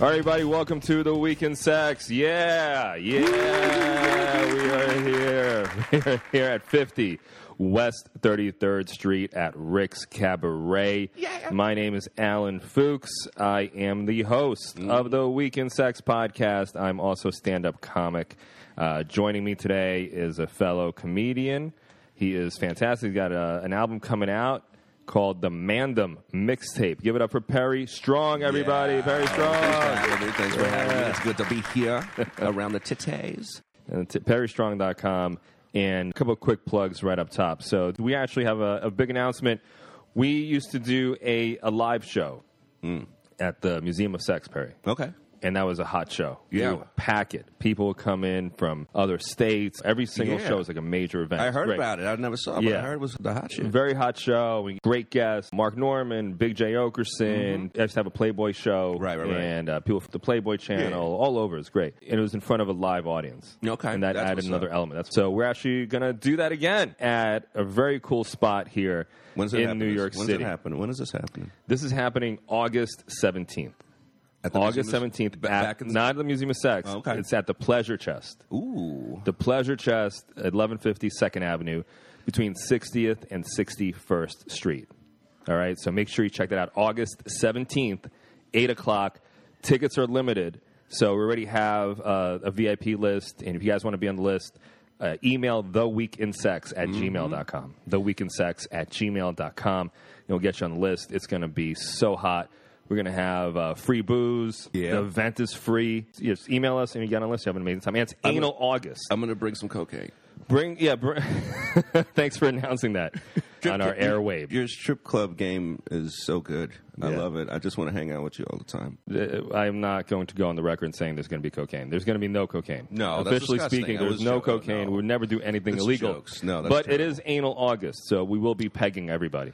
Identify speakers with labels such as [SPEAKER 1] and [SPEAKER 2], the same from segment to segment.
[SPEAKER 1] All right, everybody, welcome to the Weekend Sex. Yeah, yeah, we are here. We are here at 50 West 33rd Street at Rick's Cabaret.
[SPEAKER 2] Yeah.
[SPEAKER 1] My name is Alan Fuchs. I am the host of the Weekend Sex podcast. I'm also stand-up comic. Uh, joining me today is a fellow comedian. He is fantastic. He's got a, an album coming out called The Mandem Mixtape. Give it up for Perry Strong, everybody.
[SPEAKER 2] Yeah.
[SPEAKER 1] Perry Strong.
[SPEAKER 2] Thanks for having me. Thanks for having me. It's good to be here around the titties.
[SPEAKER 1] and t- perrystrong.com and a couple of quick plugs right up top so we actually have a, a big announcement we used to do a, a live show
[SPEAKER 2] Hmm.
[SPEAKER 1] at the museum of sex perry
[SPEAKER 2] Okay.
[SPEAKER 1] and that was a hot show
[SPEAKER 2] Yeah.
[SPEAKER 1] we would pack it people would come in from other states every single
[SPEAKER 2] Yeah.
[SPEAKER 1] show is like a major event
[SPEAKER 2] I heard
[SPEAKER 1] Great.
[SPEAKER 2] about it. I never saw it, but
[SPEAKER 1] Yeah.
[SPEAKER 2] I heard it was the hot shit.
[SPEAKER 1] Very hot show. We- Great guests. Mark Norman, Big J. Okerson. I used to have a Playboy show.
[SPEAKER 2] Mm-hmm. Right, right, right.
[SPEAKER 1] And uh, people from the Playboy channel,
[SPEAKER 2] Yeah.
[SPEAKER 1] all over. It's great. And it was in front of a live audience.
[SPEAKER 2] Okay,
[SPEAKER 1] And that
[SPEAKER 2] that's
[SPEAKER 1] added
[SPEAKER 2] what's
[SPEAKER 1] another
[SPEAKER 2] up.
[SPEAKER 1] element. That's, so we're actually going to do that again at a very cool spot here
[SPEAKER 2] When's it
[SPEAKER 1] in
[SPEAKER 2] happen?
[SPEAKER 1] New York
[SPEAKER 2] When's
[SPEAKER 1] City.
[SPEAKER 2] it happen? When is this happening?
[SPEAKER 1] This is happening August 17th.
[SPEAKER 2] At the
[SPEAKER 1] August
[SPEAKER 2] Museum of-
[SPEAKER 1] 17th,
[SPEAKER 2] Ba-
[SPEAKER 1] at,
[SPEAKER 2] back in the-
[SPEAKER 1] not at the Museum of Sex.
[SPEAKER 2] Oh, okay.
[SPEAKER 1] It's at the Pleasure Chest.
[SPEAKER 2] Ooh.
[SPEAKER 1] The Pleasure Chest, 1150 Second Avenue, between 60th and 61st Street. All right, so make sure you check that out. August 17th, 8 o'clock. Tickets are limited, so we already have uh, a VIP list. And if you guys want to be on the list, uh, email theweekinsex at gmail.com. Theweekinsex at gmail.com. And we'll get you on the list. It's going to be so hot. We're going to have uh, free booze.
[SPEAKER 2] Yeah.
[SPEAKER 1] The event is free. You just email us and you get on the list. You have an amazing time. And it's anal August.
[SPEAKER 2] I'm going to bring some cocaine.
[SPEAKER 1] Bring yeah. Br- Thanks for announcing that on our airwave.
[SPEAKER 2] Your strip club game is so good. I
[SPEAKER 1] Yeah.
[SPEAKER 2] love it. I just want to hang out with you all the time.
[SPEAKER 1] Uh, I'm not going to go on the record saying there's going to be cocaine. There's going to be no cocaine.
[SPEAKER 2] No, that's
[SPEAKER 1] officially
[SPEAKER 2] disgusting.
[SPEAKER 1] speaking,
[SPEAKER 2] I
[SPEAKER 1] there's
[SPEAKER 2] was
[SPEAKER 1] no
[SPEAKER 2] joking.
[SPEAKER 1] cocaine.
[SPEAKER 2] No.
[SPEAKER 1] We'll never do anything
[SPEAKER 2] That's
[SPEAKER 1] illegal.
[SPEAKER 2] jokes. No, that's
[SPEAKER 1] but it is anal August, so we will be pegging everybody.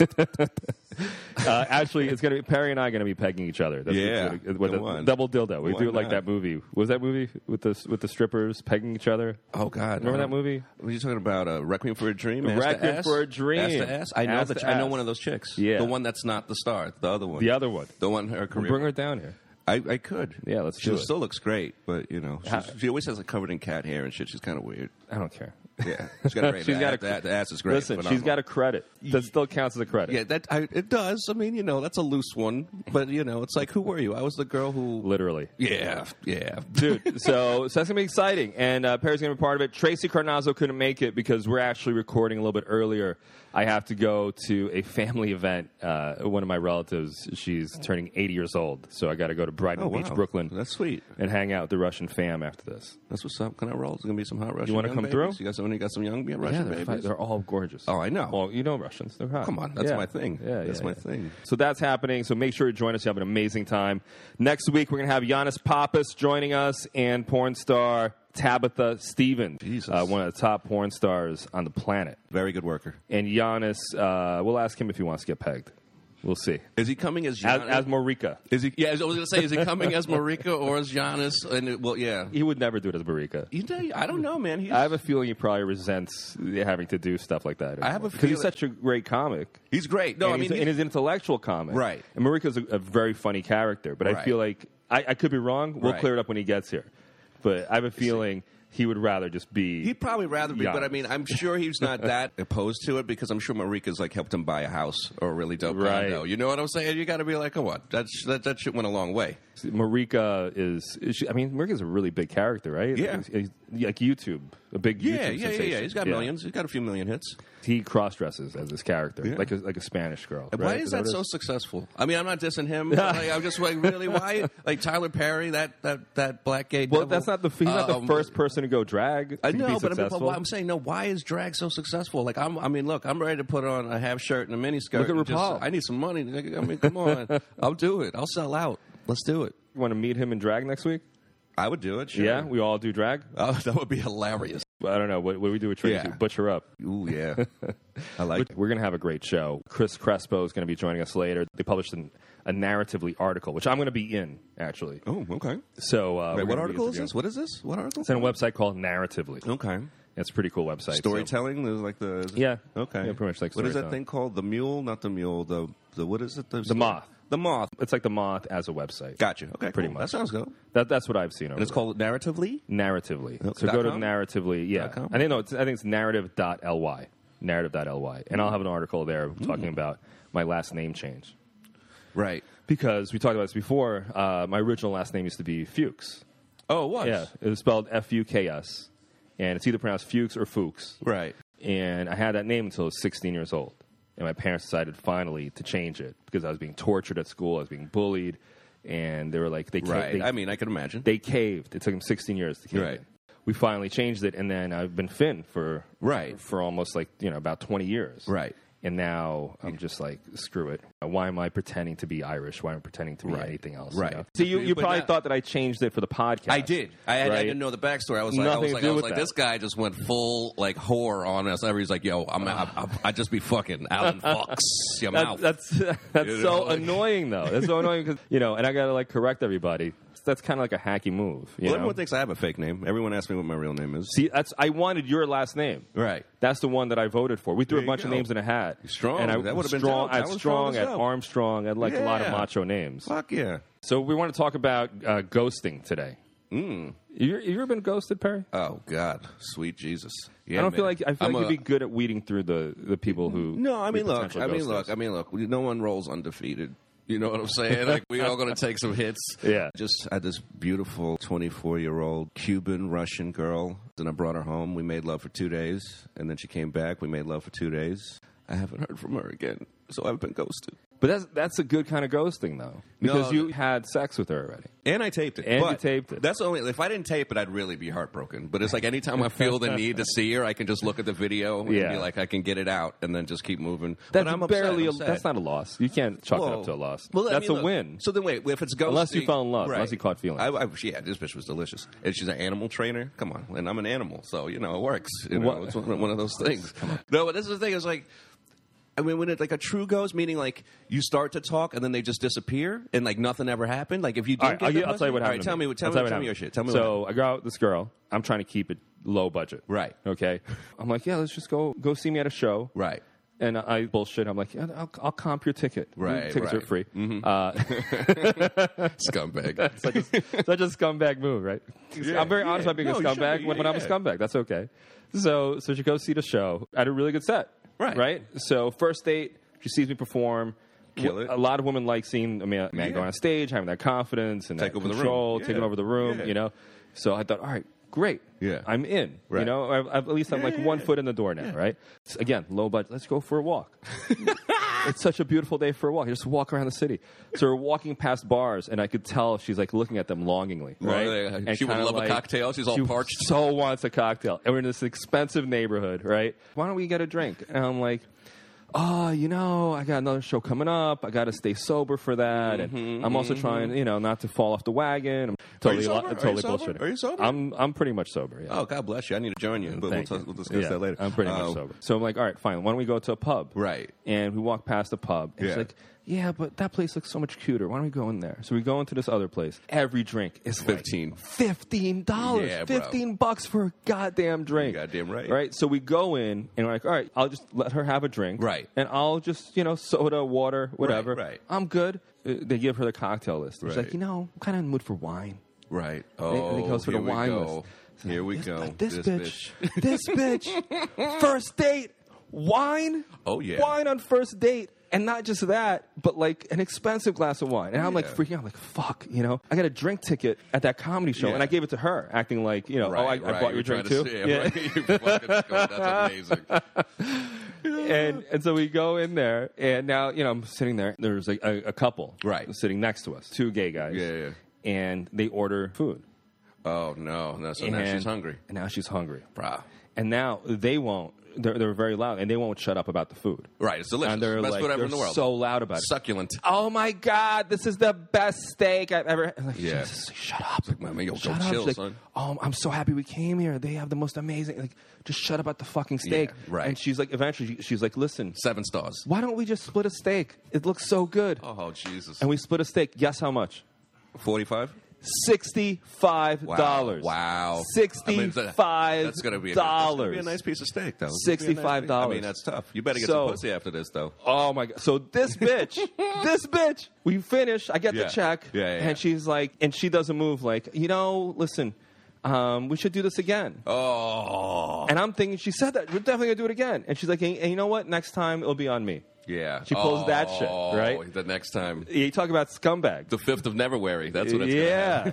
[SPEAKER 1] uh, actually, it's going to be Perry and I are going to be pegging each other. That's
[SPEAKER 2] Yeah,
[SPEAKER 1] what's gonna- with
[SPEAKER 2] come
[SPEAKER 1] a
[SPEAKER 2] on.
[SPEAKER 1] double dildo. We
[SPEAKER 2] Why
[SPEAKER 1] do it like
[SPEAKER 2] not?
[SPEAKER 1] that movie. What Was that movie with the with the strippers pegging each other?
[SPEAKER 2] Oh God!
[SPEAKER 1] Remember
[SPEAKER 2] I
[SPEAKER 1] that
[SPEAKER 2] don't-
[SPEAKER 1] movie?
[SPEAKER 2] Were you talking about uh, Requiem for a Dream? Ass to
[SPEAKER 1] Requiem
[SPEAKER 2] Ass?
[SPEAKER 1] for a Dream.
[SPEAKER 2] Ass to ass. I know
[SPEAKER 1] Ass
[SPEAKER 2] that.
[SPEAKER 1] to
[SPEAKER 2] I know
[SPEAKER 1] Ass.
[SPEAKER 2] one of those chicks.
[SPEAKER 1] Yeah.
[SPEAKER 2] the one that's not the star. The other one.
[SPEAKER 1] The other one.
[SPEAKER 2] The one her career.
[SPEAKER 1] Bring her down here.
[SPEAKER 2] I, I could.
[SPEAKER 1] Yeah, let's
[SPEAKER 2] She
[SPEAKER 1] do it.
[SPEAKER 2] still looks great, but you know,
[SPEAKER 1] How-
[SPEAKER 2] she's, she always has like covered in cat hair and shit. She's kind of weird.
[SPEAKER 1] I don't care.
[SPEAKER 2] Yeah, she's got a great
[SPEAKER 1] She's
[SPEAKER 2] ass.
[SPEAKER 1] got a-
[SPEAKER 2] that, the ass is great.
[SPEAKER 1] Listen, she's
[SPEAKER 2] phenomenal.
[SPEAKER 1] got a credit. That still counts as a credit.
[SPEAKER 2] Yeah, that I, it does. I mean, you know, that's a loose one, but you know, it's like, who were you? I was the girl who.
[SPEAKER 1] Literally.
[SPEAKER 2] Yeah, yeah.
[SPEAKER 1] Dude, so, so that's going to be exciting. And uh, Perry's going to be part of it. Tracy Carnazzo couldn't make it because we're actually recording a little bit earlier. I have to go to a family event. Uh, one of my relatives, she's turning 80 years old. So I got to go to Brighton
[SPEAKER 2] Oh,
[SPEAKER 1] Beach,
[SPEAKER 2] wow.
[SPEAKER 1] Brooklyn,
[SPEAKER 2] That's sweet.
[SPEAKER 1] and hang out with the Russian fam after this.
[SPEAKER 2] That's what's up. Can I roll? It's gonna be some hot Russian.
[SPEAKER 1] wanna
[SPEAKER 2] young
[SPEAKER 1] come
[SPEAKER 2] babies.
[SPEAKER 1] through?
[SPEAKER 2] You got some? You got some young
[SPEAKER 1] Yeah,
[SPEAKER 2] Russian
[SPEAKER 1] they're, fi-
[SPEAKER 2] babies.
[SPEAKER 1] they're all gorgeous.
[SPEAKER 2] Oh, I know.
[SPEAKER 1] Well, you know Russians. They're hot.
[SPEAKER 2] Come on, that's
[SPEAKER 1] Yeah.
[SPEAKER 2] my thing.
[SPEAKER 1] Yeah,
[SPEAKER 2] that's
[SPEAKER 1] yeah,
[SPEAKER 2] my
[SPEAKER 1] yeah.
[SPEAKER 2] thing.
[SPEAKER 1] So that's happening. So make sure you join us. You have an amazing time. Next week, we're going to have Giannis Pappas joining us and porn star Tabitha Stevens,
[SPEAKER 2] Jesus.
[SPEAKER 1] Uh, one of the top porn stars on the planet.
[SPEAKER 2] Very good worker.
[SPEAKER 1] And Giannis, uh, we'll ask him if he wants to get pegged. We'll see.
[SPEAKER 2] Is he coming as
[SPEAKER 1] As,
[SPEAKER 2] Giannis?
[SPEAKER 1] as Marika.
[SPEAKER 2] is he? Yeah, I was gonna say, is he coming as Marika or as Giannis? And it, well, yeah.
[SPEAKER 1] He would never do it as Marika.
[SPEAKER 2] You know, I don't know, man. He's
[SPEAKER 1] I have a feeling he probably resents having to do stuff like that.
[SPEAKER 2] I have a
[SPEAKER 1] Because he's
[SPEAKER 2] feeling-
[SPEAKER 1] such a great comic.
[SPEAKER 2] he's great. No,
[SPEAKER 1] and
[SPEAKER 2] I mean,
[SPEAKER 1] he's, and
[SPEAKER 2] he's,
[SPEAKER 1] he's an intellectual comic,
[SPEAKER 2] Right.
[SPEAKER 1] And Marika's a, a very funny character, but I
[SPEAKER 2] Right.
[SPEAKER 1] feel like I, I could be wrong. We'll
[SPEAKER 2] Right.
[SPEAKER 1] clear it up when he gets here, but I have a feeling he would rather just be.
[SPEAKER 2] he'd probably rather be. But I
[SPEAKER 1] Giannis.
[SPEAKER 2] mean, I'm sure he's not that opposed to it because I'm sure Marika's like helped him buy a house or a really dope
[SPEAKER 1] Right.
[SPEAKER 2] condo. You know what I'm saying? You got to be like, come on, that sh- that that shit went a long way.
[SPEAKER 1] Marika is. is she, I mean, Marika's a really big character, right?
[SPEAKER 2] Yeah.
[SPEAKER 1] like, he's- he's- like YouTube, a big
[SPEAKER 2] Yeah,
[SPEAKER 1] YouTube
[SPEAKER 2] yeah, yeah,
[SPEAKER 1] sensation.
[SPEAKER 2] yeah. He's got millions. He's got a few million hits.
[SPEAKER 1] He cross dresses as his character,
[SPEAKER 2] Yeah.
[SPEAKER 1] like a, like a Spanish girl.
[SPEAKER 2] Why
[SPEAKER 1] right?
[SPEAKER 2] is
[SPEAKER 1] what
[SPEAKER 2] that
[SPEAKER 1] it
[SPEAKER 2] so successful? I mean, I'm not dissing him. But like, I'm just like, really, why? Like Tyler Perry, that that that black gay.
[SPEAKER 1] Well,
[SPEAKER 2] devil.
[SPEAKER 1] that's not the. He's not the
[SPEAKER 2] Um,
[SPEAKER 1] first person to go drag. to
[SPEAKER 2] I
[SPEAKER 1] be
[SPEAKER 2] know, but I mean, but
[SPEAKER 1] successful.
[SPEAKER 2] why, I'm saying no. Why is drag so successful? Like, I'm, I mean, look, I'm ready to put on a half shirt and a mini skirt.
[SPEAKER 1] Look at RuPaul.
[SPEAKER 2] I need some money. nigga. I mean, come on, I'll do it. I'll sell out. Let's do it.
[SPEAKER 1] you want to meet him in drag next week?
[SPEAKER 2] I would do it. Sure.
[SPEAKER 1] Yeah, we all do drag.
[SPEAKER 2] Oh, that would be hilarious.
[SPEAKER 1] I don't know what, what do we do with Tracy.
[SPEAKER 2] Yeah.
[SPEAKER 1] Butcher up.
[SPEAKER 2] Ooh, yeah. I like.
[SPEAKER 1] But we're going to have a great show. Chris Crespo is going to be joining us later. They published an, a narratively article, which I'm going to be in, actually.
[SPEAKER 2] Oh, okay.
[SPEAKER 1] So, uh, we're gonna
[SPEAKER 2] Wait, what
[SPEAKER 1] be
[SPEAKER 2] article is
[SPEAKER 1] interviewing-
[SPEAKER 2] this? What is this? What article?
[SPEAKER 1] It's on a website called Narratively.
[SPEAKER 2] Okay.
[SPEAKER 1] It's a pretty cool website. so-
[SPEAKER 2] Storytelling, there's like the is it-
[SPEAKER 1] Yeah.
[SPEAKER 2] okay,
[SPEAKER 1] Yeah, pretty much like
[SPEAKER 2] what is that
[SPEAKER 1] storytelling.
[SPEAKER 2] thing called? The mule, not the mule. The the what is it? The,
[SPEAKER 1] moth.
[SPEAKER 2] The moth.
[SPEAKER 1] It's like the moth as a website.
[SPEAKER 2] Gotcha. Okay,
[SPEAKER 1] Pretty
[SPEAKER 2] cool.
[SPEAKER 1] much.
[SPEAKER 2] That sounds good. And
[SPEAKER 1] That, that's what I've seen. Over
[SPEAKER 2] it's
[SPEAKER 1] there.
[SPEAKER 2] called narratively.
[SPEAKER 1] narratively.
[SPEAKER 2] Oh,
[SPEAKER 1] So
[SPEAKER 2] dot
[SPEAKER 1] go to
[SPEAKER 2] com?
[SPEAKER 1] narratively. Yeah,
[SPEAKER 2] Dot com?
[SPEAKER 1] I think no. It's, I think it's narrative.ly. Narrative.ly, and I'll have an article there
[SPEAKER 2] Hmm.
[SPEAKER 1] talking about my last name change
[SPEAKER 2] Right.
[SPEAKER 1] because we talked about this before. Uh, my original last name used to be Fuchs.
[SPEAKER 2] Oh, it was.
[SPEAKER 1] Yeah, it was spelled F U K S, and it's either pronounced Fuchs or Fuchs.
[SPEAKER 2] Right.
[SPEAKER 1] And I had that name until I was 16 years old, and my parents decided finally to change it because I was being tortured at school. I was being bullied, and they were like, they can't.
[SPEAKER 2] Right.
[SPEAKER 1] they-
[SPEAKER 2] I mean, I can imagine.
[SPEAKER 1] they caved. It took them 16 years to cave.
[SPEAKER 2] Right.
[SPEAKER 1] in. We finally changed it, and then I've been Finn for
[SPEAKER 2] Right.
[SPEAKER 1] for almost like you know about 20 years.
[SPEAKER 2] Right.
[SPEAKER 1] And now I'm just like, screw it. Uh, Why am I pretending to be Irish? Why am I pretending to be
[SPEAKER 2] Right.
[SPEAKER 1] anything else?
[SPEAKER 2] Right.
[SPEAKER 1] You know? So you, you
[SPEAKER 2] But
[SPEAKER 1] probably
[SPEAKER 2] that-
[SPEAKER 1] thought that I changed it for the podcast.
[SPEAKER 2] I did. I, had, I
[SPEAKER 1] Right.
[SPEAKER 2] didn't know the backstory. I was like,
[SPEAKER 1] Nothing
[SPEAKER 2] I was
[SPEAKER 1] to
[SPEAKER 2] like,
[SPEAKER 1] do
[SPEAKER 2] I was
[SPEAKER 1] with
[SPEAKER 2] like
[SPEAKER 1] that.
[SPEAKER 2] this guy just went full like whore on us. Everybody's like, yo, I'm, I'm, I'm I just be fucking Alan Fox your
[SPEAKER 1] That-
[SPEAKER 2] mouth.
[SPEAKER 1] that's that's
[SPEAKER 2] You know,
[SPEAKER 1] so
[SPEAKER 2] like-
[SPEAKER 1] annoying though. That's so annoying because you know, and I gotta like correct everybody. That's kind of like a hacky move. You
[SPEAKER 2] well,
[SPEAKER 1] know?
[SPEAKER 2] everyone thinks I have a fake name. Everyone asks me what my real name is.
[SPEAKER 1] See, that's I wanted your last name.
[SPEAKER 2] Right.
[SPEAKER 1] That's the one that I voted for. We threw
[SPEAKER 2] There
[SPEAKER 1] a
[SPEAKER 2] you
[SPEAKER 1] bunch of
[SPEAKER 2] go.
[SPEAKER 1] names in a hat.
[SPEAKER 2] Strong.
[SPEAKER 1] And I
[SPEAKER 2] That would've been
[SPEAKER 1] strong.
[SPEAKER 2] dope.
[SPEAKER 1] I
[SPEAKER 2] That
[SPEAKER 1] had
[SPEAKER 2] was
[SPEAKER 1] strong.
[SPEAKER 2] strong as
[SPEAKER 1] I had
[SPEAKER 2] hell.
[SPEAKER 1] Armstrong. I had like a lot of
[SPEAKER 2] Yeah.
[SPEAKER 1] macho names.
[SPEAKER 2] Fuck yeah.
[SPEAKER 1] So we want to talk about uh, ghosting today.
[SPEAKER 2] Hmm.
[SPEAKER 1] Mm. You, you ever been ghosted, Perry?
[SPEAKER 2] Oh God, sweet Jesus. Yeah,
[SPEAKER 1] I don't feel
[SPEAKER 2] man.
[SPEAKER 1] like I feel
[SPEAKER 2] I'm
[SPEAKER 1] like
[SPEAKER 2] a-
[SPEAKER 1] you'd be good at weeding through the, the people who.
[SPEAKER 2] No, I
[SPEAKER 1] the
[SPEAKER 2] mean, look,
[SPEAKER 1] potential
[SPEAKER 2] I mean,
[SPEAKER 1] ghosters.
[SPEAKER 2] look, I mean, look. we- No one rolls undefeated. You know what I'm saying? Like we all going to take some hits.
[SPEAKER 1] Yeah.
[SPEAKER 2] Just had this beautiful 24 year old Cuban Russian girl, and I brought her home. We made love for two days, and then she came back. We made love for two days. I haven't heard from her again, so I've been ghosted.
[SPEAKER 1] But that's that's a good kind of ghosting though, because
[SPEAKER 2] No,
[SPEAKER 1] you had sex with her already.
[SPEAKER 2] And I taped it.
[SPEAKER 1] And you
[SPEAKER 2] But
[SPEAKER 1] taped it.
[SPEAKER 2] That's only if I didn't tape it, I'd really be heartbroken. But it's like anytime I feel the need to see her, I can just look at the video and
[SPEAKER 1] Yeah.
[SPEAKER 2] be like, I can get it out, and then just keep moving.
[SPEAKER 1] That's
[SPEAKER 2] but I'm upset,
[SPEAKER 1] barely.
[SPEAKER 2] I'm
[SPEAKER 1] a,
[SPEAKER 2] sad.
[SPEAKER 1] that's not a loss. You can't chalk it
[SPEAKER 2] Whoa.
[SPEAKER 1] up to a loss.
[SPEAKER 2] Well, I
[SPEAKER 1] that's
[SPEAKER 2] mean,
[SPEAKER 1] a
[SPEAKER 2] look,
[SPEAKER 1] win.
[SPEAKER 2] So then, wait, if it's ghosting,
[SPEAKER 1] Unless you fell in love, unless you caught feelings.
[SPEAKER 2] I, I, yeah, this bitch was delicious, and she's an animal trainer. Come on, and I'm an animal, so you know it works. You know,
[SPEAKER 1] What-
[SPEAKER 2] It's one, one of those things. No, but this is the thing. It's like. I mean, when it like a true ghost, meaning like you start to talk and then they just disappear and like nothing ever happened. Like if you did,
[SPEAKER 1] All right,
[SPEAKER 2] get
[SPEAKER 1] I'll,
[SPEAKER 2] the
[SPEAKER 1] gi- I'll tell you what happened.
[SPEAKER 2] pussy- All right, tell
[SPEAKER 1] to
[SPEAKER 2] me, what- tell
[SPEAKER 1] I'll
[SPEAKER 2] me,
[SPEAKER 1] what
[SPEAKER 2] tell
[SPEAKER 1] happened.
[SPEAKER 2] me your shit. Tell me. what
[SPEAKER 1] So I go out with this girl. I'm trying to keep it low budget.
[SPEAKER 2] Right.
[SPEAKER 1] Okay. I'm like, yeah, let's just go go see me at a show.
[SPEAKER 2] Right.
[SPEAKER 1] And I bullshit. I'm like, yeah, I'll, I'll comp your ticket.
[SPEAKER 2] Right,
[SPEAKER 1] Tickets
[SPEAKER 2] right. Mm-hmm.
[SPEAKER 1] are free. Uh,
[SPEAKER 2] happened. scumbag.
[SPEAKER 1] such a such a scumbag move, right? I'm very honest
[SPEAKER 2] yeah.
[SPEAKER 1] about being a
[SPEAKER 2] No, you should
[SPEAKER 1] scumbag
[SPEAKER 2] be.
[SPEAKER 1] when,
[SPEAKER 2] Yeah,
[SPEAKER 1] when I'm a
[SPEAKER 2] yeah.
[SPEAKER 1] scumbag. That's okay. So so she goes see the show. I had a really good set.
[SPEAKER 2] Right.
[SPEAKER 1] Right. So first date, she sees me perform.
[SPEAKER 2] Kill it.
[SPEAKER 1] A lot of women like seeing a man, a man
[SPEAKER 2] Yeah.
[SPEAKER 1] go on stage, having that confidence and
[SPEAKER 2] Take
[SPEAKER 1] that
[SPEAKER 2] over the room.
[SPEAKER 1] control, taking
[SPEAKER 2] Yeah.
[SPEAKER 1] over the room.
[SPEAKER 2] Yeah.
[SPEAKER 1] You know. So I thought, all right, great.
[SPEAKER 2] Yeah.
[SPEAKER 1] I'm in. You
[SPEAKER 2] Right.
[SPEAKER 1] know, I, I- at least I'm like
[SPEAKER 2] yeah,
[SPEAKER 1] one
[SPEAKER 2] yeah.
[SPEAKER 1] foot in the door now, right? So again, low budget. Let's go for a walk. it's such a beautiful day for a walk. You just walk around the city. So we're walking past bars, and I could tell she's like looking at them longingly, right?
[SPEAKER 2] Well, yeah,
[SPEAKER 1] And
[SPEAKER 2] she would
[SPEAKER 1] kinda
[SPEAKER 2] love a cocktail. She's all
[SPEAKER 1] she
[SPEAKER 2] parched.
[SPEAKER 1] So wants a cocktail, and we're in this expensive neighborhood, right? Why don't we get a drink? And I'm like. Oh, you know, I got another show coming up. I got to stay sober for that, and I'm also trying, you know, not to fall off the wagon. I'm totally,
[SPEAKER 2] sober? Mm-hmm, Are you
[SPEAKER 1] totally
[SPEAKER 2] sober?
[SPEAKER 1] bullshitting.
[SPEAKER 2] Are you sober?
[SPEAKER 1] I'm, I'm pretty much sober. Yeah.
[SPEAKER 2] Oh, God bless you. I need to join you, but we'll,
[SPEAKER 1] Thank
[SPEAKER 2] t-
[SPEAKER 1] you.
[SPEAKER 2] we'll discuss
[SPEAKER 1] Yeah,
[SPEAKER 2] that later.
[SPEAKER 1] I'm pretty
[SPEAKER 2] Uh,
[SPEAKER 1] much sober. So I'm like, all right, fine. Why don't we go to a pub?
[SPEAKER 2] Right.
[SPEAKER 1] And we walk past the pub. And she's
[SPEAKER 2] Yeah.
[SPEAKER 1] like, yeah, but that place looks so much cuter. Why don't we go in there? So we go into this other place. Every drink is like
[SPEAKER 2] 15.
[SPEAKER 1] fifteen dollars,
[SPEAKER 2] Yeah, bro.
[SPEAKER 1] fifteen bucks for a goddamn drink.
[SPEAKER 2] You goddamn right.
[SPEAKER 1] Right. So we go in and we're like, all right, I'll just let her have a drink.
[SPEAKER 2] Right.
[SPEAKER 1] And I'll just you know soda, water, whatever.
[SPEAKER 2] right.
[SPEAKER 1] I'm good. Uh, They give her the cocktail list. She's like,
[SPEAKER 2] Right.
[SPEAKER 1] you know, I'm kind of in the mood for wine. And-
[SPEAKER 2] Right. Oh,
[SPEAKER 1] and he goes for
[SPEAKER 2] here
[SPEAKER 1] the
[SPEAKER 2] we
[SPEAKER 1] wine
[SPEAKER 2] go.
[SPEAKER 1] list. It's like,
[SPEAKER 2] Here we
[SPEAKER 1] this,
[SPEAKER 2] go.
[SPEAKER 1] like, this, bitch, this bitch, first date, wine.
[SPEAKER 2] Oh, yeah.
[SPEAKER 1] wine on first date, and not just that, but like an expensive glass of wine. And I'm like
[SPEAKER 2] Yeah.
[SPEAKER 1] freaking out, like fuck, you know. I got a drink ticket at that comedy show,
[SPEAKER 2] Yeah.
[SPEAKER 1] and I gave it to her, acting like you know,
[SPEAKER 2] Right,
[SPEAKER 1] oh, I, I
[SPEAKER 2] right.
[SPEAKER 1] bought your
[SPEAKER 2] You're
[SPEAKER 1] drink
[SPEAKER 2] trying
[SPEAKER 1] too.
[SPEAKER 2] to say- right. You fucking- That's amazing.
[SPEAKER 1] and and so we go in there, and now you know I'm sitting there. There's like a, a couple
[SPEAKER 2] Right.
[SPEAKER 1] sitting next to us, two gay guys,
[SPEAKER 2] Yeah, yeah.
[SPEAKER 1] and they order food.
[SPEAKER 2] Oh no, no so now she's
[SPEAKER 1] And-
[SPEAKER 2] hungry.
[SPEAKER 1] And now she's hungry.
[SPEAKER 2] Bruh.
[SPEAKER 1] And now they won't. They're, they're very loud, and they won't shut up about the food.
[SPEAKER 2] Right, it's delicious.
[SPEAKER 1] And they're
[SPEAKER 2] Best
[SPEAKER 1] like,
[SPEAKER 2] food ever
[SPEAKER 1] they're
[SPEAKER 2] in the world.
[SPEAKER 1] so loud about it.
[SPEAKER 2] Succulent.
[SPEAKER 1] oh my god, this is the best steak I've ever. I'm like,
[SPEAKER 2] Yeah.
[SPEAKER 1] Jesus, shut up.
[SPEAKER 2] man, yo, go
[SPEAKER 1] shut up.
[SPEAKER 2] chill,
[SPEAKER 1] She's like,
[SPEAKER 2] son.
[SPEAKER 1] oh, I'm so happy we came here. They have the most amazing. Like, just shut up about the fucking steak.
[SPEAKER 2] Yeah, right.
[SPEAKER 1] And she's like, eventually, she- she's like, listen,
[SPEAKER 2] Seven stars.
[SPEAKER 1] why don't we just split a steak? It looks so good.
[SPEAKER 2] Oh Jesus.
[SPEAKER 1] And we split a steak. Guess how much?
[SPEAKER 2] Forty-five.
[SPEAKER 1] Sixty-five dollars.
[SPEAKER 2] Wow. I mean,
[SPEAKER 1] Sixty-five
[SPEAKER 2] that- that's gonna be a- that's gonna be a
[SPEAKER 1] dollars.
[SPEAKER 2] nice piece of steak, though.
[SPEAKER 1] $65.
[SPEAKER 2] I mean, that's tough. You better get
[SPEAKER 1] So-
[SPEAKER 2] some pussy after this, though.
[SPEAKER 1] Oh my god! So this bitch, this bitch. We finish. I get
[SPEAKER 2] Yeah.
[SPEAKER 1] the check,
[SPEAKER 2] Yeah, yeah, yeah.
[SPEAKER 1] and she's like, and she doesn't move. Like, you know, listen, um, we should do this again.
[SPEAKER 2] Oh,
[SPEAKER 1] And I'm thinking, she said that we're definitely gonna do it again. And she's like, and, and you know what? Next time it'll be on me.
[SPEAKER 2] yeah.
[SPEAKER 1] She pulls that shit,
[SPEAKER 2] Oh,
[SPEAKER 1] right?
[SPEAKER 2] The next time,
[SPEAKER 1] You talk about scumbag.
[SPEAKER 2] the fifth of Neverwary. That's what it's. gonna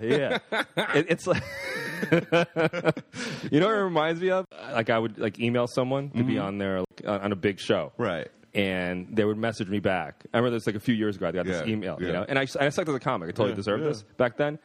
[SPEAKER 1] yeah, yeah. It, it's like you know what it reminds me of. Like I would like email someone to be on there like, on on a big show,
[SPEAKER 2] Mm-hmm. Right.
[SPEAKER 1] And they would message me back. I remember this like a few years ago. I got this
[SPEAKER 2] Yeah,
[SPEAKER 1] email,
[SPEAKER 2] yeah.
[SPEAKER 1] you know, and I and I sucked as a comic. I totally
[SPEAKER 2] Yeah,
[SPEAKER 1] deserved
[SPEAKER 2] yeah.
[SPEAKER 1] this back then.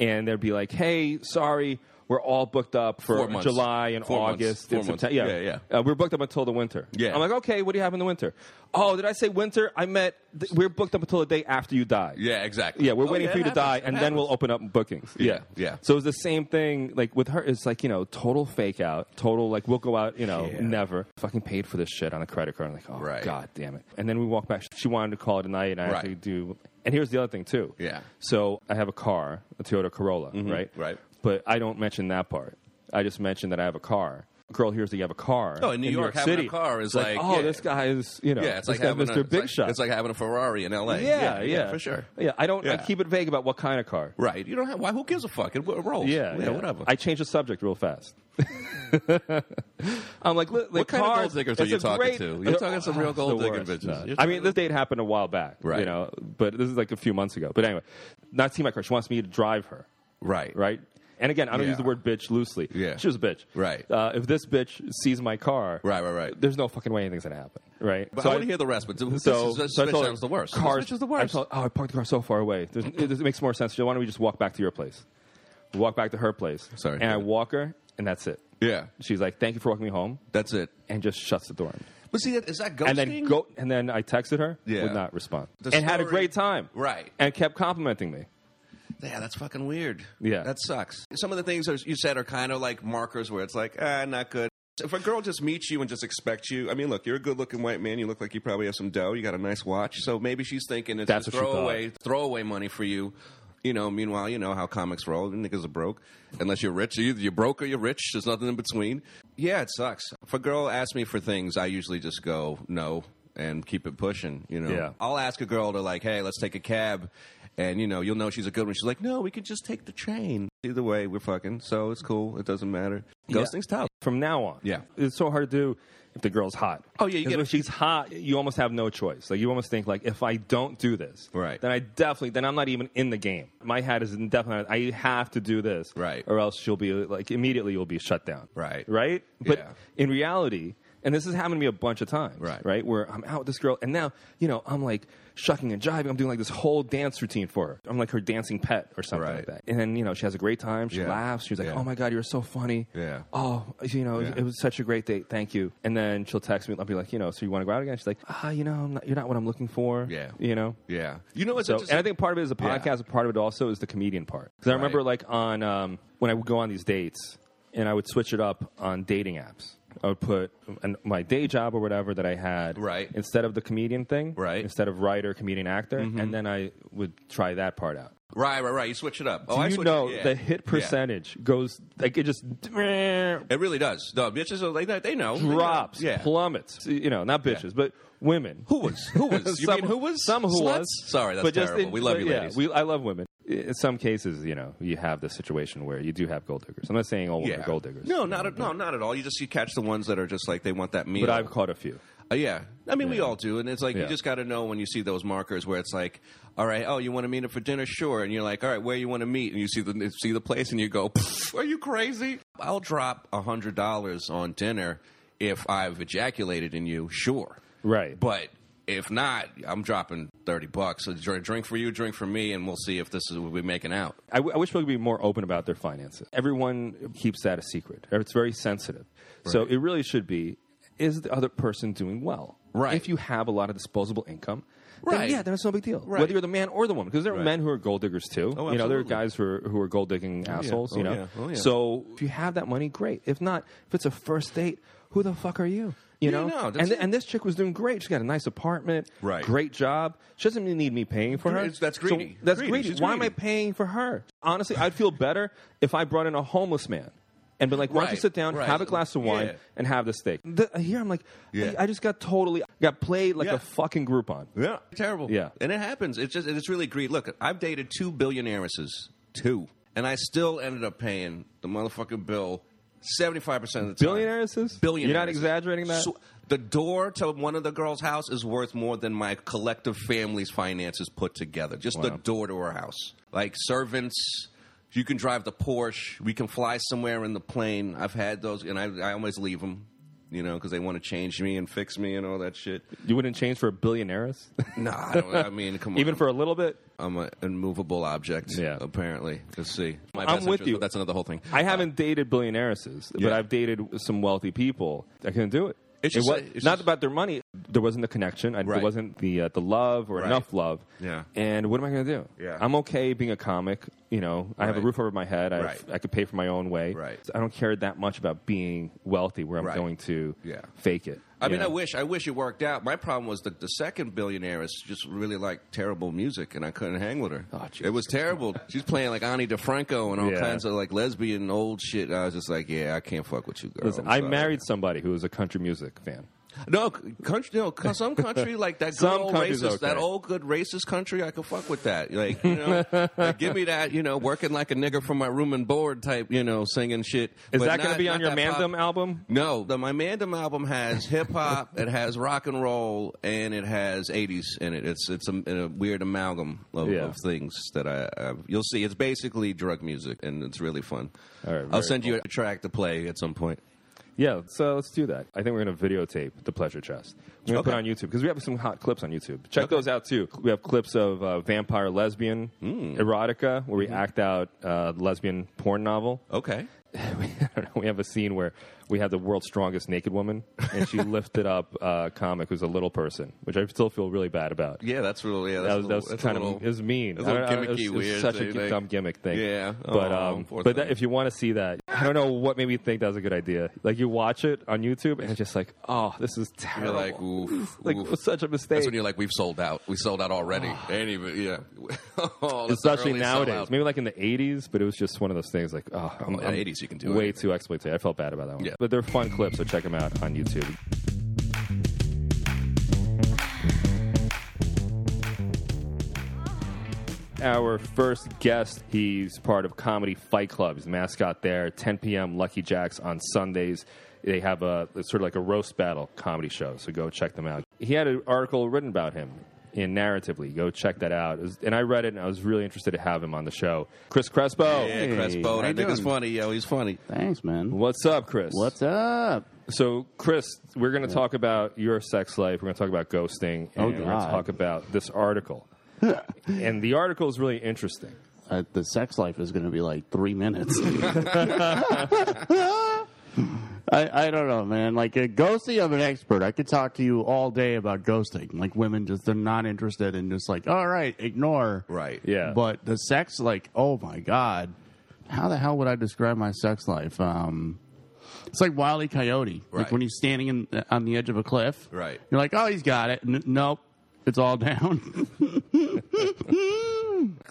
[SPEAKER 1] And they'd be like, "Hey, sorry." We're all booked up
[SPEAKER 2] Four
[SPEAKER 1] for
[SPEAKER 2] months.
[SPEAKER 1] July and
[SPEAKER 2] Four months.
[SPEAKER 1] August
[SPEAKER 2] Four
[SPEAKER 1] and
[SPEAKER 2] months.
[SPEAKER 1] September.
[SPEAKER 2] Yeah,
[SPEAKER 1] Yeah, Uh, we're booked up until the winter.
[SPEAKER 2] Yeah.
[SPEAKER 1] I'm like, okay, what do you have in the winter? Oh, did I say winter? I meant th- we're booked up until the day after you die.
[SPEAKER 2] Yeah, exactly.
[SPEAKER 1] Yeah, we're
[SPEAKER 2] Oh,
[SPEAKER 1] waiting
[SPEAKER 2] yeah,
[SPEAKER 1] for you
[SPEAKER 2] it
[SPEAKER 1] to die,
[SPEAKER 2] happens. It
[SPEAKER 1] and then we'll open up bookings.
[SPEAKER 2] Yeah,
[SPEAKER 1] Yeah,
[SPEAKER 2] yeah.
[SPEAKER 1] So it's the same thing. Like with her, it's like you know, total fake out, total like we'll go out, you know,
[SPEAKER 2] Yeah.
[SPEAKER 1] never fucking paid for this shit on a credit card. I'm like, oh
[SPEAKER 2] Right.
[SPEAKER 1] god damn it. And then we walk back. She wanted to call it a night, and I
[SPEAKER 2] Right.
[SPEAKER 1] actually do. And here's the other thing too.
[SPEAKER 2] Yeah. Mm-hmm.
[SPEAKER 1] So I have a car, a Toyota Corolla, right?
[SPEAKER 2] right.
[SPEAKER 1] But I don't mention that part. I just mention that I have a car. Girl hears that you have a car.
[SPEAKER 2] Oh, in New York, having a car is
[SPEAKER 1] It's
[SPEAKER 2] like,
[SPEAKER 1] oh,
[SPEAKER 2] yeah.
[SPEAKER 1] this guy is you know,
[SPEAKER 2] Yeah, it's
[SPEAKER 1] this
[SPEAKER 2] like
[SPEAKER 1] guy's
[SPEAKER 2] having
[SPEAKER 1] Mr.
[SPEAKER 2] A, it's
[SPEAKER 1] Big
[SPEAKER 2] like-
[SPEAKER 1] Shot.
[SPEAKER 2] It's like having a Ferrari in L.A.
[SPEAKER 1] yeah, yeah,
[SPEAKER 2] for sure.
[SPEAKER 1] Yeah, I don't. I
[SPEAKER 2] Yeah.
[SPEAKER 1] keep it vague about what kind of car.
[SPEAKER 2] Right. You don't have. Why? Who gives a fuck? It, it rolls.
[SPEAKER 1] Yeah,
[SPEAKER 2] Whatever.
[SPEAKER 1] I change the subject real fast. I'm like, li- like
[SPEAKER 2] kind of
[SPEAKER 1] cars-
[SPEAKER 2] gold diggers
[SPEAKER 1] it's
[SPEAKER 2] are you
[SPEAKER 1] a
[SPEAKER 2] talking
[SPEAKER 1] great-
[SPEAKER 2] to? You're talking some real
[SPEAKER 1] it's the
[SPEAKER 2] gold digger
[SPEAKER 1] worst.
[SPEAKER 2] bitches.
[SPEAKER 1] No.
[SPEAKER 2] You're
[SPEAKER 1] I mean, this date happened a while back,
[SPEAKER 2] Right.
[SPEAKER 1] You know, but this is like a few months ago. But anyway, not see my car. She wants me to drive her,
[SPEAKER 2] right.
[SPEAKER 1] right? And again, I don't
[SPEAKER 2] Yeah.
[SPEAKER 1] use the word bitch loosely.
[SPEAKER 2] Yeah.
[SPEAKER 1] she was a bitch,
[SPEAKER 2] Right.
[SPEAKER 1] Uh, if this bitch sees my car,
[SPEAKER 2] Right. Right. Right.
[SPEAKER 1] there's no fucking way anything's gonna happen, right?
[SPEAKER 2] But I want to hear the rest. But this,
[SPEAKER 1] So,
[SPEAKER 2] is, this
[SPEAKER 1] so I
[SPEAKER 2] bitch
[SPEAKER 1] told her,
[SPEAKER 2] sounds the worst.
[SPEAKER 1] Cars,
[SPEAKER 2] This bitch is the
[SPEAKER 1] I
[SPEAKER 2] worst.
[SPEAKER 1] told, oh, I parked the car so far away. There's, it, it makes more sense. Why don't we just walk back to your place? We walk back to her place.
[SPEAKER 2] Sorry.
[SPEAKER 1] And I walk her, and that's it.
[SPEAKER 2] yeah.
[SPEAKER 1] She's like, "Thank you for walking me home,"
[SPEAKER 2] That's it.
[SPEAKER 1] and just shuts the door.
[SPEAKER 2] But see, that, is that ghosting?
[SPEAKER 1] And then go. And then I texted her.
[SPEAKER 2] Yeah.
[SPEAKER 1] Would not respond.
[SPEAKER 2] The
[SPEAKER 1] and had a
[SPEAKER 2] story-
[SPEAKER 1] great time.
[SPEAKER 2] Right.
[SPEAKER 1] And kept complimenting me.
[SPEAKER 2] Yeah, that's fucking weird.
[SPEAKER 1] Yeah.
[SPEAKER 2] That sucks. Some of the things that you said are kind of like markers where it's like, ah, not good. If a girl just meets you and just expects you, I mean, look, you're a good looking white man. You look like you probably have some dough. You got a nice watch. So maybe she's thinking it's
[SPEAKER 1] That's
[SPEAKER 2] just
[SPEAKER 1] what she
[SPEAKER 2] throwaway, throwaway money for you. You know, meanwhile, you know how comics roll. Niggas are broke. Unless you're rich. Either you're broke or you're rich. There's nothing in between. Yeah, it sucks. If a girl asks me for things, I usually just go, no, and keep it pushing, you know?
[SPEAKER 1] Yeah.
[SPEAKER 2] I'll ask a girl to like, hey, let's take a cab, and you know, you'll know she's a good one. She's like, no, we could just take the train. Either way, we're fucking, so it's cool. It doesn't matter. Ghosting's tough.
[SPEAKER 1] From now on.
[SPEAKER 2] Yeah.
[SPEAKER 1] It's so hard to do if the girl's hot.
[SPEAKER 2] Oh, yeah, you
[SPEAKER 1] 'Cause
[SPEAKER 2] get
[SPEAKER 1] when
[SPEAKER 2] a-
[SPEAKER 1] she's hot, you almost have no choice. Like you almost think like if I don't do this,
[SPEAKER 2] Right.
[SPEAKER 1] then I definitely then I'm not even in the game. My hat is definitely I have to do this.
[SPEAKER 2] Right.
[SPEAKER 1] Or else she'll be like immediately you'll be shut down.
[SPEAKER 2] Right.
[SPEAKER 1] Right? But
[SPEAKER 2] Yeah.
[SPEAKER 1] in reality, and this has happened to me a bunch of times.
[SPEAKER 2] Right.
[SPEAKER 1] Right. Where I'm out with this girl and now, you know, I'm like shucking and jiving. I'm doing like this whole dance routine for her. I'm like her dancing pet or something
[SPEAKER 2] Right.
[SPEAKER 1] like that. And then, you know, she has a great time. She
[SPEAKER 2] Yeah.
[SPEAKER 1] laughs. She's like,
[SPEAKER 2] Yeah.
[SPEAKER 1] Oh my god, you're so funny.
[SPEAKER 2] Yeah.
[SPEAKER 1] Oh, you know,
[SPEAKER 2] Yeah.
[SPEAKER 1] it was such a great date. Thank you. And then she'll text me. I'll be like, you know, so you want to go out again? She's like, ah, you know, I'm not, you're not what I'm looking for.
[SPEAKER 2] Yeah.
[SPEAKER 1] You know.
[SPEAKER 2] Yeah. You know what's
[SPEAKER 1] So, and
[SPEAKER 2] interesting?
[SPEAKER 1] I think part of it is the
[SPEAKER 2] Yeah.
[SPEAKER 1] podcast, but part of it also is the comedian part. Because I remember,
[SPEAKER 2] Right.
[SPEAKER 1] like, on um, when I would go on these dates, and I would switch it up on dating apps. I would put an, my day job or whatever that I had,
[SPEAKER 2] Right.
[SPEAKER 1] Instead of the comedian thing,
[SPEAKER 2] Right. Mm-hmm.
[SPEAKER 1] Instead of writer, comedian, actor, and then I would try that part out.
[SPEAKER 2] right, right, right. You switch it up. Oh,
[SPEAKER 1] Do
[SPEAKER 2] I
[SPEAKER 1] you
[SPEAKER 2] switch
[SPEAKER 1] know
[SPEAKER 2] yeah.
[SPEAKER 1] the hit
[SPEAKER 2] Yeah.
[SPEAKER 1] percentage goes like it just
[SPEAKER 2] It really does. The bitches are like that. They know. They know.
[SPEAKER 1] drops,
[SPEAKER 2] Yeah.
[SPEAKER 1] plummets. You know, not bitches, but women.
[SPEAKER 2] who was? Who was? You
[SPEAKER 1] Some-
[SPEAKER 2] mean who was?
[SPEAKER 1] Some who
[SPEAKER 2] Sluts?
[SPEAKER 1] was.
[SPEAKER 2] Sorry, that's
[SPEAKER 1] but just
[SPEAKER 2] terrible.
[SPEAKER 1] in-
[SPEAKER 2] we love
[SPEAKER 1] but
[SPEAKER 2] you,
[SPEAKER 1] yeah,
[SPEAKER 2] ladies.
[SPEAKER 1] we- I love women. In some cases, you know, you have the situation where you do have gold diggers. I'm not saying all women
[SPEAKER 2] yeah.
[SPEAKER 1] are gold diggers.
[SPEAKER 2] No, not at, no, not at all. You just you catch the ones that are just like they want that meal.
[SPEAKER 1] But I've caught a few.
[SPEAKER 2] Uh, yeah, I mean we all do, and it's like you
[SPEAKER 1] Yeah.
[SPEAKER 2] just got to know when you see those markers where it's like, all right, oh, you want to meet up for dinner, sure, and you're like, all right, where you want to meet, and you see the see the place, and you go, "Pff, are you crazy? I'll drop a hundred dollars on dinner if I've ejaculated in you, sure,
[SPEAKER 1] Right.
[SPEAKER 2] but. If not, I'm dropping thirty bucks. A dr- drink for you, drink for me, and we'll see if this is what we're making out.
[SPEAKER 1] I, w- I wish people would be more open about their finances. Everyone keeps that a secret. It's very sensitive. So it really should be is the other person doing well?
[SPEAKER 2] Right.
[SPEAKER 1] If you have a lot of disposable income, then
[SPEAKER 2] Right.
[SPEAKER 1] yeah, then it's no big deal. Whether you're the man or the woman, because there are men who are gold diggers too.
[SPEAKER 2] Oh,
[SPEAKER 1] you know, there are
[SPEAKER 2] absolutely.
[SPEAKER 1] guys who are, who are gold digging assholes.
[SPEAKER 2] Oh,
[SPEAKER 1] you know,
[SPEAKER 2] yeah. Oh, yeah.
[SPEAKER 1] so if you have that money, great. If not, if it's a first date, who the fuck are you? You
[SPEAKER 2] Yeah,
[SPEAKER 1] know,
[SPEAKER 2] no, that's
[SPEAKER 1] and
[SPEAKER 2] it.
[SPEAKER 1] and this chick was doing great. She got a nice apartment,
[SPEAKER 2] Right.
[SPEAKER 1] Great job. She doesn't even need me paying for her.
[SPEAKER 2] It's- that's
[SPEAKER 1] So
[SPEAKER 2] greedy.
[SPEAKER 1] that's
[SPEAKER 2] Greedy.
[SPEAKER 1] greedy.
[SPEAKER 2] She's
[SPEAKER 1] Why am I
[SPEAKER 2] greedy.
[SPEAKER 1] paying for her? Honestly, I'd feel better if I brought in a homeless man and been like, "Why don't you
[SPEAKER 2] Right,
[SPEAKER 1] sit down,
[SPEAKER 2] right.
[SPEAKER 1] have a glass of wine,
[SPEAKER 2] Yeah.
[SPEAKER 1] and have the steak?" The, here, I'm like,
[SPEAKER 2] Yeah.
[SPEAKER 1] I, I just got totally got played like
[SPEAKER 2] Yeah.
[SPEAKER 1] a fucking Groupon.
[SPEAKER 2] Yeah, terrible.
[SPEAKER 1] Yeah.
[SPEAKER 2] and it happens. It's just it's really greed. Look, I've dated two billionairesses, two, and I still ended up paying the motherfucking bill seventy five percent of the time.
[SPEAKER 1] Billionairesses?
[SPEAKER 2] billionaires.
[SPEAKER 1] You're not exaggerating that?
[SPEAKER 2] So the door to one of the girls' house is worth more than my collective family's finances put together. Just the
[SPEAKER 1] Wow.
[SPEAKER 2] door to her house, like servants. You can drive the Porsche. We can fly somewhere in the plane. I've had those, and I, I always leave them, you know, because they want to change me and fix me and all that shit.
[SPEAKER 1] You wouldn't change for a billionaires,
[SPEAKER 2] Nah, I, don't, I mean, come on.
[SPEAKER 1] even for a little bit.
[SPEAKER 2] I'm an immovable object.
[SPEAKER 1] Yeah.
[SPEAKER 2] apparently. Let's see. My
[SPEAKER 1] I'm
[SPEAKER 2] best
[SPEAKER 1] with
[SPEAKER 2] interest,
[SPEAKER 1] you.
[SPEAKER 2] But that's another whole thing.
[SPEAKER 1] I haven't dated billionairesses, but
[SPEAKER 2] Yeah.
[SPEAKER 1] I've dated some wealthy people. I couldn't do it.
[SPEAKER 2] It's
[SPEAKER 1] It
[SPEAKER 2] just
[SPEAKER 1] wa-
[SPEAKER 2] a- it's
[SPEAKER 1] not
[SPEAKER 2] just-
[SPEAKER 1] about their money. There wasn't the connection. I,
[SPEAKER 2] Right.
[SPEAKER 1] There wasn't the uh, the love or
[SPEAKER 2] Right.
[SPEAKER 1] enough love.
[SPEAKER 2] Yeah.
[SPEAKER 1] And what am I going to do?
[SPEAKER 2] Yeah.
[SPEAKER 1] I'm okay being a comic. You know, I have a
[SPEAKER 2] Right.
[SPEAKER 1] roof over my head. I
[SPEAKER 2] Right.
[SPEAKER 1] I could pay for my own way.
[SPEAKER 2] Right.
[SPEAKER 1] So I don't care that much about being wealthy, where I'm
[SPEAKER 2] Right.
[SPEAKER 1] going to
[SPEAKER 2] Yeah.
[SPEAKER 1] fake it.
[SPEAKER 2] I
[SPEAKER 1] you
[SPEAKER 2] mean, I
[SPEAKER 1] know?
[SPEAKER 2] wish I wish it worked out. My problem was that the second billionaire is just really like terrible music, and I couldn't hang with her.
[SPEAKER 1] Oh, Jesus.
[SPEAKER 2] it was terrible. She's playing like Ani DeFranco and all
[SPEAKER 1] Yeah.
[SPEAKER 2] kinds of like lesbian old shit. I was just like, yeah, I can't fuck with you, girl.
[SPEAKER 1] Listen,
[SPEAKER 2] I'm
[SPEAKER 1] I
[SPEAKER 2] sorry.
[SPEAKER 1] married somebody who was a country music fan.
[SPEAKER 2] no c- country. No, c- some country like that. Good
[SPEAKER 1] Some
[SPEAKER 2] old
[SPEAKER 1] country's
[SPEAKER 2] racist, that
[SPEAKER 1] okay.
[SPEAKER 2] old good racist country. I could fuck with that. Like, you know, like, give me that. You know, working like a nigger for my room and board type. You know, singing shit.
[SPEAKER 1] Is
[SPEAKER 2] But
[SPEAKER 1] that going
[SPEAKER 2] not-
[SPEAKER 1] to be
[SPEAKER 2] not
[SPEAKER 1] on your
[SPEAKER 2] that pop-
[SPEAKER 1] Mandem album?
[SPEAKER 2] No, the my Mandem album has hip hop, it has rock and roll, and it has '80s in it. It's it's a, a weird amalgam of,
[SPEAKER 1] Yeah.
[SPEAKER 2] of things that I, I you'll see. It's basically drug music, and it's really fun.
[SPEAKER 1] All right,
[SPEAKER 2] I'll
[SPEAKER 1] very
[SPEAKER 2] send you a track to play at some point.
[SPEAKER 1] Yeah, so let's do that. I think we're going to videotape the pleasure chest. We're going to put
[SPEAKER 2] Okay.
[SPEAKER 1] it on YouTube because we have some hot clips on YouTube. Check those out too. We have clips of uh, vampire lesbian erotica where we act out uh, lesbian porn novel.
[SPEAKER 2] Okay,
[SPEAKER 1] we, I don't know, we have a scene where we have the world's strongest naked woman and she lifted up uh, a comic who's a little person, which I still feel really bad about.
[SPEAKER 2] yeah, that's really yeah. That's
[SPEAKER 1] That
[SPEAKER 2] a
[SPEAKER 1] was,
[SPEAKER 2] little,
[SPEAKER 1] that was
[SPEAKER 2] that's
[SPEAKER 1] kind
[SPEAKER 2] a little,
[SPEAKER 1] of it was mean.
[SPEAKER 2] It was a little
[SPEAKER 1] I don't- I don't- it
[SPEAKER 2] gimmicky,
[SPEAKER 1] was- it was
[SPEAKER 2] weird
[SPEAKER 1] such a
[SPEAKER 2] thing, like-
[SPEAKER 1] dumb gimmick thing.
[SPEAKER 2] Yeah. oh,
[SPEAKER 1] but
[SPEAKER 2] Aw,
[SPEAKER 1] um,
[SPEAKER 2] poor
[SPEAKER 1] but that,
[SPEAKER 2] thing.
[SPEAKER 1] if you want to see that, I don't know what made me think that was a good idea. Like you watch it on YouTube and it's just like, oh, this is
[SPEAKER 2] You're
[SPEAKER 1] terrible.
[SPEAKER 2] like, oof,
[SPEAKER 1] Like,
[SPEAKER 2] oof.
[SPEAKER 1] it was such a mistake.
[SPEAKER 2] That's when you're like, we've sold out. We sold out already. Ain't even- yeah. Oh, that's the
[SPEAKER 1] Especially
[SPEAKER 2] early
[SPEAKER 1] nowadays,
[SPEAKER 2] sellout.
[SPEAKER 1] maybe like in the '80s, but it was just one of those things. Like, oh, I'm,
[SPEAKER 2] In the
[SPEAKER 1] I'm
[SPEAKER 2] 80s you can do
[SPEAKER 1] way
[SPEAKER 2] it.
[SPEAKER 1] too exploitative. I felt bad about that one.
[SPEAKER 2] Yeah.
[SPEAKER 1] but they're fun clips, so check them out on YouTube. Our first guest, he's part of Comedy Fight Club. He's the mascot there. 10 p.m. Lucky Jacks on Sundays. They have a it's sort of like a roast battle comedy show, so go check them out. He had an article written about him in Narratively. Go check that out. It was- and I read it, and I was really interested to have him on the show. Chris Crespo.
[SPEAKER 2] Yeah, Crespo.
[SPEAKER 3] how you
[SPEAKER 2] That nigga's
[SPEAKER 3] doing?
[SPEAKER 2] funny, yo. He's funny.
[SPEAKER 3] Thanks, man.
[SPEAKER 1] What's up, Chris?
[SPEAKER 3] What's up?
[SPEAKER 1] So, Chris, we're going to talk about your sex life. We're going to talk about ghosting, and
[SPEAKER 3] Oh,
[SPEAKER 1] we're going to
[SPEAKER 3] God.
[SPEAKER 1] talk about this article. and the article is really interesting.
[SPEAKER 3] Uh, the sex life is going to be like three minutes. I, I don't know, man. Like uh, ghosting, I'm an expert. I could talk to you all day about ghosting. Like women, just they're not interested and just like, all right, ignore.
[SPEAKER 2] Right.
[SPEAKER 1] Yeah.
[SPEAKER 3] But the sex, like, oh my god, how the hell would I describe my sex life? Um, it's like Wile E. Coyote.
[SPEAKER 2] Right.
[SPEAKER 3] Like when he's standing in, on the edge of a cliff.
[SPEAKER 2] Right.
[SPEAKER 3] You're like, oh, he's got it. N- nope, it's all down.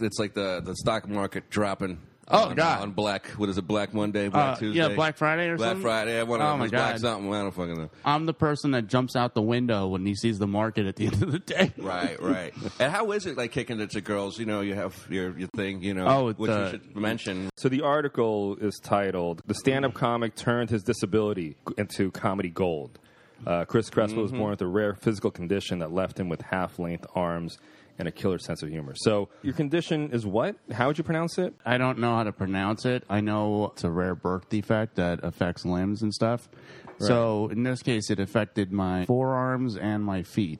[SPEAKER 2] It's like the, the stock market dropping.
[SPEAKER 3] Oh,
[SPEAKER 2] on,
[SPEAKER 3] God.
[SPEAKER 2] on Black. What is it? Black Monday, Black
[SPEAKER 3] Uh,
[SPEAKER 2] Tuesday,
[SPEAKER 3] yeah, Black Friday or
[SPEAKER 2] Black
[SPEAKER 3] something?
[SPEAKER 2] Friday. One
[SPEAKER 3] Oh,
[SPEAKER 2] of them
[SPEAKER 3] my
[SPEAKER 2] is Black
[SPEAKER 3] God.
[SPEAKER 2] something. I don't fucking know.
[SPEAKER 3] I'm the person that jumps out the window when he sees the market at the end of the day.
[SPEAKER 2] Right, right. and how is it like kicking it to girls? You know, you have your your thing. You know,
[SPEAKER 3] Oh, it's,
[SPEAKER 2] which we
[SPEAKER 3] uh,
[SPEAKER 2] should mention.
[SPEAKER 1] So the article is titled "The Stand-Up
[SPEAKER 3] Mm-hmm.
[SPEAKER 1] Comic Turned His Disability into Comedy Gold." Uh, Chris Crespo
[SPEAKER 3] Mm-hmm.
[SPEAKER 1] was born with a rare physical condition that left him with half-length arms and a killer sense of humor. So your condition is what? How would you pronounce it?
[SPEAKER 3] I don't know how to pronounce it. I know it's a rare birth defect that affects limbs and stuff. So in this case, it affected my forearms and my feet.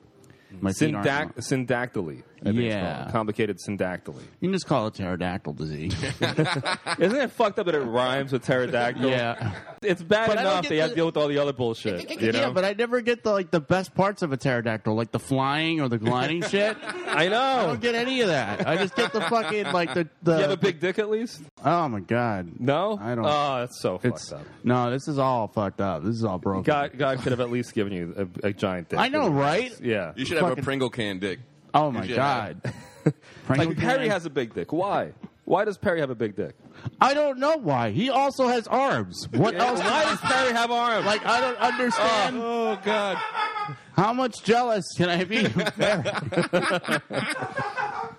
[SPEAKER 3] My feet aren't-
[SPEAKER 1] Syndac- syndactyly. I think it's
[SPEAKER 3] Yeah.
[SPEAKER 1] called. Complicated syndactyly.
[SPEAKER 3] You can just call it pterodactyl disease.
[SPEAKER 1] Isn't it fucked up that it rhymes with pterodactyl?
[SPEAKER 3] yeah.
[SPEAKER 1] It's bad
[SPEAKER 3] But I don't
[SPEAKER 1] enough
[SPEAKER 3] get
[SPEAKER 1] they have
[SPEAKER 3] the-
[SPEAKER 1] to deal with all the other bullshit. You know?
[SPEAKER 3] Yeah, but I never get the like the best parts of a pterodactyl, like the flying or the gliding shit.
[SPEAKER 1] I
[SPEAKER 3] I
[SPEAKER 1] know.
[SPEAKER 3] don't get any of that. I just get the fucking like the the.
[SPEAKER 1] You have a big dick at least?
[SPEAKER 3] oh my god.
[SPEAKER 1] No?
[SPEAKER 3] I don't-
[SPEAKER 1] Oh, that's so
[SPEAKER 3] It's
[SPEAKER 1] fucked up.
[SPEAKER 3] no. This is all fucked up. This is all broken.
[SPEAKER 1] God, God could have at least given you a, a giant dick.
[SPEAKER 3] I know, right?
[SPEAKER 1] Yeah.
[SPEAKER 2] You should have a
[SPEAKER 3] Fucking-
[SPEAKER 2] Pringle can dick.
[SPEAKER 3] Oh my
[SPEAKER 2] You should
[SPEAKER 3] god.
[SPEAKER 2] have.
[SPEAKER 3] Pringle
[SPEAKER 1] Like Perry
[SPEAKER 3] can?
[SPEAKER 1] has a big dick. Why? Why does Perry have a big dick?
[SPEAKER 3] I don't know why. He also has arms. What else?
[SPEAKER 1] Why does Perry have arms?
[SPEAKER 3] Like I don't understand.
[SPEAKER 1] oh God!
[SPEAKER 3] How much jealous can I be? of Perry?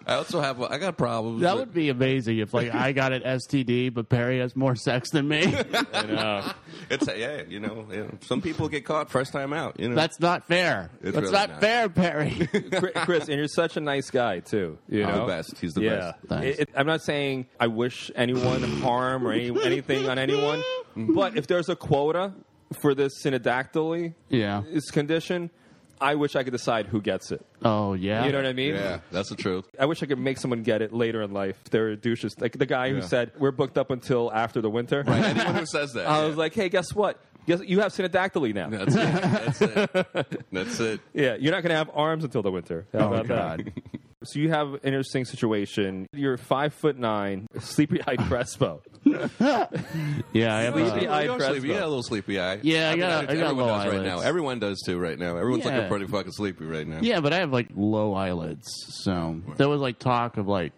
[SPEAKER 2] I also have. I got problems.
[SPEAKER 3] that
[SPEAKER 2] with-
[SPEAKER 3] would be amazing if like I got an STD, but Perry has more sex than me.
[SPEAKER 1] I know.
[SPEAKER 2] It's a, yeah, you know, yeah. some people get caught first time out. You know,
[SPEAKER 3] That's not fair.
[SPEAKER 2] It's
[SPEAKER 3] That's
[SPEAKER 2] really
[SPEAKER 3] not,
[SPEAKER 2] not.
[SPEAKER 3] fair, Perry.
[SPEAKER 1] Chri- Chris, and you're such a nice guy too. You
[SPEAKER 2] I'm
[SPEAKER 1] know?
[SPEAKER 2] the best. He's the
[SPEAKER 1] yeah.
[SPEAKER 2] best.
[SPEAKER 3] Thanks.
[SPEAKER 1] It- it- I'm not saying I wish anyone harm or any, anything on anyone, but if there's a quota for this synodactyly
[SPEAKER 3] yeah.
[SPEAKER 1] this condition, I wish I could decide who gets it.
[SPEAKER 3] Oh yeah.
[SPEAKER 1] You know what I mean?
[SPEAKER 2] Yeah, that's the truth.
[SPEAKER 1] I wish I could make someone get it later in life. They're douches. Like the guy who
[SPEAKER 2] Yeah.
[SPEAKER 1] said, "We're booked up until after the winter."
[SPEAKER 2] Anyone who says that,
[SPEAKER 1] I
[SPEAKER 2] yeah.
[SPEAKER 1] was like, "Hey, guess what? Guess you have synodactyly now.
[SPEAKER 2] that's it. That's it. That's it.
[SPEAKER 1] Yeah, you're not going to have arms until the winter. How
[SPEAKER 3] Oh,
[SPEAKER 1] about
[SPEAKER 3] God.
[SPEAKER 1] that? So you have an interesting situation. You're five foot nine, sleepy eyed Crespo.
[SPEAKER 3] Yeah, I
[SPEAKER 1] Sleepy Sleepy-eyed
[SPEAKER 3] have a-
[SPEAKER 2] You are sleepy.
[SPEAKER 1] Crespo.
[SPEAKER 2] You got a little sleepy eye.
[SPEAKER 3] Yeah, I got a- I got
[SPEAKER 2] everyone
[SPEAKER 3] low
[SPEAKER 2] does right now.
[SPEAKER 3] eyelids.
[SPEAKER 2] Everyone does too right now. Everyone's
[SPEAKER 3] Yeah.
[SPEAKER 2] looking pretty fucking sleepy right now.
[SPEAKER 3] yeah, but I have like low eyelids, so there was like talk of like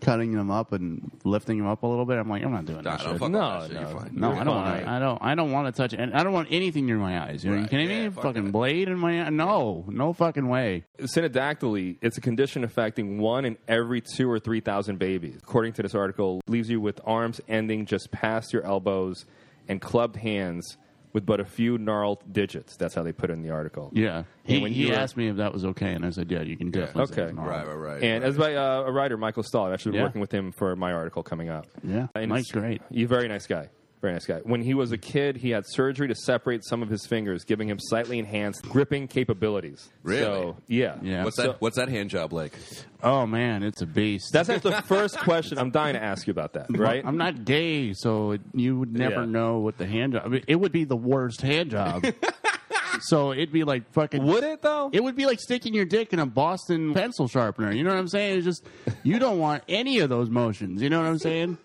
[SPEAKER 3] cutting them up and lifting them up a little bit. I'm like, I'm not doing
[SPEAKER 2] Nah,
[SPEAKER 3] that
[SPEAKER 2] don't
[SPEAKER 3] shit.
[SPEAKER 2] fuck
[SPEAKER 1] No,
[SPEAKER 2] with that shit.
[SPEAKER 1] no.
[SPEAKER 2] You're fine.
[SPEAKER 3] No,
[SPEAKER 1] You're
[SPEAKER 3] I don't want
[SPEAKER 1] fine.
[SPEAKER 3] to. I don't. I don't want to touch. And I don't want anything near my eyes. You, know, you
[SPEAKER 2] Right,
[SPEAKER 3] kidding
[SPEAKER 2] yeah,
[SPEAKER 3] me?
[SPEAKER 2] fuck
[SPEAKER 3] Fucking
[SPEAKER 2] that.
[SPEAKER 3] blade in my eye? No, no fucking way.
[SPEAKER 1] Synodactyly, it's a condition affecting one in every two or 3,000 babies. According to this article, leaves you with arms ending just past your elbows and clubbed hands with but a few gnarled digits. That's how they put it in the article.
[SPEAKER 3] Yeah. He,
[SPEAKER 1] when
[SPEAKER 3] he
[SPEAKER 1] you were-
[SPEAKER 3] asked me if that was okay, and I said, Yeah, you can definitely. say
[SPEAKER 1] Okay.
[SPEAKER 3] it's not.
[SPEAKER 2] Right, right, right.
[SPEAKER 1] And
[SPEAKER 2] right.
[SPEAKER 1] as by uh, a writer, Michael Stahl, I've actually been
[SPEAKER 3] Yeah.
[SPEAKER 1] working with him for my article coming up.
[SPEAKER 3] Yeah, Mike's
[SPEAKER 1] it's-
[SPEAKER 3] great.
[SPEAKER 1] He's a very nice guy. Very nice guy. When he was a kid, he had surgery to separate some of his fingers, giving him slightly enhanced gripping capabilities.
[SPEAKER 2] Really?
[SPEAKER 1] So, yeah.
[SPEAKER 3] Yeah.
[SPEAKER 2] what's
[SPEAKER 1] so-
[SPEAKER 2] that? What's that hand job like?
[SPEAKER 3] Oh man, it's a beast.
[SPEAKER 1] That's like the first question. I'm dying to ask you about that, right?
[SPEAKER 3] I'm not gay, so it, you would never
[SPEAKER 1] Yeah.
[SPEAKER 3] know what the hand job. I mean, it would be the worst hand job. so it'd be like fucking.
[SPEAKER 1] Would it, though?
[SPEAKER 3] It would be like sticking your dick in a Boston pencil sharpener. You know what I'm saying? It's just you don't want any of those motions. You know what I'm saying?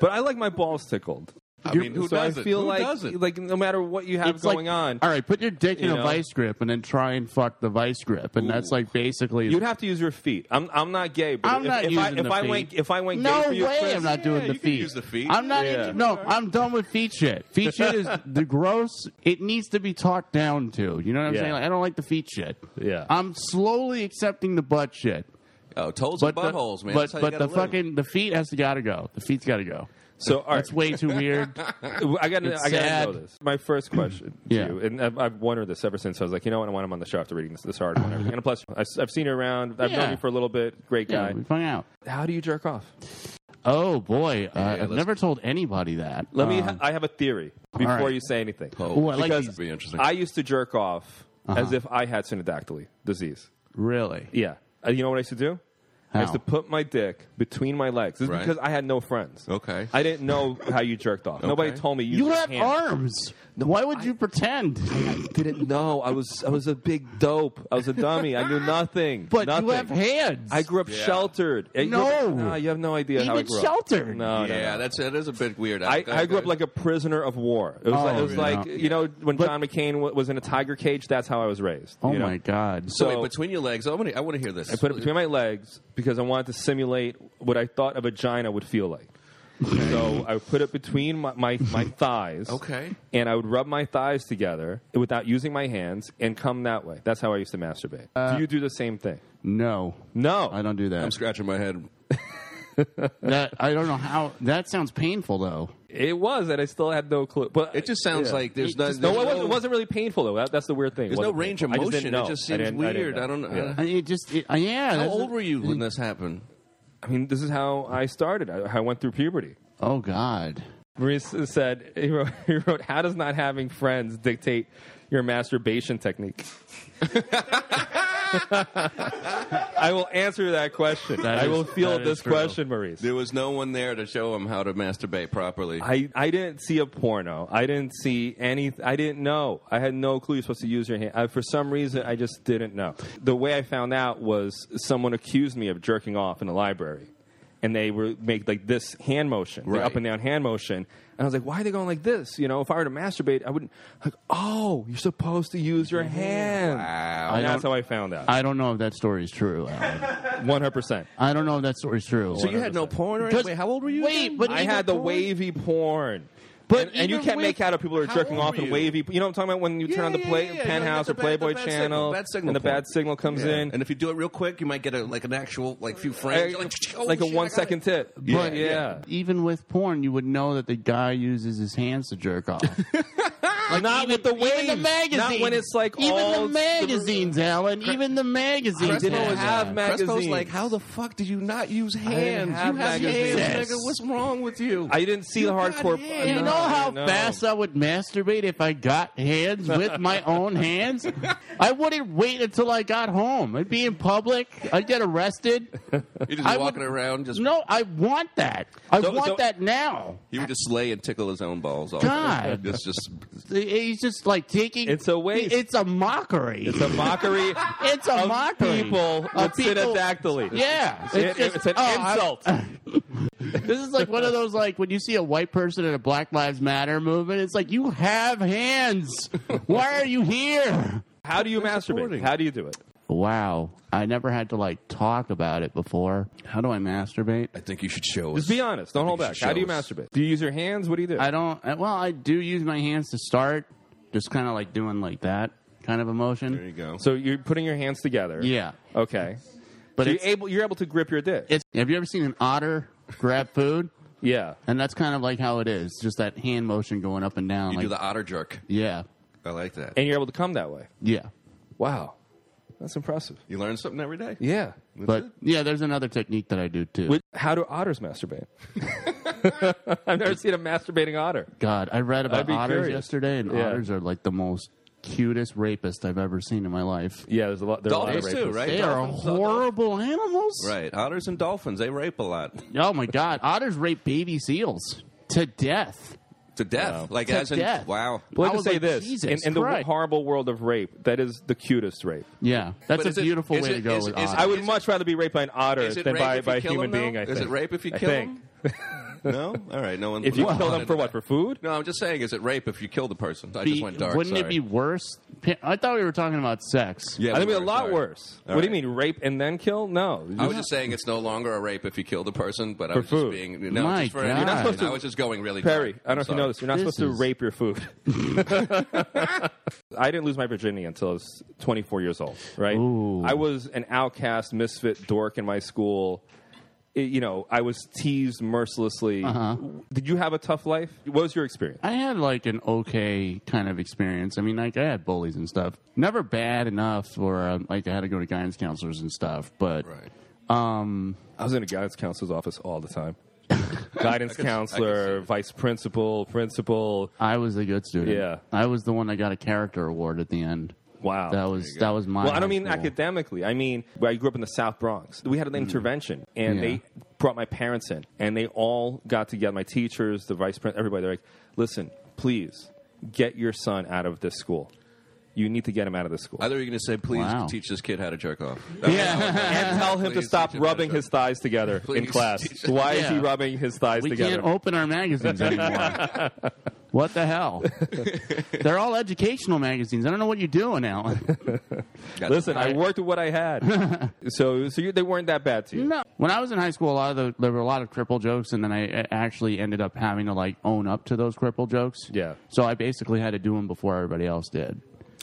[SPEAKER 1] but I like my balls tickled.
[SPEAKER 2] I mean, who
[SPEAKER 1] so
[SPEAKER 2] does
[SPEAKER 1] I
[SPEAKER 2] it?
[SPEAKER 1] feel
[SPEAKER 2] who
[SPEAKER 1] like,
[SPEAKER 2] does it?
[SPEAKER 1] like no matter what you have
[SPEAKER 3] It's
[SPEAKER 1] going
[SPEAKER 3] like,
[SPEAKER 1] on,
[SPEAKER 3] All right, put your dick in
[SPEAKER 1] You
[SPEAKER 3] a
[SPEAKER 1] know?
[SPEAKER 3] vice grip and then try and fuck the vice grip, and that's
[SPEAKER 2] Ooh.
[SPEAKER 3] like basically.
[SPEAKER 1] you'd have to use your feet. I'm, I'm not gay, but
[SPEAKER 3] I'm
[SPEAKER 1] if,
[SPEAKER 3] not
[SPEAKER 1] if I,
[SPEAKER 3] using
[SPEAKER 1] if
[SPEAKER 3] the
[SPEAKER 1] I
[SPEAKER 3] feet.
[SPEAKER 1] went if I went
[SPEAKER 3] no
[SPEAKER 1] gay for you,
[SPEAKER 3] way!
[SPEAKER 1] Chris,
[SPEAKER 3] I'm not doing
[SPEAKER 2] yeah,
[SPEAKER 3] the
[SPEAKER 2] you can
[SPEAKER 3] feet.
[SPEAKER 2] use the feet.
[SPEAKER 3] I'm not.
[SPEAKER 1] Yeah.
[SPEAKER 3] into- no, I'm done with feet shit. Feet shit is the gross. It needs to be talked down to. You know what I'm
[SPEAKER 1] Yeah.
[SPEAKER 3] saying? Like, I don't like the feet shit.
[SPEAKER 1] Yeah.
[SPEAKER 3] I'm slowly accepting the butt shit.
[SPEAKER 2] oh, toes and
[SPEAKER 3] But
[SPEAKER 2] buttholes,
[SPEAKER 3] the,
[SPEAKER 2] man.
[SPEAKER 3] But
[SPEAKER 2] That's how you
[SPEAKER 3] but
[SPEAKER 2] gotta
[SPEAKER 3] the
[SPEAKER 2] live.
[SPEAKER 3] fucking the feet has to gotta go. The feet's gotta go.
[SPEAKER 1] so all right.
[SPEAKER 3] That's way too weird.
[SPEAKER 1] I got. to
[SPEAKER 3] It's
[SPEAKER 1] I got
[SPEAKER 3] sad.
[SPEAKER 1] to know this. My first question to
[SPEAKER 3] Yeah.
[SPEAKER 1] you, and I've, I've wondered this ever since. I was like, you know what? I want him on the show after reading this, this article and everything. And plus, I've, I've seen you around. I've known
[SPEAKER 3] Yeah.
[SPEAKER 1] you for a little bit. Great
[SPEAKER 3] yeah,
[SPEAKER 1] guy.
[SPEAKER 3] we hung out.
[SPEAKER 1] How do you jerk off?
[SPEAKER 3] Oh boy, uh, I've
[SPEAKER 2] let's-
[SPEAKER 3] never told anybody that.
[SPEAKER 1] Let me.
[SPEAKER 3] Um,
[SPEAKER 1] I have a theory before
[SPEAKER 3] right.
[SPEAKER 1] you say anything.
[SPEAKER 2] Oh,
[SPEAKER 3] Ooh, I like
[SPEAKER 2] because-
[SPEAKER 3] these-
[SPEAKER 2] be interesting.
[SPEAKER 1] I used to jerk off as if I had synodactyly disease.
[SPEAKER 3] Uh-huh. really?
[SPEAKER 1] Yeah. Uh, You know what I used to do? I used
[SPEAKER 3] How?
[SPEAKER 1] to put my dick between my legs. This is
[SPEAKER 2] Right.
[SPEAKER 1] because I had no friends.
[SPEAKER 2] Okay.
[SPEAKER 1] I didn't know how you jerked off. Nobody
[SPEAKER 2] Okay.
[SPEAKER 1] told me you.
[SPEAKER 3] You
[SPEAKER 1] your
[SPEAKER 3] have
[SPEAKER 1] hand.
[SPEAKER 3] arms. Why would you pretend?
[SPEAKER 1] Didn't know. I was. I was a big dope. I was a dummy. I knew nothing.
[SPEAKER 3] But
[SPEAKER 1] nothing.
[SPEAKER 3] you have hands.
[SPEAKER 1] I grew up
[SPEAKER 2] Yeah.
[SPEAKER 1] sheltered. I grew up-
[SPEAKER 3] No.
[SPEAKER 1] no, you have no idea how I
[SPEAKER 3] Even
[SPEAKER 1] grew up.
[SPEAKER 3] sheltered.
[SPEAKER 1] No, no,
[SPEAKER 2] yeah,
[SPEAKER 1] no.
[SPEAKER 2] that's that is a bit weird.
[SPEAKER 1] I, I grew up like a prisoner of war. It was,
[SPEAKER 3] Oh,
[SPEAKER 1] like, it was
[SPEAKER 3] yeah.
[SPEAKER 1] like you know when
[SPEAKER 3] But-
[SPEAKER 1] John McCain w- was in a tiger cage. That's how I was raised.
[SPEAKER 3] oh
[SPEAKER 1] you know?
[SPEAKER 3] my god.
[SPEAKER 1] So
[SPEAKER 2] Wait, between your legs. I want to. I want to hear this.
[SPEAKER 1] I put it between my legs because I wanted to simulate what I thought a vagina would feel like. So I would put it between my, my, my thighs.
[SPEAKER 2] Okay.
[SPEAKER 1] And I would rub my thighs together without using my hands and come that way. That's how I used to masturbate. do you do the same thing?
[SPEAKER 3] no.
[SPEAKER 1] No.
[SPEAKER 3] Uh, I don't do that.
[SPEAKER 2] I'm scratching my head.
[SPEAKER 3] that I don't know how that sounds painful though.
[SPEAKER 1] It was, and I still had no clue. But
[SPEAKER 2] It just sounds
[SPEAKER 1] Yeah.
[SPEAKER 2] like there's
[SPEAKER 3] It
[SPEAKER 2] no.
[SPEAKER 3] just-
[SPEAKER 1] No,
[SPEAKER 2] there's
[SPEAKER 1] it wasn't, it wasn't really painful though. That, that's the weird thing. It
[SPEAKER 2] There's no
[SPEAKER 1] wasn't
[SPEAKER 2] range of
[SPEAKER 1] painful. I just
[SPEAKER 2] motion.
[SPEAKER 1] didn't know.
[SPEAKER 2] It just
[SPEAKER 1] I
[SPEAKER 2] seems
[SPEAKER 1] didn't- I didn't
[SPEAKER 2] weird.
[SPEAKER 1] know.
[SPEAKER 2] I don't know.
[SPEAKER 1] Yeah.
[SPEAKER 3] I mean, it just it, uh, yeah.
[SPEAKER 2] How
[SPEAKER 3] that's-
[SPEAKER 2] old were you when this happened?
[SPEAKER 1] I mean, this is how I started. I, I went through puberty.
[SPEAKER 3] Oh god.
[SPEAKER 1] Maurice said he wrote, he wrote, "How does not having friends dictate your masturbation technique?" I will answer that question.
[SPEAKER 3] That
[SPEAKER 1] I
[SPEAKER 3] is-
[SPEAKER 1] will field
[SPEAKER 3] that is
[SPEAKER 1] this
[SPEAKER 3] true.
[SPEAKER 1] question, Maurice.
[SPEAKER 2] There was no one there to show him how to masturbate properly.
[SPEAKER 1] I, I didn't see a porno. I didn't see any. I didn't know. I had no clue you're supposed to use your hand. I, for some reason, I just didn't know. The way I found out was someone accused me of jerking off in the library, and they were make like this hand motion, the
[SPEAKER 2] Right.
[SPEAKER 1] up and down hand motion. And I was like, why are they going like this? You know, if I were to masturbate, I wouldn't. Like, oh, you're supposed to use your hand.
[SPEAKER 2] Wow.
[SPEAKER 1] And
[SPEAKER 3] I
[SPEAKER 1] that's
[SPEAKER 3] don't-
[SPEAKER 1] how I found out.
[SPEAKER 3] I don't know if that story is true. Alan.
[SPEAKER 1] One hundred percent.
[SPEAKER 3] I don't know if that story is true.
[SPEAKER 2] So you had no porn or anything? Wait, how old were you?
[SPEAKER 3] Wait,
[SPEAKER 2] again?
[SPEAKER 3] but
[SPEAKER 1] I
[SPEAKER 3] even
[SPEAKER 1] had the
[SPEAKER 3] porn-
[SPEAKER 1] wavy porn.
[SPEAKER 3] But
[SPEAKER 1] and, and you
[SPEAKER 3] even
[SPEAKER 1] can't
[SPEAKER 3] with-
[SPEAKER 1] make out if people are
[SPEAKER 2] How
[SPEAKER 1] jerking
[SPEAKER 2] old
[SPEAKER 1] off
[SPEAKER 2] were
[SPEAKER 1] in
[SPEAKER 2] you?
[SPEAKER 1] wavy. You know what I'm talking about when you
[SPEAKER 2] Yeah,
[SPEAKER 1] turn on the
[SPEAKER 2] yeah,
[SPEAKER 1] play
[SPEAKER 2] yeah, yeah.
[SPEAKER 1] penthouse
[SPEAKER 2] The
[SPEAKER 1] or
[SPEAKER 2] bad- the
[SPEAKER 1] Playboy
[SPEAKER 2] bad signal,
[SPEAKER 1] channel,
[SPEAKER 2] bad signal
[SPEAKER 1] and the
[SPEAKER 2] porn.
[SPEAKER 1] bad signal comes
[SPEAKER 2] Yeah.
[SPEAKER 1] in,
[SPEAKER 2] And if you do it real quick, you might get a like an actual like few frames. You're
[SPEAKER 1] like,
[SPEAKER 2] oh,
[SPEAKER 1] like a
[SPEAKER 2] shit, I
[SPEAKER 1] one
[SPEAKER 2] got
[SPEAKER 1] second
[SPEAKER 2] it.
[SPEAKER 1] tip.
[SPEAKER 2] Yeah,
[SPEAKER 1] yeah.
[SPEAKER 2] yeah.
[SPEAKER 3] Even with porn, you would know that the guy uses his hands to jerk off.
[SPEAKER 1] not with the waves.
[SPEAKER 3] Even the magazines.
[SPEAKER 1] Not when it's like
[SPEAKER 3] even
[SPEAKER 1] all
[SPEAKER 3] the magazines, Alan. Even the magazines.
[SPEAKER 1] didn't
[SPEAKER 3] had
[SPEAKER 1] have
[SPEAKER 3] that.
[SPEAKER 1] ma-
[SPEAKER 2] Crespo's
[SPEAKER 1] magazines.
[SPEAKER 2] like, how the fuck did you not use hands? You
[SPEAKER 1] have
[SPEAKER 2] have
[SPEAKER 1] magazines.
[SPEAKER 2] hands,
[SPEAKER 3] Yes.
[SPEAKER 2] nigga. What's wrong with you?
[SPEAKER 1] I didn't see
[SPEAKER 2] You
[SPEAKER 1] the
[SPEAKER 2] got
[SPEAKER 1] hardcore.
[SPEAKER 2] hands.
[SPEAKER 3] you
[SPEAKER 1] No,
[SPEAKER 3] know how
[SPEAKER 1] no.
[SPEAKER 3] fast I would masturbate if I got hands with my own hands? I wouldn't wait until I got home. I'd be in public. I'd get arrested.
[SPEAKER 2] You're just
[SPEAKER 3] I
[SPEAKER 2] walking
[SPEAKER 3] would-
[SPEAKER 2] around, just
[SPEAKER 3] No, I want that. I
[SPEAKER 1] So-
[SPEAKER 3] want
[SPEAKER 1] so-
[SPEAKER 3] that now.
[SPEAKER 2] he would just lay and tickle his own balls. All
[SPEAKER 3] God.
[SPEAKER 2] day. it's just
[SPEAKER 3] He's just like taking.
[SPEAKER 1] It's a waste.
[SPEAKER 3] It's a mockery.
[SPEAKER 1] It's a mockery
[SPEAKER 3] It's a
[SPEAKER 1] of
[SPEAKER 3] mockery.
[SPEAKER 1] people with
[SPEAKER 3] Of people-
[SPEAKER 1] synodactyly.
[SPEAKER 3] Yeah,
[SPEAKER 1] It- It's,
[SPEAKER 3] just-
[SPEAKER 1] an
[SPEAKER 3] oh, I-
[SPEAKER 1] insult.
[SPEAKER 3] this is like one of those like when you see a white person in a Black Lives Matter movement. It's like you have hands. Why are you here?
[SPEAKER 1] how do you masturbate?
[SPEAKER 2] supporting.
[SPEAKER 1] How do you do it?
[SPEAKER 3] Wow, I never had to like talk about it before. How do I masturbate?
[SPEAKER 2] I think you should show us.
[SPEAKER 1] Just be honest. Don't hold
[SPEAKER 2] you
[SPEAKER 1] back.
[SPEAKER 2] should
[SPEAKER 1] How do you
[SPEAKER 2] show us.
[SPEAKER 1] masturbate? Do you use your hands? What do you do?
[SPEAKER 3] I don't. uh, Well, I do use my hands to start, just kind of like doing like that kind of
[SPEAKER 2] There you
[SPEAKER 3] emotion.
[SPEAKER 2] go.
[SPEAKER 1] so you're putting your hands together.
[SPEAKER 3] Yeah,
[SPEAKER 1] Okay.
[SPEAKER 3] but
[SPEAKER 1] So you're
[SPEAKER 3] it's,
[SPEAKER 1] able you're able to grip your dick.
[SPEAKER 3] it's. Have you ever seen an otter grab food?
[SPEAKER 1] yeah.
[SPEAKER 3] And that's kind of like how it is, just that hand motion going up and down.
[SPEAKER 2] you
[SPEAKER 3] like,
[SPEAKER 2] do the otter jerk.
[SPEAKER 3] yeah,
[SPEAKER 2] I like that.
[SPEAKER 1] And you're able to come that way.
[SPEAKER 3] yeah.
[SPEAKER 1] Wow. That's impressive.
[SPEAKER 2] You learn something every day.
[SPEAKER 1] Yeah.
[SPEAKER 3] But yeah, there's another technique that I do too.
[SPEAKER 1] Wait, how do otters masturbate? I've never seen a masturbating otter.
[SPEAKER 3] God, I read
[SPEAKER 1] I'd
[SPEAKER 3] about
[SPEAKER 1] be
[SPEAKER 3] otters
[SPEAKER 1] curious.
[SPEAKER 3] yesterday, and
[SPEAKER 1] Yeah.
[SPEAKER 3] otters are like the most cutest rapist I've ever seen in my life.
[SPEAKER 1] Yeah, there's a lot. There are a lot of
[SPEAKER 2] Dolphins too,
[SPEAKER 1] rapists.
[SPEAKER 2] right?
[SPEAKER 3] They are
[SPEAKER 2] Dolphins, uh,
[SPEAKER 3] horrible animals.
[SPEAKER 2] Right, otters and dolphins, they rape a lot
[SPEAKER 3] Oh my God, otters rape baby seals to death.
[SPEAKER 2] to death. Like
[SPEAKER 3] To
[SPEAKER 2] as in
[SPEAKER 3] death.
[SPEAKER 2] wow.
[SPEAKER 1] But let
[SPEAKER 3] I
[SPEAKER 1] me
[SPEAKER 3] was
[SPEAKER 1] say
[SPEAKER 3] like,
[SPEAKER 1] this:
[SPEAKER 3] Jesus
[SPEAKER 1] in, in the
[SPEAKER 3] Christ.
[SPEAKER 1] horrible world of rape, that is the cutest rape.
[SPEAKER 3] Yeah, that's
[SPEAKER 2] But is
[SPEAKER 3] a
[SPEAKER 2] it-
[SPEAKER 3] beautiful
[SPEAKER 2] is
[SPEAKER 3] way
[SPEAKER 2] it-
[SPEAKER 3] to go
[SPEAKER 2] is-
[SPEAKER 3] with
[SPEAKER 2] is-
[SPEAKER 3] otters.
[SPEAKER 1] I would much rather be raped by an otter
[SPEAKER 2] Is it
[SPEAKER 1] than
[SPEAKER 2] rape
[SPEAKER 1] by,
[SPEAKER 2] if you
[SPEAKER 1] by a
[SPEAKER 2] kill
[SPEAKER 1] human
[SPEAKER 2] them, though?
[SPEAKER 1] being. I
[SPEAKER 2] Is
[SPEAKER 1] think.
[SPEAKER 2] it rape if you
[SPEAKER 1] I
[SPEAKER 2] kill
[SPEAKER 1] think.
[SPEAKER 2] No, all right. No one.
[SPEAKER 1] If you
[SPEAKER 2] no one
[SPEAKER 1] kill them
[SPEAKER 2] wanted
[SPEAKER 1] for
[SPEAKER 2] that.
[SPEAKER 1] what? For food?
[SPEAKER 2] No, I'm just saying, is it rape if you kill the person? I
[SPEAKER 3] Be-
[SPEAKER 2] just went dark.
[SPEAKER 3] wouldn't it
[SPEAKER 2] sorry.
[SPEAKER 3] be worse? Pa- I thought we were talking about sex.
[SPEAKER 2] Yeah,
[SPEAKER 1] I think
[SPEAKER 2] we
[SPEAKER 1] it'd be
[SPEAKER 2] were,
[SPEAKER 1] a lot
[SPEAKER 2] sorry.
[SPEAKER 1] worse.
[SPEAKER 2] All
[SPEAKER 1] what do you
[SPEAKER 2] right.
[SPEAKER 1] mean, rape and then kill? No,
[SPEAKER 2] I was just saying it's no longer a rape if you kill the person, but I
[SPEAKER 1] For
[SPEAKER 2] was
[SPEAKER 1] food.
[SPEAKER 2] just being no,
[SPEAKER 3] My
[SPEAKER 2] just for
[SPEAKER 3] God.
[SPEAKER 2] any
[SPEAKER 3] You're not
[SPEAKER 2] reason.
[SPEAKER 1] supposed to-
[SPEAKER 2] I was just going really
[SPEAKER 1] Perry,
[SPEAKER 2] dark.
[SPEAKER 1] I don't know if you
[SPEAKER 2] Sorry.
[SPEAKER 1] noticed. You're not
[SPEAKER 3] This
[SPEAKER 1] supposed to
[SPEAKER 3] is-
[SPEAKER 1] rape your food. I didn't lose my virginity until I was 24 years old, right?
[SPEAKER 3] Ooh.
[SPEAKER 1] I was an outcast, misfit dork in my school. It- you know, I was teased mercilessly.
[SPEAKER 3] Uh-huh.
[SPEAKER 1] Did you have a tough life? What was your experience?
[SPEAKER 3] I had like an okay kind of experience. I mean, like I had bullies and stuff. Never bad enough, or um, like I had to go to guidance counselors and stuff. But
[SPEAKER 2] Right.
[SPEAKER 3] um,
[SPEAKER 1] I was in a guidance counselor's office all the time. guidance
[SPEAKER 2] I can see
[SPEAKER 1] counselor,
[SPEAKER 2] it.
[SPEAKER 1] vice principal, principal.
[SPEAKER 3] I was a good student.
[SPEAKER 1] Yeah.
[SPEAKER 3] I was the one that got a character award at the end.
[SPEAKER 1] Wow.
[SPEAKER 3] That was that was my.
[SPEAKER 1] Well, I
[SPEAKER 3] high
[SPEAKER 1] don't mean
[SPEAKER 3] school.
[SPEAKER 1] academically. I mean, where I grew up in the South Bronx. We had an intervention, and
[SPEAKER 3] Mm-hmm. Yeah.
[SPEAKER 1] they brought my parents in, and they all got together. My teachers, the vice president, everybody. They're like, "Listen, please get your son out of this school. You need to get him out of this school."
[SPEAKER 2] Either you're going to say, please
[SPEAKER 3] Wow.
[SPEAKER 2] teach this kid how to jerk off.
[SPEAKER 3] Yeah.
[SPEAKER 1] and tell him to
[SPEAKER 2] Please
[SPEAKER 1] stop
[SPEAKER 2] teach him how to
[SPEAKER 1] rubbing
[SPEAKER 2] jerk.
[SPEAKER 1] his thighs together in
[SPEAKER 2] Please
[SPEAKER 1] class.
[SPEAKER 2] teach him.
[SPEAKER 1] Why is he
[SPEAKER 3] Yeah.
[SPEAKER 1] rubbing his thighs
[SPEAKER 3] We
[SPEAKER 1] together?
[SPEAKER 3] can't open our magazines anymore. what the hell? They're all educational magazines. I don't know what you're doing, Alan.
[SPEAKER 2] Got
[SPEAKER 1] Listen, I
[SPEAKER 3] Right.
[SPEAKER 1] worked with what I had, so so you, they weren't that bad to you.
[SPEAKER 3] No. When I was in high school, a lot of the, there were a lot of cripple jokes, and then I uh, actually ended up having to like own up to those cripple jokes.
[SPEAKER 1] Yeah.
[SPEAKER 3] So I basically had to do them before everybody else did,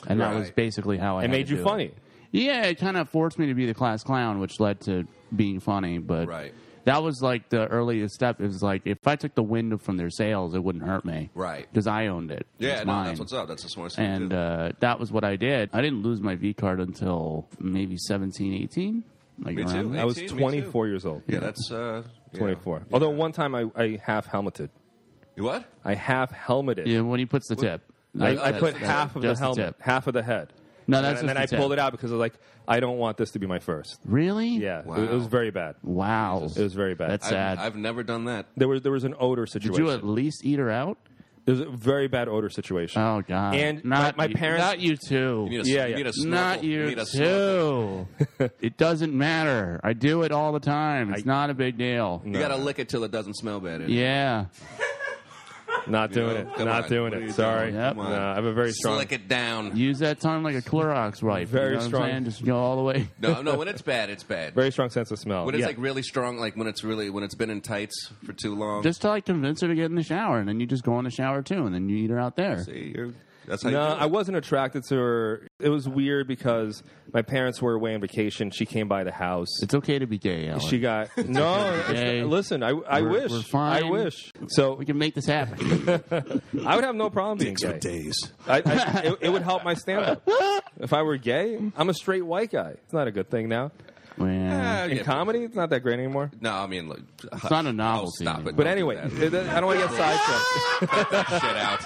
[SPEAKER 3] and that was
[SPEAKER 2] Right.
[SPEAKER 3] basically how I.
[SPEAKER 1] It
[SPEAKER 3] had
[SPEAKER 1] made
[SPEAKER 3] to
[SPEAKER 1] you
[SPEAKER 3] do
[SPEAKER 1] funny.
[SPEAKER 3] It. Yeah, it kind of forced me to be the class clown, which led to being funny. But
[SPEAKER 2] Right.
[SPEAKER 3] that was like the earliest step. It was like if I took the wind from their sails, it wouldn't hurt me.
[SPEAKER 2] Right.
[SPEAKER 3] Because I owned it. It
[SPEAKER 2] Yeah,
[SPEAKER 3] was
[SPEAKER 2] no,
[SPEAKER 3] mine.
[SPEAKER 2] that's what's up. That's the smartest thing to
[SPEAKER 3] And
[SPEAKER 2] do.
[SPEAKER 3] uh, that was what I did. I didn't lose my V card until maybe 17, 18. Like
[SPEAKER 2] Me
[SPEAKER 3] around
[SPEAKER 2] too.
[SPEAKER 3] that.
[SPEAKER 1] I was
[SPEAKER 2] 18, me too.
[SPEAKER 1] 24 years old.
[SPEAKER 2] yeah, that's uh, yeah.
[SPEAKER 1] 24. Although one time I, I half helmeted.
[SPEAKER 2] You What?
[SPEAKER 1] I half helmeted.
[SPEAKER 3] Yeah, when he puts the tip.
[SPEAKER 1] I,
[SPEAKER 3] That-
[SPEAKER 1] I
[SPEAKER 3] that-
[SPEAKER 1] put
[SPEAKER 3] that-
[SPEAKER 1] half of the
[SPEAKER 3] just
[SPEAKER 1] helmet,
[SPEAKER 3] tip.
[SPEAKER 1] half of the head.
[SPEAKER 3] No,
[SPEAKER 1] And
[SPEAKER 3] that's
[SPEAKER 1] then- and then I
[SPEAKER 3] just a
[SPEAKER 1] pulled
[SPEAKER 3] tip.
[SPEAKER 1] it out because I was like, I don't want this to be my first.
[SPEAKER 3] Really?
[SPEAKER 1] Yeah,
[SPEAKER 2] Wow.
[SPEAKER 1] it, it was very bad.
[SPEAKER 3] Wow.
[SPEAKER 1] It was very bad.
[SPEAKER 3] That's
[SPEAKER 2] I've,
[SPEAKER 3] sad.
[SPEAKER 2] I've never done that.
[SPEAKER 1] there was there was an odor
[SPEAKER 3] Did
[SPEAKER 1] situation.
[SPEAKER 3] you at least eat her out?
[SPEAKER 1] There was a very bad odor situation.
[SPEAKER 3] Oh God!
[SPEAKER 1] And
[SPEAKER 3] not
[SPEAKER 1] my- my
[SPEAKER 3] you-
[SPEAKER 1] parents-
[SPEAKER 3] Not you too.
[SPEAKER 2] You need a,
[SPEAKER 1] Yeah,
[SPEAKER 2] you
[SPEAKER 1] yeah.
[SPEAKER 2] need a snorkel.
[SPEAKER 3] not you,
[SPEAKER 2] need a snorkel.
[SPEAKER 3] too. it doesn't matter. I do it all the time. It's not a big deal.
[SPEAKER 2] You gotta lick it till it doesn't smell bad. anymore.
[SPEAKER 3] Yeah.
[SPEAKER 1] Not doing
[SPEAKER 2] know,
[SPEAKER 1] it.
[SPEAKER 2] come
[SPEAKER 1] Not
[SPEAKER 2] on.
[SPEAKER 1] doing
[SPEAKER 2] What are
[SPEAKER 1] it.
[SPEAKER 2] you
[SPEAKER 1] Sorry.
[SPEAKER 2] doing?
[SPEAKER 3] Yep.
[SPEAKER 1] No, I have a very strong.
[SPEAKER 2] Slick it down.
[SPEAKER 3] Use that tongue like a Clorox wipe.
[SPEAKER 1] Very
[SPEAKER 3] you know what I'm
[SPEAKER 1] strong.
[SPEAKER 3] saying? Just go all the way.
[SPEAKER 2] No, no. When it's bad, it's bad.
[SPEAKER 1] Very strong sense of smell.
[SPEAKER 2] When it's
[SPEAKER 1] Yeah.
[SPEAKER 2] like really strong, like when it's really when it's been in tights for too long.
[SPEAKER 3] Just to like convince her to get in the shower, and then you just go in the shower too, and then you eat her out there.
[SPEAKER 2] See, you're, that's how
[SPEAKER 1] no,
[SPEAKER 2] you do it.
[SPEAKER 1] I wasn't attracted to her. It was weird because my parents were away on vacation. She came by the house.
[SPEAKER 3] It's okay to be gay, Alan.
[SPEAKER 1] She got no. it's-
[SPEAKER 3] Hey.
[SPEAKER 1] listen, I, I
[SPEAKER 3] We're-
[SPEAKER 1] wish.
[SPEAKER 3] we're fine.
[SPEAKER 1] I wish. So
[SPEAKER 3] we can make this happen.
[SPEAKER 1] I would have no problem being
[SPEAKER 4] for
[SPEAKER 1] gay.
[SPEAKER 4] days.
[SPEAKER 1] I, I, it, it would help my stand up. if I were gay, I'm a straight white guy. It's not a good thing now.
[SPEAKER 3] well,
[SPEAKER 1] In
[SPEAKER 2] Oh, Yeah.
[SPEAKER 1] comedy, it's not that great anymore.
[SPEAKER 2] No, I mean, look,
[SPEAKER 3] it's not a novelty.
[SPEAKER 2] stop it.
[SPEAKER 1] But anyway, it- I don't want to get sidetracked.
[SPEAKER 2] shit out.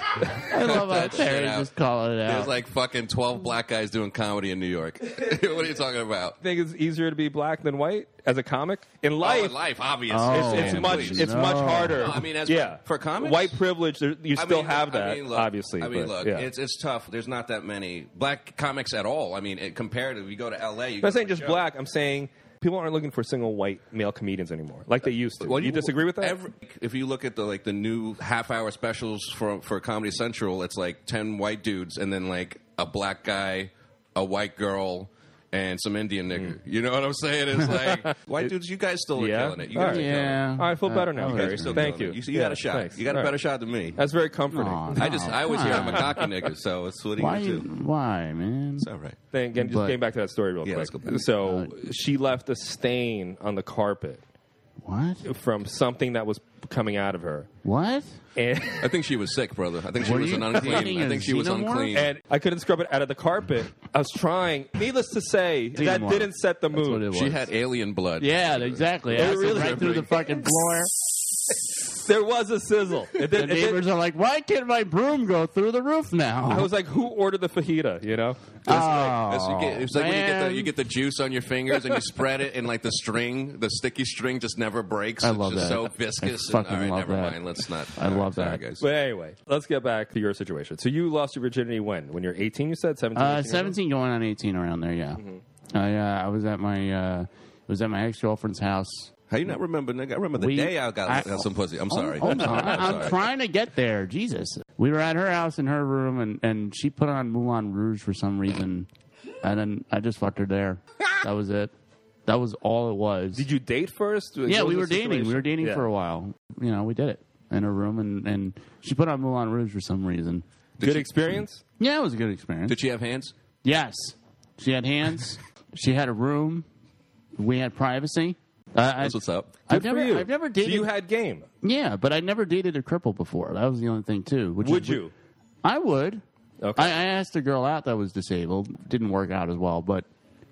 [SPEAKER 3] I love how
[SPEAKER 2] That shit
[SPEAKER 3] Terry
[SPEAKER 2] out.
[SPEAKER 3] just call it out.
[SPEAKER 2] There's like fucking twelve black guys doing comedy in New York. what are you talking about?
[SPEAKER 1] I think it's easier to be black than white as a comic in
[SPEAKER 2] Oh,
[SPEAKER 1] life.
[SPEAKER 2] in life, obviously.
[SPEAKER 3] Oh,
[SPEAKER 1] It's
[SPEAKER 2] man,
[SPEAKER 1] much.
[SPEAKER 2] please.
[SPEAKER 1] It's much
[SPEAKER 3] No.
[SPEAKER 1] harder.
[SPEAKER 2] No, I mean, as
[SPEAKER 1] yeah,
[SPEAKER 2] for- for comics?
[SPEAKER 1] white privilege, there, you
[SPEAKER 2] I
[SPEAKER 1] still
[SPEAKER 2] mean,
[SPEAKER 1] have
[SPEAKER 2] I
[SPEAKER 1] that.
[SPEAKER 2] mean, look,
[SPEAKER 1] obviously,
[SPEAKER 2] I mean,
[SPEAKER 1] but,
[SPEAKER 2] look,
[SPEAKER 1] yeah.
[SPEAKER 2] it's it's tough. There's not that many black comics at all. I mean, it, compared to you go to L.A., you
[SPEAKER 1] I'm
[SPEAKER 2] go
[SPEAKER 1] not saying
[SPEAKER 2] to a
[SPEAKER 1] just
[SPEAKER 2] show.
[SPEAKER 1] black. I'm saying people aren't looking for single white male comedians anymore, like they used to.
[SPEAKER 2] Well,
[SPEAKER 1] you, disagree with that?
[SPEAKER 2] every- if you look at the like the new half hour specials for for Comedy Central, it's like ten white dudes and then like a black guy, a white girl, and some Indian nigger. You know what I'm saying? It's like white dudes. You guys still
[SPEAKER 1] Hmm.
[SPEAKER 2] are
[SPEAKER 1] Yeah?
[SPEAKER 2] killing it. You guys
[SPEAKER 1] All
[SPEAKER 2] are
[SPEAKER 1] right.
[SPEAKER 2] killing it.
[SPEAKER 3] yeah.
[SPEAKER 1] All right, I feel better now,
[SPEAKER 2] You guys are
[SPEAKER 1] Harry.
[SPEAKER 2] still
[SPEAKER 1] Thank you.
[SPEAKER 2] killing it. You, you
[SPEAKER 1] Yeah,
[SPEAKER 2] got a shot.
[SPEAKER 1] thanks.
[SPEAKER 2] You got a
[SPEAKER 1] All
[SPEAKER 2] better
[SPEAKER 1] right.
[SPEAKER 2] shot than me.
[SPEAKER 1] That's very comforting.
[SPEAKER 3] Aw,
[SPEAKER 2] I just
[SPEAKER 3] no,
[SPEAKER 2] I always
[SPEAKER 3] come
[SPEAKER 2] hear I'm a
[SPEAKER 3] on.
[SPEAKER 2] cocky nigga, so it's what are you
[SPEAKER 3] Why?
[SPEAKER 2] gonna do?
[SPEAKER 3] you- Why, man?
[SPEAKER 2] All right.
[SPEAKER 1] Thing, again, just
[SPEAKER 3] But-
[SPEAKER 1] getting back to that story real
[SPEAKER 2] Yeah, let's
[SPEAKER 1] quick.
[SPEAKER 2] go back.
[SPEAKER 1] So she left a stain on the carpet
[SPEAKER 3] What?
[SPEAKER 1] from something that was coming out of her,
[SPEAKER 3] What?
[SPEAKER 1] and
[SPEAKER 2] I think she was sick, brother. I think she
[SPEAKER 3] Were
[SPEAKER 2] was
[SPEAKER 3] you
[SPEAKER 2] an unclean.
[SPEAKER 3] dating
[SPEAKER 2] I
[SPEAKER 3] a
[SPEAKER 2] think she was
[SPEAKER 3] xenomorph?
[SPEAKER 2] unclean.
[SPEAKER 1] and I couldn't scrub it out of the carpet. I was trying. Needless to say, that
[SPEAKER 3] Xenomorph.
[SPEAKER 1] didn't set the
[SPEAKER 3] what
[SPEAKER 1] mood.
[SPEAKER 3] it
[SPEAKER 2] she
[SPEAKER 3] was.
[SPEAKER 2] had alien blood.
[SPEAKER 3] Yeah, exactly. Acid
[SPEAKER 1] really-
[SPEAKER 3] right through the fucking floor.
[SPEAKER 1] There was a sizzle. It
[SPEAKER 3] The
[SPEAKER 1] did, it did-
[SPEAKER 3] neighbors are like, "Why can't my broom go through the roof now?" Oh.
[SPEAKER 1] I was like, who ordered the fajita? You know,
[SPEAKER 2] That's-
[SPEAKER 3] Uh,
[SPEAKER 2] you get- it's like when you get, the,
[SPEAKER 3] man.
[SPEAKER 2] you get the juice on your fingers and you spread it, and like the string, the sticky string just never breaks.
[SPEAKER 3] I
[SPEAKER 2] it's
[SPEAKER 3] love
[SPEAKER 2] just
[SPEAKER 3] that.
[SPEAKER 2] so
[SPEAKER 3] I
[SPEAKER 2] viscous.
[SPEAKER 3] fucking
[SPEAKER 2] and, all right,
[SPEAKER 3] love
[SPEAKER 2] never
[SPEAKER 3] that.
[SPEAKER 2] mind. Let's not.
[SPEAKER 3] I
[SPEAKER 2] all right,
[SPEAKER 3] love
[SPEAKER 2] sorry,
[SPEAKER 3] that.
[SPEAKER 2] guys.
[SPEAKER 1] But anyway, let's get back to your situation. So you lost your virginity when? When you're 18, you said 17.
[SPEAKER 3] uh,
[SPEAKER 1] 18 years old?
[SPEAKER 3] seventeen going on eighteen around there. Yeah, I uh, I was at my uh, was at my ex girlfriend's house.
[SPEAKER 2] How you not remember, nigga? I remember the
[SPEAKER 3] We-
[SPEAKER 2] day I got,
[SPEAKER 3] I-
[SPEAKER 2] got some pussy. I'm sorry.
[SPEAKER 3] Oh,
[SPEAKER 2] I'm
[SPEAKER 3] no,
[SPEAKER 2] sorry.
[SPEAKER 3] I-
[SPEAKER 2] I'm
[SPEAKER 3] I'm
[SPEAKER 2] sorry.
[SPEAKER 3] trying to get there. Jesus. We were at her house in her room, and, and she put on Moulin Rouge for some reason, and then I just fucked her there. That was it. That was all it was.
[SPEAKER 1] Did you date first? Like,
[SPEAKER 3] yeah,
[SPEAKER 1] what
[SPEAKER 3] we were
[SPEAKER 1] was the
[SPEAKER 3] dating. We
[SPEAKER 1] situation?
[SPEAKER 3] were dating
[SPEAKER 1] Yeah.
[SPEAKER 3] for a while. You know, we did it in her room, and, and she put on Moulin Rouge for some reason.
[SPEAKER 1] Good experience.
[SPEAKER 3] Yeah, it was a good experience.
[SPEAKER 2] Did she have hands?
[SPEAKER 3] Yes. She had hands. she had a room. We had privacy. Uh, I,
[SPEAKER 2] That's what's up.
[SPEAKER 3] I've
[SPEAKER 1] Good for
[SPEAKER 3] never,
[SPEAKER 1] you.
[SPEAKER 3] I've never
[SPEAKER 1] So
[SPEAKER 3] dated.
[SPEAKER 1] you had game.
[SPEAKER 3] yeah, but I never dated a cripple before. That was the only thing too. Which
[SPEAKER 1] Would
[SPEAKER 3] is-
[SPEAKER 1] you?
[SPEAKER 3] I would.
[SPEAKER 1] Okay.
[SPEAKER 3] I, I asked a girl out that was disabled. Didn't work out as well, but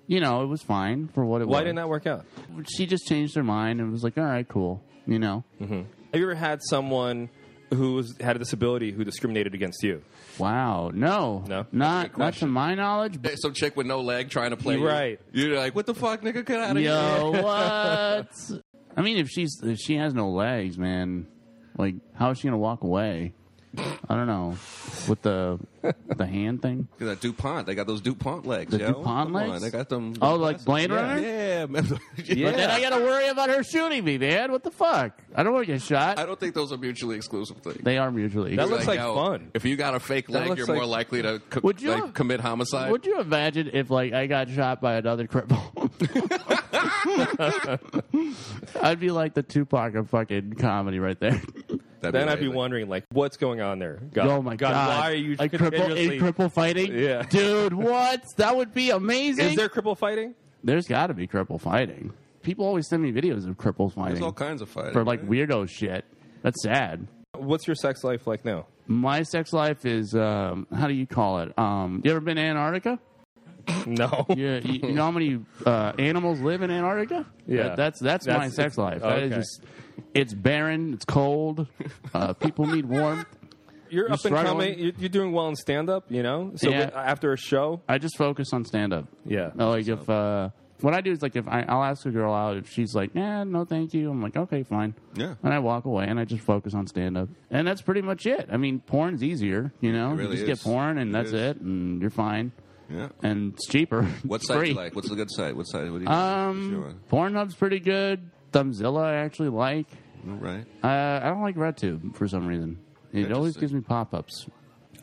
[SPEAKER 3] you know it was fine for what it
[SPEAKER 1] Why
[SPEAKER 3] was.
[SPEAKER 1] didn't that work out?
[SPEAKER 3] She just changed her mind and was like, "All right, cool." You know.
[SPEAKER 1] Have you ever had someone who was, had a disability who discriminated against you?
[SPEAKER 3] Wow. No.
[SPEAKER 1] No?
[SPEAKER 3] Not not to my knowledge. But
[SPEAKER 2] Hey, Some chick with no leg trying to play. you.
[SPEAKER 1] Right.
[SPEAKER 2] You're like, what the fuck, nigga? Get out of here.
[SPEAKER 3] yo, what? I mean, if she's if she has no legs, man, like how is she gonna walk away? I don't know. With the the hand thing.
[SPEAKER 2] Look at that DuPont. They got those DuPont legs,
[SPEAKER 3] The
[SPEAKER 2] yo.
[SPEAKER 3] DuPont
[SPEAKER 2] Come on,
[SPEAKER 3] legs?
[SPEAKER 2] They got them.
[SPEAKER 3] Oh, like Blade
[SPEAKER 2] yeah.
[SPEAKER 3] Runner?
[SPEAKER 2] Yeah. man.
[SPEAKER 1] Yeah.
[SPEAKER 3] But then I gotta worry about her shooting me, man. What the fuck? I don't want to get shot.
[SPEAKER 2] I don't think those are mutually exclusive things.
[SPEAKER 3] They are mutually.
[SPEAKER 1] That looks like
[SPEAKER 2] yo,
[SPEAKER 1] fun.
[SPEAKER 2] If you got a fake leg,
[SPEAKER 1] looks
[SPEAKER 2] you're
[SPEAKER 1] like-
[SPEAKER 2] more likely to co-
[SPEAKER 3] Would you-
[SPEAKER 2] like, commit homicide.
[SPEAKER 3] Would you imagine if like I got shot by another cripple? I'd be like the Tupac of fucking comedy right there.
[SPEAKER 2] That'd
[SPEAKER 1] Then I'd be
[SPEAKER 2] amazing.
[SPEAKER 1] wondering, like, what's going on there? God,
[SPEAKER 3] oh my god!
[SPEAKER 1] Why are you
[SPEAKER 3] a cripple
[SPEAKER 1] continuously?
[SPEAKER 3] a cripple fighting?
[SPEAKER 1] Yeah.
[SPEAKER 3] dude, what? That would be amazing.
[SPEAKER 1] Is there cripple fighting?
[SPEAKER 3] has got to be cripple fighting. People always send me videos of cripples
[SPEAKER 2] There's
[SPEAKER 3] fighting
[SPEAKER 2] all kinds of fighting.
[SPEAKER 3] for like weirdo shit. That's sad.
[SPEAKER 1] What's your sex life like now?
[SPEAKER 3] My sex life is um, how do you call it? Um, you ever been to Antarctica?
[SPEAKER 1] No.
[SPEAKER 3] Yeah, you, you know how many uh, animals live in Antarctica?
[SPEAKER 1] Yeah.
[SPEAKER 3] That- that's that's,
[SPEAKER 1] That's-
[SPEAKER 3] my sex life. That is
[SPEAKER 1] okay.
[SPEAKER 3] just, it's barren. It's cold. Uh, people need warmth.
[SPEAKER 1] you're,
[SPEAKER 3] You
[SPEAKER 1] up and
[SPEAKER 3] struggling?
[SPEAKER 1] coming. You're, you're doing well in stand up, you know. So we-
[SPEAKER 3] Yeah.
[SPEAKER 1] after a show,
[SPEAKER 3] I just focus on stand up.
[SPEAKER 1] Yeah.
[SPEAKER 3] Like if uh, what I do is like if I, I'll ask a girl out, if she's like, "Nah, no, thank you," I'm like, "Okay, fine."
[SPEAKER 2] Yeah.
[SPEAKER 1] uh,
[SPEAKER 3] And I walk away and I just focus on stand up, and that's pretty much it. I mean, porn's easier, you know.
[SPEAKER 2] really
[SPEAKER 3] you just
[SPEAKER 2] is.
[SPEAKER 3] get porn and
[SPEAKER 2] It
[SPEAKER 3] that's
[SPEAKER 2] is.
[SPEAKER 3] it, and you're fine,
[SPEAKER 2] Yeah.
[SPEAKER 3] and it's cheaper.
[SPEAKER 2] What
[SPEAKER 3] It's
[SPEAKER 2] site do
[SPEAKER 3] free.
[SPEAKER 2] you like? What's the good site? What site? What do you what's your
[SPEAKER 3] Um,
[SPEAKER 2] one?
[SPEAKER 3] Pornhub's pretty good. Thumbzilla, I actually like.
[SPEAKER 2] All Right.
[SPEAKER 3] Uh, I don't like RedTube for some reason. It always
[SPEAKER 2] Interesting.
[SPEAKER 3] gives me pop-ups.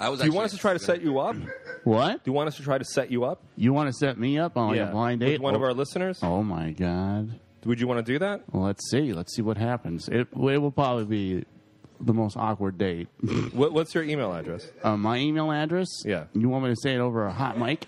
[SPEAKER 2] I was.
[SPEAKER 1] do you want us to try to set you up? Do
[SPEAKER 3] What?
[SPEAKER 1] you want us to try to set you up?
[SPEAKER 3] You want to set me up on like a blind date?
[SPEAKER 1] with one of
[SPEAKER 3] Oh.
[SPEAKER 1] our listeners.
[SPEAKER 3] Oh my god.
[SPEAKER 1] Would you want to do that?
[SPEAKER 3] Well, let's see. Let's see what happens. It, it will probably be the most awkward date.
[SPEAKER 1] What, what's your email address?
[SPEAKER 3] Uh, my email address?
[SPEAKER 1] Yeah.
[SPEAKER 3] You want me to say it over a hot mic?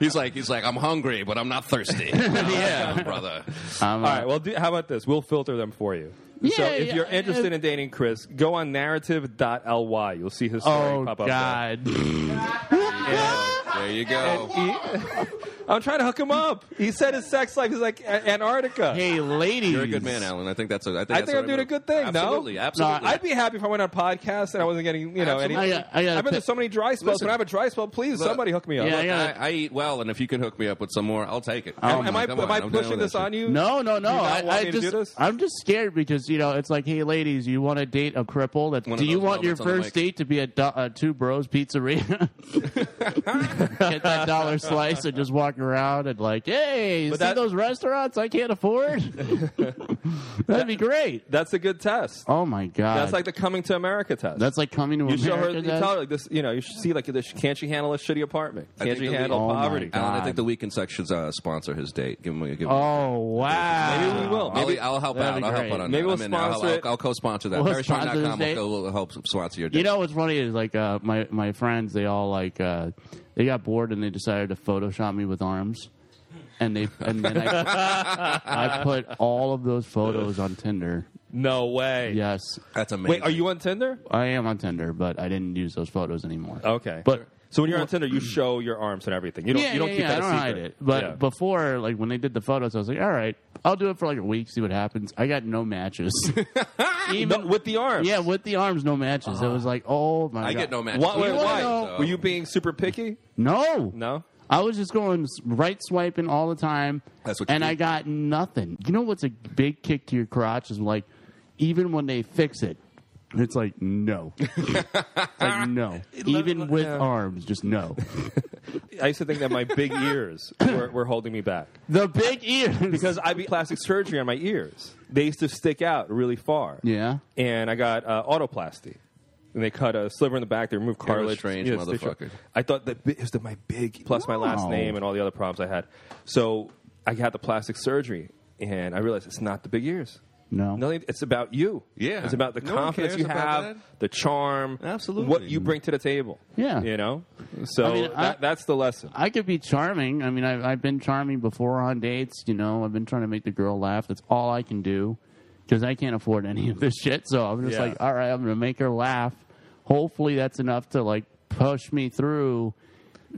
[SPEAKER 2] He's like, he's like, I'm hungry, but I'm not thirsty. yeah, brother.
[SPEAKER 3] Um,
[SPEAKER 1] All right. Well, do, how about this? We'll filter them for you. so
[SPEAKER 3] Yeah,
[SPEAKER 1] if you're
[SPEAKER 3] yeah,
[SPEAKER 1] interested
[SPEAKER 3] uh,
[SPEAKER 1] in dating Chris, go on narrative.ly. You'll see his story
[SPEAKER 3] oh,
[SPEAKER 1] pop up.
[SPEAKER 3] God.
[SPEAKER 2] There you go.
[SPEAKER 1] There. He- I'm trying to hook him up. He said his sex life is like A- Antarctica.
[SPEAKER 3] hey, ladies.
[SPEAKER 2] You're a good man, Alan. I think that's a. I think, that's
[SPEAKER 1] think
[SPEAKER 2] the
[SPEAKER 1] I'm
[SPEAKER 2] right
[SPEAKER 1] doing a
[SPEAKER 2] move.
[SPEAKER 1] good thing, no?
[SPEAKER 2] Absolutely,
[SPEAKER 1] No,
[SPEAKER 2] absolutely.
[SPEAKER 1] I'd be happy if I went on a podcast and I wasn't getting, you know, any.
[SPEAKER 3] I, got- I got
[SPEAKER 1] I've been
[SPEAKER 3] a
[SPEAKER 1] to so many dry spells.
[SPEAKER 2] Listen.
[SPEAKER 1] when I have a dry spell, please
[SPEAKER 2] Look.
[SPEAKER 1] somebody hook me up.
[SPEAKER 3] Yeah,
[SPEAKER 2] Look,
[SPEAKER 3] I gotta-
[SPEAKER 2] I, I eat well, and if you can hook me up with some more, I'll take it.
[SPEAKER 1] am, am I,
[SPEAKER 2] Come on,
[SPEAKER 1] Oh am I
[SPEAKER 2] I'm down
[SPEAKER 1] pushing
[SPEAKER 2] with
[SPEAKER 1] this
[SPEAKER 2] that
[SPEAKER 1] on
[SPEAKER 2] shit.
[SPEAKER 1] you?
[SPEAKER 3] No, no, no.
[SPEAKER 1] Do you not
[SPEAKER 3] I,
[SPEAKER 1] want me
[SPEAKER 3] I
[SPEAKER 1] to
[SPEAKER 3] just,
[SPEAKER 1] do this?
[SPEAKER 3] I'm just scared because you know it's like, hey, ladies, you want to date a cripple? That
[SPEAKER 2] One
[SPEAKER 3] do
[SPEAKER 2] of
[SPEAKER 3] you
[SPEAKER 2] those
[SPEAKER 3] want your
[SPEAKER 2] moments on the
[SPEAKER 3] first
[SPEAKER 2] mic.
[SPEAKER 3] date to be a do- uh, two bros pizzeria? Get that dollar slice and just walk around and like, hey, see
[SPEAKER 1] that-
[SPEAKER 3] those restaurants I can't afford? That'd be great.
[SPEAKER 1] That's a good test.
[SPEAKER 3] Oh my god,
[SPEAKER 1] That's like the coming to America test.
[SPEAKER 3] that's like coming to
[SPEAKER 1] you show her,
[SPEAKER 3] America.
[SPEAKER 1] you
[SPEAKER 3] guys.
[SPEAKER 1] tell her like this. You know, you should see like this. Can't she handle a shitty apartment?
[SPEAKER 2] I
[SPEAKER 1] Can't
[SPEAKER 2] think
[SPEAKER 1] she
[SPEAKER 2] that we-
[SPEAKER 1] handle
[SPEAKER 3] Oh, my
[SPEAKER 1] poverty?
[SPEAKER 3] God.
[SPEAKER 2] Alan, I think the weekend section should uh, sponsor his date. Give him, a- give him. a-
[SPEAKER 3] oh wow,
[SPEAKER 1] Maybe we will.
[SPEAKER 2] I'll, e, I'll help
[SPEAKER 3] Oh, That'd
[SPEAKER 2] out.
[SPEAKER 3] be
[SPEAKER 2] I'll help
[SPEAKER 3] great.
[SPEAKER 2] out on
[SPEAKER 1] Maybe
[SPEAKER 2] that.
[SPEAKER 1] we'll
[SPEAKER 2] I'm in. I'll,
[SPEAKER 1] sponsor
[SPEAKER 2] I'll,
[SPEAKER 1] it.
[SPEAKER 2] I'll co-sponsor that.
[SPEAKER 3] We'll sponsor
[SPEAKER 2] Parashark.com
[SPEAKER 3] this
[SPEAKER 2] will, will help sponsor your date.
[SPEAKER 3] You know what's funny is like uh, my my friends they all like uh, they got bored and they decided to Photoshop me with arms, and they and then I, I put all of those photos on Tinder.
[SPEAKER 1] No way.
[SPEAKER 3] Yes,
[SPEAKER 2] That's amazing.
[SPEAKER 1] Wait, are you on Tinder?
[SPEAKER 3] I am on Tinder, but I didn't use those photos anymore.
[SPEAKER 1] Okay,
[SPEAKER 3] But-
[SPEAKER 1] so when you're on Tinder, you show your arms and everything. You Oh, don't.
[SPEAKER 3] yeah,
[SPEAKER 1] you don't
[SPEAKER 3] yeah,
[SPEAKER 1] keep
[SPEAKER 3] yeah,
[SPEAKER 1] that
[SPEAKER 3] I
[SPEAKER 1] a
[SPEAKER 3] don't
[SPEAKER 1] secret.
[SPEAKER 3] hide it. But
[SPEAKER 1] Yeah.
[SPEAKER 3] before, like when they did the photos, I was like, all right, I'll do it for like a week, see what happens. I got no matches. Even
[SPEAKER 1] No, with the arms.
[SPEAKER 3] yeah, with the arms, no matches. it was like, oh my
[SPEAKER 2] I
[SPEAKER 3] god,
[SPEAKER 2] get no match.
[SPEAKER 1] Why?
[SPEAKER 2] You
[SPEAKER 1] wait,
[SPEAKER 2] wanna
[SPEAKER 1] why?
[SPEAKER 2] know-
[SPEAKER 1] Were you being super picky?
[SPEAKER 3] no,
[SPEAKER 1] No.
[SPEAKER 3] I was just going s- right swiping all the time.
[SPEAKER 2] That's what you
[SPEAKER 3] And
[SPEAKER 2] do.
[SPEAKER 3] I got nothing. You know what's a big kick to your crotch is like, even when they fix it, it's like no, it's like no, even with
[SPEAKER 1] yeah.
[SPEAKER 3] arms, just no.
[SPEAKER 1] I used to think that my big ears were, were holding me back
[SPEAKER 3] The big ears,
[SPEAKER 1] because I had plastic surgery on my ears. They used to stick out really far.
[SPEAKER 3] yeah,
[SPEAKER 1] and I got uh, autoplasty. And they cut a sliver in the back. They removed
[SPEAKER 2] a
[SPEAKER 1] cartilage.
[SPEAKER 2] strange
[SPEAKER 1] Yeah, stitch up.
[SPEAKER 2] motherfucker.
[SPEAKER 1] I thought that bi- it was the, my big plus my last
[SPEAKER 3] Wow.
[SPEAKER 1] name and all the other problems I had. So I had the plastic surgery, and I realized it's not the big ears.
[SPEAKER 3] no,
[SPEAKER 1] Nothing. It's about you.
[SPEAKER 2] Yeah.
[SPEAKER 1] It's about the
[SPEAKER 2] No one
[SPEAKER 1] confidence
[SPEAKER 2] cares
[SPEAKER 1] you have,
[SPEAKER 2] about that.
[SPEAKER 1] the charm,
[SPEAKER 2] Absolutely.
[SPEAKER 1] what you bring to the table.
[SPEAKER 3] Yeah.
[SPEAKER 1] You know. So
[SPEAKER 3] I mean, I-
[SPEAKER 1] that, that's the lesson.
[SPEAKER 3] I could be charming. I mean, I've, I've been charming before on dates. You know, I've been trying to make the girl laugh. That's all I can do because I can't afford any of this shit. So I'm just
[SPEAKER 1] Yeah.
[SPEAKER 3] like, all right, I'm going to make her laugh. Hopefully, that's enough to like push me through.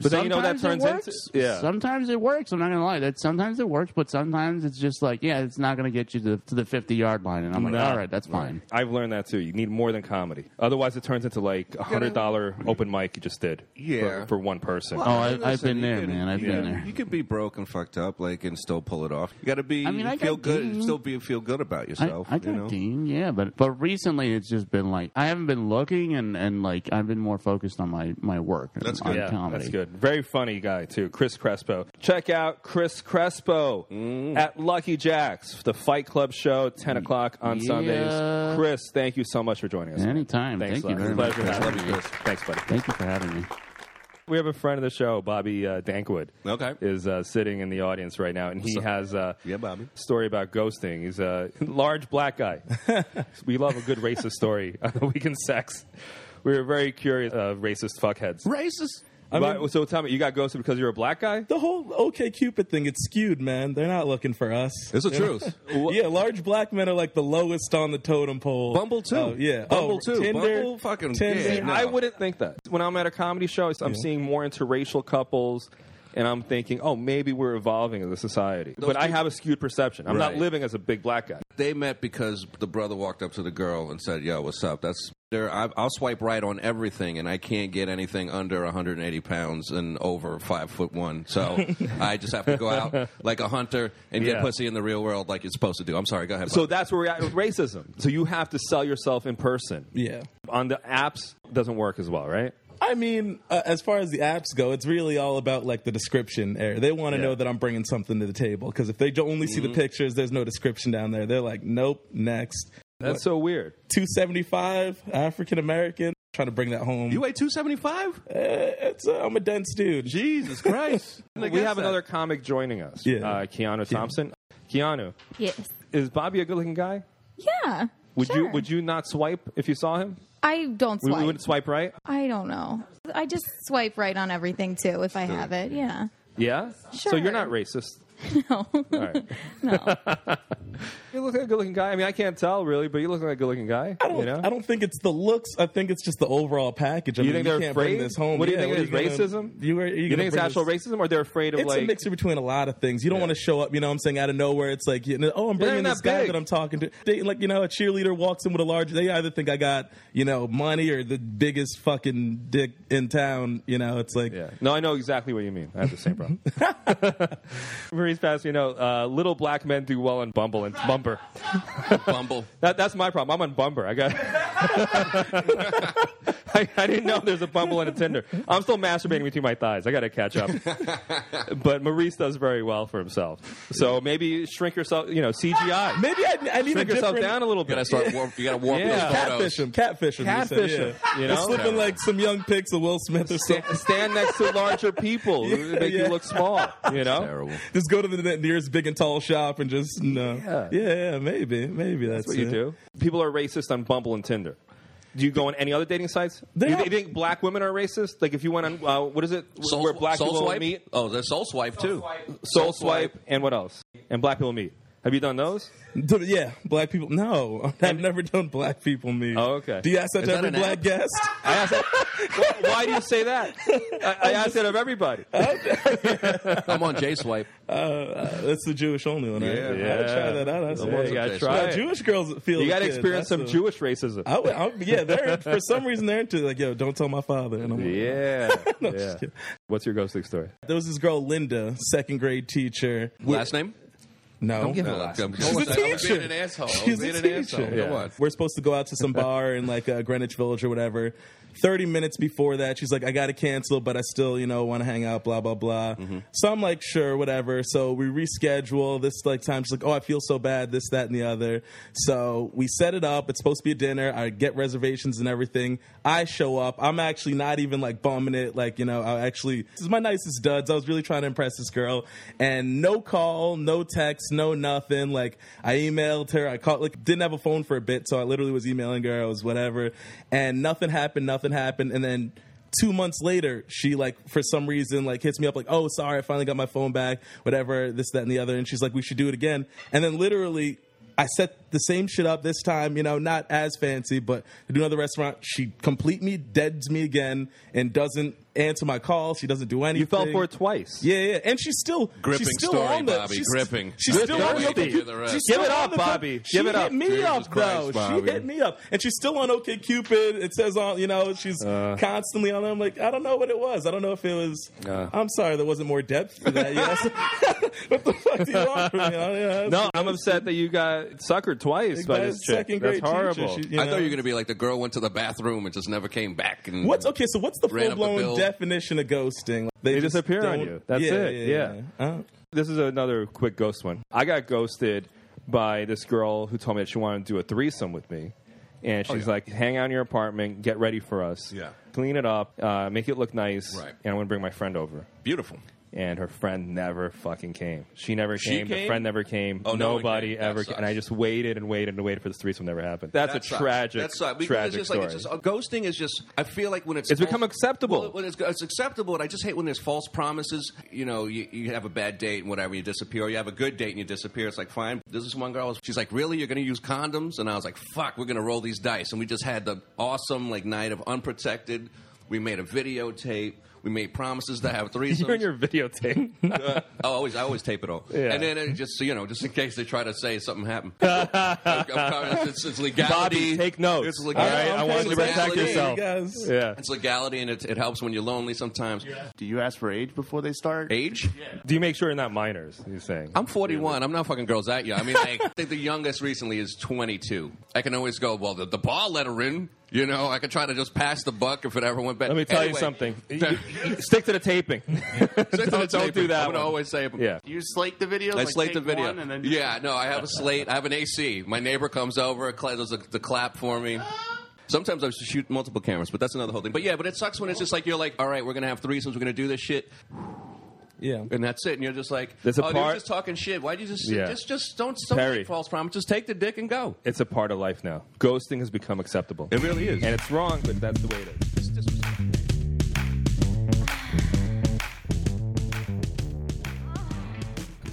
[SPEAKER 1] But then, you know, that
[SPEAKER 3] Sometimes
[SPEAKER 1] turns
[SPEAKER 3] it
[SPEAKER 1] into-
[SPEAKER 3] works.
[SPEAKER 1] yeah.
[SPEAKER 3] Sometimes it works. I'm not gonna lie. That sometimes it works, but sometimes it's just like, yeah, it's not gonna get you to, to the 50 yard line, and I'm like,
[SPEAKER 1] No.
[SPEAKER 3] all right, that's fine.
[SPEAKER 1] I've learned that too. You need more than comedy. Otherwise, it turns into like a hundred dollar open mic you just did.
[SPEAKER 2] Yeah.
[SPEAKER 1] For, for one person.
[SPEAKER 3] Oh, I- I've
[SPEAKER 2] Listen,
[SPEAKER 3] been
[SPEAKER 2] you
[SPEAKER 3] there,
[SPEAKER 2] can-
[SPEAKER 3] man. I've
[SPEAKER 2] you
[SPEAKER 3] been
[SPEAKER 2] can-
[SPEAKER 3] there.
[SPEAKER 2] You can be broke and fucked up, like, and still pull it off. You got to be.
[SPEAKER 3] I mean, I
[SPEAKER 2] feel
[SPEAKER 3] got
[SPEAKER 2] good.
[SPEAKER 3] game.
[SPEAKER 2] Still be feel good about
[SPEAKER 3] I,
[SPEAKER 2] yourself.
[SPEAKER 3] I got
[SPEAKER 2] you know?
[SPEAKER 3] game, yeah, but but recently it's just been like I haven't been looking and and like I've been more focused on my my work. and
[SPEAKER 2] That's
[SPEAKER 3] on
[SPEAKER 2] good.
[SPEAKER 1] Yeah,
[SPEAKER 3] comedy.
[SPEAKER 1] that's good. Very funny guy too, Chris Crespo. Check out Chris Crespo at Lucky Jacks, the Fight Club show, ten o'clock on
[SPEAKER 3] Yeah.
[SPEAKER 1] Sundays. Chris, thank you so much for joining us.
[SPEAKER 3] Anytime.
[SPEAKER 1] Thanks,
[SPEAKER 3] Thank
[SPEAKER 1] a
[SPEAKER 3] you
[SPEAKER 1] lot.
[SPEAKER 3] very
[SPEAKER 1] Pleasure
[SPEAKER 3] much.
[SPEAKER 1] having
[SPEAKER 2] Love
[SPEAKER 1] you.
[SPEAKER 2] you, Chris.
[SPEAKER 1] Thanks, buddy.
[SPEAKER 3] Thank you for having me.
[SPEAKER 1] We have a friend of the show, Bobby uh, Dankwood.
[SPEAKER 2] Okay.
[SPEAKER 1] is uh, sitting in the audience right now, and he
[SPEAKER 2] So-
[SPEAKER 1] has uh, a
[SPEAKER 2] Yeah, Bobby.
[SPEAKER 1] story about ghosting. He's a large black guy. we love a good racist story on the weekend sex. We were very curious, uh, racist fuckheads.
[SPEAKER 2] Racist.
[SPEAKER 1] But- so tell me, you got ghosted because you're a black guy?
[SPEAKER 4] The whole OK Cupid thing, it's skewed, man. They're not looking for us.
[SPEAKER 2] It's the truth.
[SPEAKER 4] yeah, large black men are like the lowest on the totem pole.
[SPEAKER 2] Bumble too.
[SPEAKER 4] Oh, yeah.
[SPEAKER 2] Bumble
[SPEAKER 4] oh,
[SPEAKER 2] too.
[SPEAKER 4] Tinder.
[SPEAKER 2] Bumble fucking-
[SPEAKER 4] Tinder.
[SPEAKER 2] yeah, no.
[SPEAKER 1] I wouldn't think that. When I'm at a comedy show, I'm seeing more interracial couples and I'm thinking, oh, maybe we're evolving as a society.
[SPEAKER 2] Those
[SPEAKER 1] but I
[SPEAKER 2] two-
[SPEAKER 1] have a skewed perception. I'm not
[SPEAKER 2] Right.
[SPEAKER 1] living as a big black guy.
[SPEAKER 2] They met because the brother walked up to the girl and said, "Yo, what's up?" That's there. I, I'll swipe right on everything, and I can't get anything under 180 pounds and over five foot one. So I just have to go out like a hunter and
[SPEAKER 1] Yeah.
[SPEAKER 2] get pussy in the real world, like you're supposed to do. I'm sorry. Go ahead.
[SPEAKER 1] So
[SPEAKER 2] Bob.
[SPEAKER 1] that's where we're at with racism. So you have to sell yourself in person.
[SPEAKER 4] Yeah.
[SPEAKER 1] On the apps doesn't work as well, right?
[SPEAKER 4] I mean, uh, as far as the apps go, it's really all about like the description error. They want to
[SPEAKER 1] Yeah.
[SPEAKER 4] know that I'm bringing something to the table because if they don't only see the
[SPEAKER 2] Mm-hmm.
[SPEAKER 4] pictures, there's no description down there. They're like, nope, next.
[SPEAKER 1] That's so weird.
[SPEAKER 4] 275, African American. Trying to bring that home.
[SPEAKER 2] you weigh 275.
[SPEAKER 4] it's, uh, I'm a dense dude.
[SPEAKER 2] Jesus Christ!
[SPEAKER 1] We have another comic joining us,
[SPEAKER 4] Yeah.
[SPEAKER 1] uh, Keanu Thompson. Keanu,
[SPEAKER 5] Yes.
[SPEAKER 1] is Bobby a good-looking guy?
[SPEAKER 5] Yeah.
[SPEAKER 1] Would you
[SPEAKER 5] sure.
[SPEAKER 1] would you not swipe if you saw him?
[SPEAKER 5] I don't
[SPEAKER 1] We,
[SPEAKER 5] swipe.
[SPEAKER 1] we would swipe right.
[SPEAKER 5] I don't know. I just swipe right on everything too if I have it. Yeah.
[SPEAKER 1] Yeah. So
[SPEAKER 5] Sure.
[SPEAKER 1] you're not racist.
[SPEAKER 5] No.
[SPEAKER 1] All right.
[SPEAKER 5] no.
[SPEAKER 1] You look like a good-looking guy. I mean, I can't tell really, but you look like a good-looking guy.
[SPEAKER 4] I don't,
[SPEAKER 1] you know?
[SPEAKER 4] I don't think it's the looks. I think it's just the overall package. I
[SPEAKER 1] You
[SPEAKER 4] mean,
[SPEAKER 1] think
[SPEAKER 4] you
[SPEAKER 1] they're
[SPEAKER 4] can't
[SPEAKER 1] afraid?
[SPEAKER 4] bring this home.
[SPEAKER 1] What do you
[SPEAKER 4] Yeah,
[SPEAKER 1] think it
[SPEAKER 4] are
[SPEAKER 1] is?
[SPEAKER 4] gonna-
[SPEAKER 1] racism?
[SPEAKER 4] You, are, you,
[SPEAKER 1] You
[SPEAKER 4] gonna
[SPEAKER 1] think it's
[SPEAKER 4] bring
[SPEAKER 1] actual
[SPEAKER 4] this-
[SPEAKER 1] racism, or they're afraid of
[SPEAKER 4] It's
[SPEAKER 1] like?
[SPEAKER 4] a mixture between a lot of things. You don't want to show up, you know what I'm saying, out of nowhere. It's like, you know, oh, I'm
[SPEAKER 1] They're
[SPEAKER 4] bringing
[SPEAKER 1] not
[SPEAKER 4] this guy
[SPEAKER 1] big.
[SPEAKER 4] that I'm talking to. They, like, you know, a cheerleader walks in with a large, they either think I got, you know, money or the biggest fucking dick in town. You know, it's like,
[SPEAKER 1] Yeah. No, I know exactly what you mean. I have the same problem. Maurice Pass, you know, uh, little black men do well on Bumble and Bumper.
[SPEAKER 2] Bumble.
[SPEAKER 1] That, that's my problem. I'm on Bumper. I got. I, I didn't know there's a Bumble and a Tinder. I'm still masturbating between my thighs. I got to catch up. but Maurice does very well for himself. So maybe shrink yourself. You know, CGI.
[SPEAKER 4] maybe I, I need
[SPEAKER 1] shrink
[SPEAKER 4] a
[SPEAKER 1] yourself
[SPEAKER 4] different-
[SPEAKER 1] down a little
[SPEAKER 2] You
[SPEAKER 1] bit.
[SPEAKER 2] gotta start. Warp, you gotta warp
[SPEAKER 1] Yeah.
[SPEAKER 2] those photos.
[SPEAKER 4] Catfish him, catfish him. you said,
[SPEAKER 1] Catfish
[SPEAKER 4] yeah.
[SPEAKER 1] him, you know?
[SPEAKER 4] Just slipping like some young pics of Will Smith or something.
[SPEAKER 1] Sta- stand next to larger people who
[SPEAKER 4] Yeah,
[SPEAKER 1] make you
[SPEAKER 4] yeah.
[SPEAKER 1] look small. You know.
[SPEAKER 2] Terrible.
[SPEAKER 4] Just go to the nearest big and tall shop and just no.
[SPEAKER 1] Yeah.
[SPEAKER 4] Yeah, yeah, maybe, maybe that's,
[SPEAKER 1] That's what you
[SPEAKER 4] it.
[SPEAKER 1] do. People are racist on Bumble and Tinder. Do you go on any other dating sites?
[SPEAKER 4] They
[SPEAKER 1] do you
[SPEAKER 4] are-
[SPEAKER 1] thi- think black women are racist? Like if you went on uh, what is it
[SPEAKER 2] Soul,
[SPEAKER 1] where black
[SPEAKER 2] soul
[SPEAKER 1] people
[SPEAKER 2] swipe?
[SPEAKER 1] meet?
[SPEAKER 2] Oh, there's soul swipe too.
[SPEAKER 1] Soul swipe and what else? And black people meet. Have you done those?
[SPEAKER 4] D- Yeah, black people. No, I've never done black people meet.
[SPEAKER 1] Oh, okay.
[SPEAKER 4] Do you ask that
[SPEAKER 2] Is
[SPEAKER 4] to
[SPEAKER 2] that
[SPEAKER 4] every
[SPEAKER 2] an
[SPEAKER 4] black
[SPEAKER 2] app?
[SPEAKER 4] guest? Uh,
[SPEAKER 1] I asked that, Why- why do you say that? I, I asked it of everybody.
[SPEAKER 2] I'm on J swipe.
[SPEAKER 4] Uh, that's the Jewish only one. Right?
[SPEAKER 2] Yeah.
[SPEAKER 4] I gotta try that out. I
[SPEAKER 1] Yeah,
[SPEAKER 4] suppose.
[SPEAKER 1] you gotta
[SPEAKER 2] Jewish.
[SPEAKER 1] try.
[SPEAKER 4] Uh,
[SPEAKER 1] it.
[SPEAKER 4] Jewish girls feel.
[SPEAKER 1] you got to
[SPEAKER 4] kid.
[SPEAKER 1] experience
[SPEAKER 4] That's
[SPEAKER 1] some
[SPEAKER 4] a-
[SPEAKER 1] Jewish racism.
[SPEAKER 4] I would, I would- yeah, they're for some reason they're into it. like, yo, don't tell my father. And I'm like,
[SPEAKER 1] yeah.
[SPEAKER 4] No,
[SPEAKER 1] yeah.
[SPEAKER 4] just kidding.
[SPEAKER 1] What's your ghostly story?
[SPEAKER 4] There was this girl, Linda, second grade teacher.
[SPEAKER 2] Last name? Uh, No,
[SPEAKER 4] No,
[SPEAKER 2] I'm-
[SPEAKER 4] She's a
[SPEAKER 2] I'm being
[SPEAKER 4] teacher.
[SPEAKER 2] an asshole. I'm
[SPEAKER 4] She's
[SPEAKER 2] being
[SPEAKER 4] a
[SPEAKER 2] an
[SPEAKER 4] teacher.
[SPEAKER 2] asshole. Come on.
[SPEAKER 4] We're supposed to go out to some bar in like uh, Greenwich Village or whatever. Thirty minutes before that, she's like, "I got to cancel, but I still, you know, want to hang out." Blah blah blah. So I'm like, "Sure, whatever." So we reschedule this like time. She's like, "Oh, I feel so bad. This, that, and the other." So we set it up. It's supposed to be a dinner. I get reservations and everything. I show up. I'm actually not even like bumming it. Like you know, I actually this is my nicest duds. I was really trying to impress this girl, and no call, no text, no nothing. Like I emailed her. I called. Like didn't have a phone for a bit, so I literally was emailing her. I was whatever, and nothing happened. Nothing happened, and then. Two months later, she like for some reason like hits me up like, "Oh, sorry, I finally got my phone back. Whatever, this, that, and the other." And she's like, "We should do it again." And then literally I set the same shit up this time, you know, not as fancy, but I do another restaurant. She complete me, deads me again, and doesn't answer my call. She doesn't do anything.
[SPEAKER 1] You fell for it twice.
[SPEAKER 4] Yeah, yeah, and she's still
[SPEAKER 2] Gripping
[SPEAKER 4] she's still
[SPEAKER 2] story,
[SPEAKER 4] on the,
[SPEAKER 2] Bobby,
[SPEAKER 4] She's,
[SPEAKER 2] gripping.
[SPEAKER 4] She's
[SPEAKER 1] Gripping
[SPEAKER 4] still on the
[SPEAKER 1] story.
[SPEAKER 4] computer.
[SPEAKER 2] Give it
[SPEAKER 4] She's still
[SPEAKER 1] up,
[SPEAKER 4] on the com-
[SPEAKER 1] Bobby.
[SPEAKER 4] She
[SPEAKER 1] Give it up.
[SPEAKER 4] hit me
[SPEAKER 2] Jesus
[SPEAKER 4] up
[SPEAKER 2] Christ,
[SPEAKER 4] though.
[SPEAKER 2] Bobby.
[SPEAKER 4] She hit me up, and she's still on OK Cupid. It says on, you know, she's constantly on. it. I'm like, I don't know what it was. I don't know if it was.
[SPEAKER 1] Uh.
[SPEAKER 4] I'm sorry, there wasn't more depth to that. Yes. what the fuck do you want from me? No,
[SPEAKER 1] No, I'm upset that you got suckered twice by this chick.
[SPEAKER 4] second
[SPEAKER 1] That's
[SPEAKER 4] grade
[SPEAKER 1] horrible.
[SPEAKER 4] Teacher, she-
[SPEAKER 2] I thought you
[SPEAKER 4] know.
[SPEAKER 2] were gonna be like the girl went to the bathroom and just never came back. And
[SPEAKER 4] What's okay? So what's the
[SPEAKER 2] Ran
[SPEAKER 4] full
[SPEAKER 2] up the bill.
[SPEAKER 4] blown definition of ghosting? Like,
[SPEAKER 1] They disappear on
[SPEAKER 4] don't-
[SPEAKER 1] you. That's
[SPEAKER 4] yeah,
[SPEAKER 1] it.
[SPEAKER 4] Yeah.
[SPEAKER 1] Yeah.
[SPEAKER 4] Uh,
[SPEAKER 1] This is another quick ghost one. I got ghosted by this girl who told me that she wanted to do a threesome with me. And she's
[SPEAKER 2] Oh, yeah.
[SPEAKER 1] like, hang out in your apartment, get ready for us,
[SPEAKER 2] Yeah.
[SPEAKER 1] clean it up, uh, make it look nice,
[SPEAKER 2] Right.
[SPEAKER 1] and I want to bring my friend over.
[SPEAKER 2] beautiful?
[SPEAKER 1] And her friend never fucking came. She never
[SPEAKER 2] She
[SPEAKER 1] came, The
[SPEAKER 2] came?
[SPEAKER 1] friend never came.
[SPEAKER 2] Oh, no one
[SPEAKER 1] Nobody
[SPEAKER 2] came. That
[SPEAKER 1] ever came.
[SPEAKER 2] sucks.
[SPEAKER 1] And I just waited and waited and waited for this threesome never happened. That's
[SPEAKER 2] That
[SPEAKER 1] a
[SPEAKER 2] sucks.
[SPEAKER 1] tragic,
[SPEAKER 2] That sucks. Because
[SPEAKER 1] tragic
[SPEAKER 2] it's just like
[SPEAKER 1] story.
[SPEAKER 2] it's just, ghosting is just. I feel like when it's
[SPEAKER 1] It's become acceptable.
[SPEAKER 2] Well, when it's, it's acceptable, and I just hate when there's false promises. You know, you, you have a bad date and whatever, you disappear. Or you have a good date and you disappear. It's like fine. This is one girl. She's like, really, you're going to use condoms? And I was like, fuck, we're going to roll these dice. And we just had the awesome like night of unprotected. We made a videotape. We made promises to have threesomes.
[SPEAKER 1] You're in your videotape.
[SPEAKER 2] Uh, I always, I always tape it all,
[SPEAKER 1] Yeah.
[SPEAKER 2] and then it just you know, just in case they try to say something happened. Like, I'm sorry, it's, it's legality.
[SPEAKER 1] Bobby, take notes.
[SPEAKER 2] It's
[SPEAKER 1] All
[SPEAKER 2] legality.
[SPEAKER 1] right, I
[SPEAKER 4] I'm
[SPEAKER 1] want
[SPEAKER 4] taking
[SPEAKER 1] you to protect
[SPEAKER 2] notes.
[SPEAKER 1] yourself.
[SPEAKER 4] Yes.
[SPEAKER 1] Yeah.
[SPEAKER 2] It's legality, and it, it helps when you're lonely sometimes.
[SPEAKER 3] Do you ask for age before they start?
[SPEAKER 2] Age?
[SPEAKER 1] Do you make sure you're not minors? You're saying.
[SPEAKER 2] I'm 41. I'm not fucking girls that young. I mean, like, I think the youngest recently is 22. I can always go, well, the, the ball let her in. You know, I could try to just pass the buck if it ever went back.
[SPEAKER 1] Let me tell you
[SPEAKER 2] Anyway,
[SPEAKER 1] something. You- you- Stick to the taping.
[SPEAKER 2] Stick to the
[SPEAKER 1] Don't- don't
[SPEAKER 2] tape.
[SPEAKER 1] do that
[SPEAKER 2] I'm gonna
[SPEAKER 1] one.
[SPEAKER 2] always say,
[SPEAKER 1] Yeah.
[SPEAKER 3] Do you slate the videos?
[SPEAKER 2] I
[SPEAKER 3] like,
[SPEAKER 2] slate the
[SPEAKER 3] take
[SPEAKER 2] video.
[SPEAKER 3] one and then-
[SPEAKER 2] yeah, no, I have a slate. I have an AC. My neighbor comes over, cla- does the, the clap for me. Sometimes I shoot multiple cameras, but that's another whole thing. But yeah, but it sucks when it's just like you're like, all right, we're gonna have threesomes, we're gonna do this shit,
[SPEAKER 4] Yeah.
[SPEAKER 2] and that's it. And you're just like,
[SPEAKER 1] There's a
[SPEAKER 2] oh,
[SPEAKER 1] part-
[SPEAKER 2] you're just talking shit. Why would you just
[SPEAKER 1] Yeah.
[SPEAKER 2] just just don't don't
[SPEAKER 1] Perry.
[SPEAKER 2] make false promises? Just take the dick and go.
[SPEAKER 1] It's a part of life now. Ghosting has become acceptable.
[SPEAKER 2] It really is.
[SPEAKER 1] And it's wrong, but that's the way it is.
[SPEAKER 2] It's just-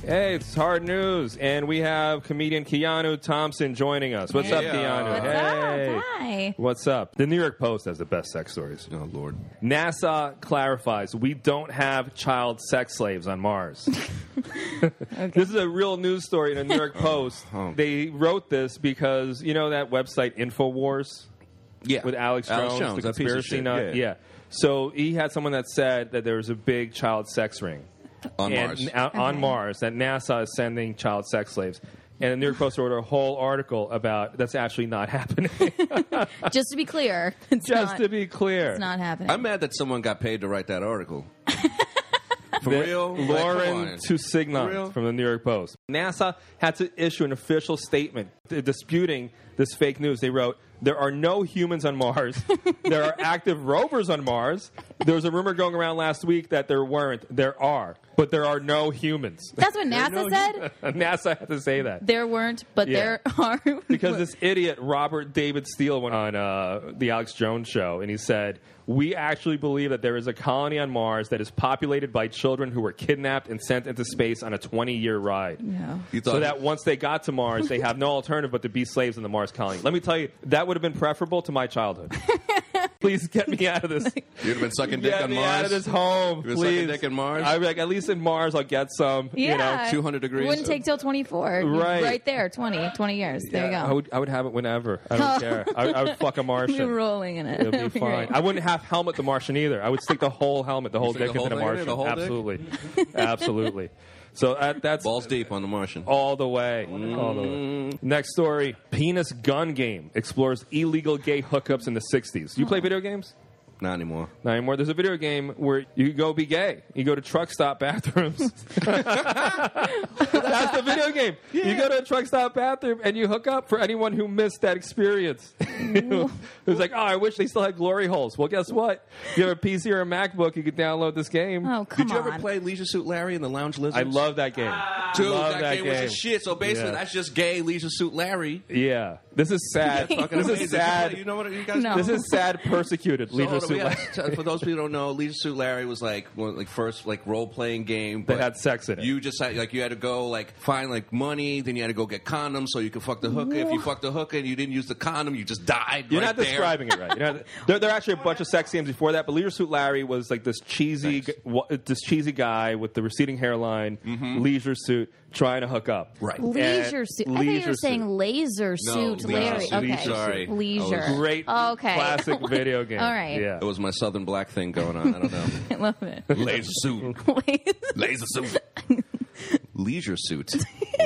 [SPEAKER 1] Hey, it's hard news. And we have comedian Keanu Thompson joining us. What's up,
[SPEAKER 2] Yeah.
[SPEAKER 1] Keanu?
[SPEAKER 2] What's
[SPEAKER 1] hey.
[SPEAKER 5] up? Hi.
[SPEAKER 1] What's up? The New York Post has the best sex stories.
[SPEAKER 2] oh Lord,
[SPEAKER 1] NASA clarifies we don't have child sex slaves on Mars. This is a real news story in the New York Post.
[SPEAKER 2] Oh.
[SPEAKER 1] They wrote this because you know that website InfoWars
[SPEAKER 2] yeah,
[SPEAKER 1] with Alex, Jones, the
[SPEAKER 2] that piece of
[SPEAKER 1] conspiracy
[SPEAKER 2] shit.
[SPEAKER 1] nut. Yeah. So he had someone that said that there was a big child sex ring
[SPEAKER 2] on
[SPEAKER 1] and,
[SPEAKER 2] Mars.
[SPEAKER 1] n- on
[SPEAKER 5] Okay.
[SPEAKER 1] Mars that NASA is sending child sex slaves. And the New York Post wrote a whole article about that's actually not happening.
[SPEAKER 5] Just to be clear, it's
[SPEAKER 1] Just
[SPEAKER 5] not,
[SPEAKER 1] to be clear,
[SPEAKER 5] it's not happening.
[SPEAKER 2] I'm mad that someone got paid to write that article. For
[SPEAKER 1] The-
[SPEAKER 2] real, Like, come
[SPEAKER 1] Lauren
[SPEAKER 2] on. For real?
[SPEAKER 1] Tusignan from the New York Post. NASA had to issue an official statement uh, disputing this fake news. They wrote, "There are no humans on Mars. there are active rovers on Mars. There was a rumor going around last week that there weren't. There are, but there are no humans."
[SPEAKER 5] That's what NASA
[SPEAKER 1] No
[SPEAKER 5] said.
[SPEAKER 1] hum- NASA had to say that.
[SPEAKER 5] There weren't, but
[SPEAKER 1] Yeah.
[SPEAKER 5] there are.
[SPEAKER 1] because this idiot Robert David Steele went on uh, the Alex Jones show and he said, "We actually believe that there is a colony on Mars that is populated by children who were kidnapped and sent into space on a 20-year ride."
[SPEAKER 5] No.
[SPEAKER 2] You thought
[SPEAKER 1] So that once they got to Mars, they have no alternative but to be slaves in the Mars colony. Let me tell you, that would have been preferable to my childhood. Please get me out of this.
[SPEAKER 2] you'd have been sucking dick
[SPEAKER 1] Get
[SPEAKER 2] on
[SPEAKER 1] me
[SPEAKER 2] Mars.
[SPEAKER 1] out of this home,
[SPEAKER 2] You were
[SPEAKER 1] please.
[SPEAKER 2] sucking dick in Mars?
[SPEAKER 1] I'd be like, at least in Mars, I'll get some.
[SPEAKER 5] Yeah.
[SPEAKER 1] You know,
[SPEAKER 2] 200 degrees.
[SPEAKER 5] Wouldn't take till 24. You-
[SPEAKER 1] Right.
[SPEAKER 5] Right there, 20, 20 years. There
[SPEAKER 1] Yeah,
[SPEAKER 5] you
[SPEAKER 1] I
[SPEAKER 5] go.
[SPEAKER 1] would, I would have it whenever. I don't
[SPEAKER 5] Oh.
[SPEAKER 1] care. I, I would fuck a Martian.
[SPEAKER 5] You're rolling in it.
[SPEAKER 1] It'll be
[SPEAKER 5] That'd be
[SPEAKER 1] fine.
[SPEAKER 5] great.
[SPEAKER 1] I wouldn't half helmet the Martian either. I would stick the whole helmet, the whole
[SPEAKER 2] stick
[SPEAKER 1] dick
[SPEAKER 2] the
[SPEAKER 1] into the
[SPEAKER 2] whole thing
[SPEAKER 1] Martian.
[SPEAKER 2] in there, the whole
[SPEAKER 1] Absolutely, absolutely. So that, that's
[SPEAKER 2] balls deep on the Martian.
[SPEAKER 1] all the way. All the way. Next story: penis gun game explores illegal gay hookups in the '60s. You play video games?
[SPEAKER 2] Not anymore.
[SPEAKER 1] Not anymore. There's a video game where you go be gay. You go to truck stop bathrooms. That's the video game. You go to a truck stop bathroom and you hook up for anyone who missed that experience. it was like, oh, I wish they still had glory holes. Well, guess what? If you have a PC or a MacBook, you can download this game.
[SPEAKER 5] Oh, come
[SPEAKER 2] Did you
[SPEAKER 5] on.
[SPEAKER 2] ever play Leisure Suit Larry in the Lounge Lizards?
[SPEAKER 1] I love that game.
[SPEAKER 2] Dude,
[SPEAKER 1] love
[SPEAKER 2] that,
[SPEAKER 1] that
[SPEAKER 2] game, was
[SPEAKER 1] game.
[SPEAKER 2] the shit. So
[SPEAKER 1] Yeah.
[SPEAKER 2] basically, that's just gay Leisure Suit Larry.
[SPEAKER 1] Yeah. This is sad.
[SPEAKER 2] Fucking
[SPEAKER 1] this
[SPEAKER 2] amazing.
[SPEAKER 1] is sad.
[SPEAKER 2] You know what? You guys
[SPEAKER 5] No.
[SPEAKER 1] This is sad persecuted.
[SPEAKER 2] So,
[SPEAKER 1] Leisure
[SPEAKER 2] hold on, we
[SPEAKER 1] Suit Larry.
[SPEAKER 2] gotta- for those people who don't know, Leisure Suit Larry was like one like first like role playing game
[SPEAKER 1] That
[SPEAKER 2] but
[SPEAKER 1] had sex in it.
[SPEAKER 2] You just had, like you had to go like find like money, then you had to go get condoms so you could fuck the hooker. If you fucked the hooker and you didn't use the condom, you just died.
[SPEAKER 1] You're
[SPEAKER 2] right
[SPEAKER 1] not
[SPEAKER 2] there.
[SPEAKER 1] describing it right. You're not- there, there are actually a bunch of sex games before that, but Leisure Suit Larry was like this cheesy,
[SPEAKER 2] Thanks. Mm-hmm.
[SPEAKER 1] g- wa- this cheesy guy with the receding hairline, leisure suit, trying to hook up.
[SPEAKER 2] Right.
[SPEAKER 5] Leisure
[SPEAKER 1] And
[SPEAKER 5] suit. I thought you
[SPEAKER 1] leisure
[SPEAKER 5] were saying
[SPEAKER 1] suit.
[SPEAKER 5] laser suit,
[SPEAKER 2] leisure
[SPEAKER 5] Larry.
[SPEAKER 2] suit.
[SPEAKER 5] Okay.
[SPEAKER 2] Sorry.
[SPEAKER 5] Leisure.
[SPEAKER 2] I was-
[SPEAKER 1] Great,
[SPEAKER 5] oh, Okay.
[SPEAKER 1] classic video game.
[SPEAKER 5] All right.
[SPEAKER 1] Yeah.
[SPEAKER 2] It was my Southern Black thing going on. I don't know.
[SPEAKER 5] I love it.
[SPEAKER 2] Laser suit. Laser suit. Leisure suit.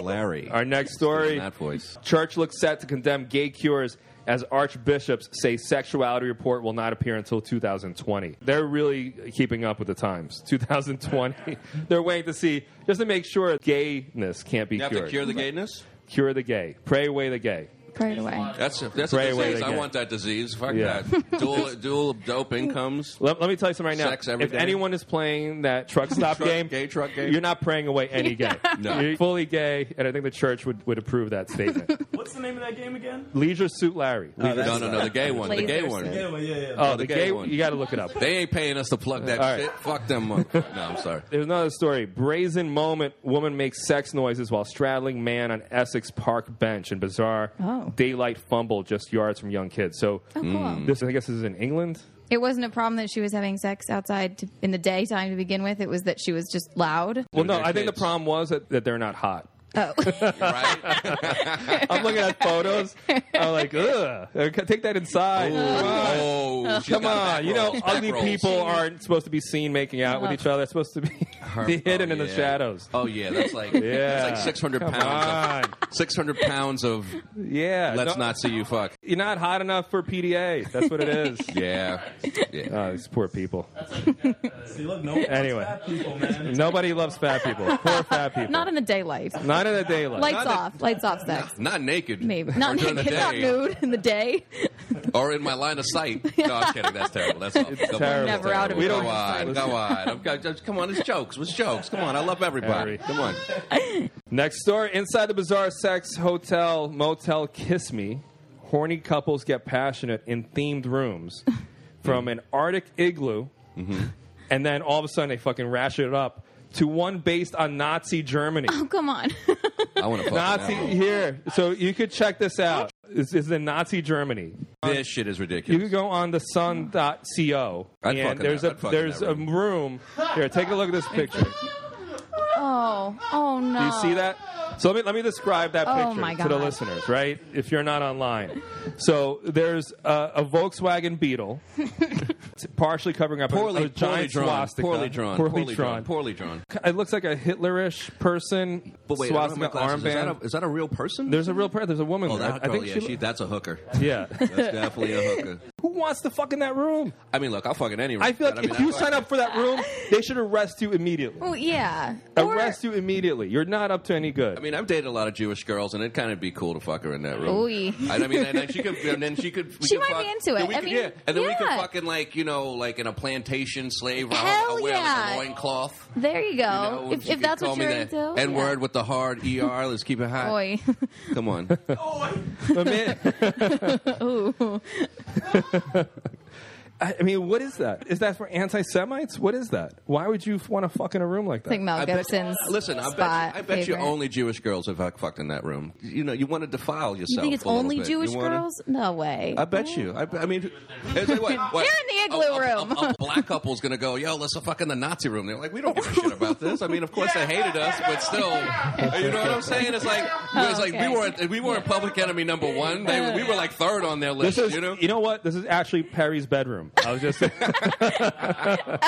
[SPEAKER 2] Larry.
[SPEAKER 1] Our next story:
[SPEAKER 2] That voice.
[SPEAKER 1] Church looks set to condemn gay cures as archbishops say sexuality report will not appear until 2020. They're really keeping up with the times. 2020. They're waiting to see just to make sure gayness can't be
[SPEAKER 2] You have
[SPEAKER 1] cured.
[SPEAKER 2] to cure the gayness?
[SPEAKER 1] cure the gay, pray away the gay.
[SPEAKER 5] Pray it away.
[SPEAKER 2] That's a, that's a
[SPEAKER 1] Right away
[SPEAKER 2] disease.
[SPEAKER 1] they
[SPEAKER 2] I
[SPEAKER 1] get.
[SPEAKER 2] want that disease. Fuck
[SPEAKER 1] Yeah. Oh,
[SPEAKER 2] that. dual dual dope incomes.
[SPEAKER 1] Let, let me tell you something right now.
[SPEAKER 2] Sex every
[SPEAKER 1] if
[SPEAKER 2] day.
[SPEAKER 1] anyone is playing that truck stop
[SPEAKER 2] Truck-
[SPEAKER 1] game,
[SPEAKER 2] gay truck game.
[SPEAKER 1] you're not praying away any gay.
[SPEAKER 2] No.
[SPEAKER 1] You're fully gay, and I think the church would, would approve that statement.
[SPEAKER 6] What's the name of that game again?
[SPEAKER 1] Leisure Suit Larry. Leisure-
[SPEAKER 2] No, no, no. The gay one. The gay
[SPEAKER 5] Laser
[SPEAKER 2] one.
[SPEAKER 5] suit.
[SPEAKER 6] Yeah, well, yeah, yeah.
[SPEAKER 1] oh,
[SPEAKER 2] no,
[SPEAKER 1] the, gay, you got to look it up.
[SPEAKER 2] They ain't paying us to plug that
[SPEAKER 1] All right.
[SPEAKER 2] shit. Fuck them. mother- No, I'm sorry.
[SPEAKER 1] There's another story. Brazen moment: woman makes sex noises while straddling man on Essex Park bench in bizarre
[SPEAKER 5] Oh.
[SPEAKER 1] daylight fumble just yards from young kids. So
[SPEAKER 5] Oh, cool.
[SPEAKER 1] this, I guess, this is in England.
[SPEAKER 5] It wasn't a problem that she was having sex outside to, in the daytime to begin with. It was that she was just loud.
[SPEAKER 1] Well, no,
[SPEAKER 2] they're
[SPEAKER 1] I think the
[SPEAKER 2] kids.
[SPEAKER 1] problem was that, that they're not hot.
[SPEAKER 5] Oh,
[SPEAKER 2] right?
[SPEAKER 1] I'm looking at photos. I'm like, ugh, take that inside.
[SPEAKER 2] oh,
[SPEAKER 1] Come on, you know, ugly people aren't supposed to be seen making out with each other. They're supposed to be hidden in the shadows.
[SPEAKER 2] Oh yeah, that's like
[SPEAKER 1] Yeah.
[SPEAKER 2] that's like six hundred pounds.
[SPEAKER 1] on.
[SPEAKER 2] Of, six hundred pounds of
[SPEAKER 1] Yeah,
[SPEAKER 2] let's
[SPEAKER 1] no,
[SPEAKER 2] not see you fuck.
[SPEAKER 1] You're not hot enough for PDA. That's what it is.
[SPEAKER 2] Yeah, yeah.
[SPEAKER 1] oh, these poor people.
[SPEAKER 4] See, look, no
[SPEAKER 1] Anyway.
[SPEAKER 4] anyway. people, man.
[SPEAKER 1] Nobody loves fat people. Poor fat people.
[SPEAKER 5] not in the daylight.
[SPEAKER 1] Not in the daylight.
[SPEAKER 5] Lights
[SPEAKER 2] Not in-
[SPEAKER 5] off. Lights off sex.
[SPEAKER 2] Not naked.
[SPEAKER 5] Maybe.
[SPEAKER 2] Or
[SPEAKER 5] Not,
[SPEAKER 2] during the
[SPEAKER 5] naked, not
[SPEAKER 2] day.
[SPEAKER 5] nude in the day.
[SPEAKER 2] Or in my line of sight. No, I'm kidding. That's terrible. That's awful. Come
[SPEAKER 1] terrible.
[SPEAKER 2] On.
[SPEAKER 5] Never out of
[SPEAKER 2] We
[SPEAKER 5] We
[SPEAKER 2] don't
[SPEAKER 5] don't-
[SPEAKER 2] go on. Go on. I'm go- just- Come on. It's jokes. It's jokes. Come on. I love
[SPEAKER 1] Harry.
[SPEAKER 2] everybody. Come on.
[SPEAKER 1] Next door, inside the bizarre sex hotel motel Kiss Me, horny couples get passionate in themed rooms from an Arctic igloo,
[SPEAKER 2] Mm-hmm.
[SPEAKER 1] and then all of a sudden they fucking ratchet it up to one based on Nazi Germany.
[SPEAKER 5] Oh, come on.
[SPEAKER 2] I want to fuck
[SPEAKER 1] Nazi
[SPEAKER 2] now.
[SPEAKER 1] here. So you could check this out. This is in Nazi Germany.
[SPEAKER 2] This shit is
[SPEAKER 1] You
[SPEAKER 2] ridiculous.
[SPEAKER 1] could go on the sun.co
[SPEAKER 2] I'd fuck in
[SPEAKER 1] and there's
[SPEAKER 2] that-
[SPEAKER 1] a
[SPEAKER 2] I'd fuck in
[SPEAKER 1] there's
[SPEAKER 2] that
[SPEAKER 1] a room. Here, take a look at this picture.
[SPEAKER 5] Oh, oh no.
[SPEAKER 1] Do you see that? So let me let me describe that
[SPEAKER 5] Oh,
[SPEAKER 1] picture
[SPEAKER 5] my
[SPEAKER 1] to the
[SPEAKER 5] God.
[SPEAKER 1] listeners, right? If you're not online, so there's a, a Volkswagen Beetle, it's partially covering up a-
[SPEAKER 2] Poorly,
[SPEAKER 1] a,
[SPEAKER 2] poorly,
[SPEAKER 1] giant
[SPEAKER 2] drawn,
[SPEAKER 1] swastika,
[SPEAKER 2] poorly drawn.
[SPEAKER 1] poorly,
[SPEAKER 2] drawn.
[SPEAKER 1] drawn.
[SPEAKER 2] Poorly drawn.
[SPEAKER 1] It looks like a Hitlerish person,
[SPEAKER 2] But wait, I don't
[SPEAKER 1] swastika
[SPEAKER 2] have my glasses. Is that,
[SPEAKER 1] armband.
[SPEAKER 2] a, is that a real person?
[SPEAKER 1] there's a real person. There's a woman.
[SPEAKER 2] oh,
[SPEAKER 1] there.
[SPEAKER 2] that
[SPEAKER 1] I, I
[SPEAKER 2] girl,
[SPEAKER 1] think
[SPEAKER 2] yeah,
[SPEAKER 1] she.
[SPEAKER 2] she, that's a hooker.
[SPEAKER 1] yeah.
[SPEAKER 2] That's definitely a hooker.
[SPEAKER 1] Who wants to fuck in that room?
[SPEAKER 2] I mean, look, I'll fucking any.
[SPEAKER 1] I feel like
[SPEAKER 2] I mean,
[SPEAKER 1] if you
[SPEAKER 2] I'll
[SPEAKER 1] sign
[SPEAKER 2] fuck-
[SPEAKER 1] up for that room, they should arrest you immediately.
[SPEAKER 5] Oh, yeah.
[SPEAKER 1] Arrest you immediately. You're not up to any good.
[SPEAKER 2] I mean, I've dated a lot of Jewish girls, and it'd kind of be cool to fuck her in that room.
[SPEAKER 5] Ooey.
[SPEAKER 2] I I mean, and then she could, and then she could. we
[SPEAKER 5] She
[SPEAKER 2] could
[SPEAKER 5] might be
[SPEAKER 2] fuck-
[SPEAKER 5] into it.
[SPEAKER 2] and we
[SPEAKER 5] I
[SPEAKER 2] could-
[SPEAKER 5] mean,
[SPEAKER 2] yeah, and then we could
[SPEAKER 5] yeah.
[SPEAKER 2] fucking like you know, like in a plantation slave. I'll,
[SPEAKER 5] Hell
[SPEAKER 2] I'll wear like
[SPEAKER 5] yeah.
[SPEAKER 2] a loincloth.
[SPEAKER 5] There you
[SPEAKER 2] You
[SPEAKER 5] go.
[SPEAKER 2] know,
[SPEAKER 5] if if that's what you're into. yeah.
[SPEAKER 2] N word with the hard er. Let's keep it hot.
[SPEAKER 5] Boy.
[SPEAKER 2] Come on.
[SPEAKER 5] Oh,
[SPEAKER 1] But man, I I mean, what is that? Is that for anti-Semites? What is that? Why would you want to fuck in a room like that?
[SPEAKER 5] like Mel
[SPEAKER 2] I bet,
[SPEAKER 5] Gibson's
[SPEAKER 2] listen, I bet,
[SPEAKER 5] spot
[SPEAKER 2] I bet you
[SPEAKER 5] favorite.
[SPEAKER 2] only Jewish girls have fuck- fucked in that room. You know, you want to defile yourself.
[SPEAKER 5] You think it's
[SPEAKER 2] a little
[SPEAKER 5] only
[SPEAKER 2] bit. You
[SPEAKER 5] Jewish
[SPEAKER 2] wanna-
[SPEAKER 5] girls? No way.
[SPEAKER 2] I bet you. I, I mean, it's like, what, what?
[SPEAKER 5] You're in the igloo
[SPEAKER 2] a, a-
[SPEAKER 5] room.
[SPEAKER 2] A, a black couple's gonna go, yo, let's fuck in the Nazi room. They're like, we don't give a shit about this. I mean, of course they hated us, but still, you know what I'm saying? It's like, it's like
[SPEAKER 5] Oh, okay.
[SPEAKER 2] we weren't we weren't public enemy number one. They, we were like third on their list.
[SPEAKER 1] This is,
[SPEAKER 2] you know.
[SPEAKER 1] what? This is actually Perry's bedroom. I was just, I,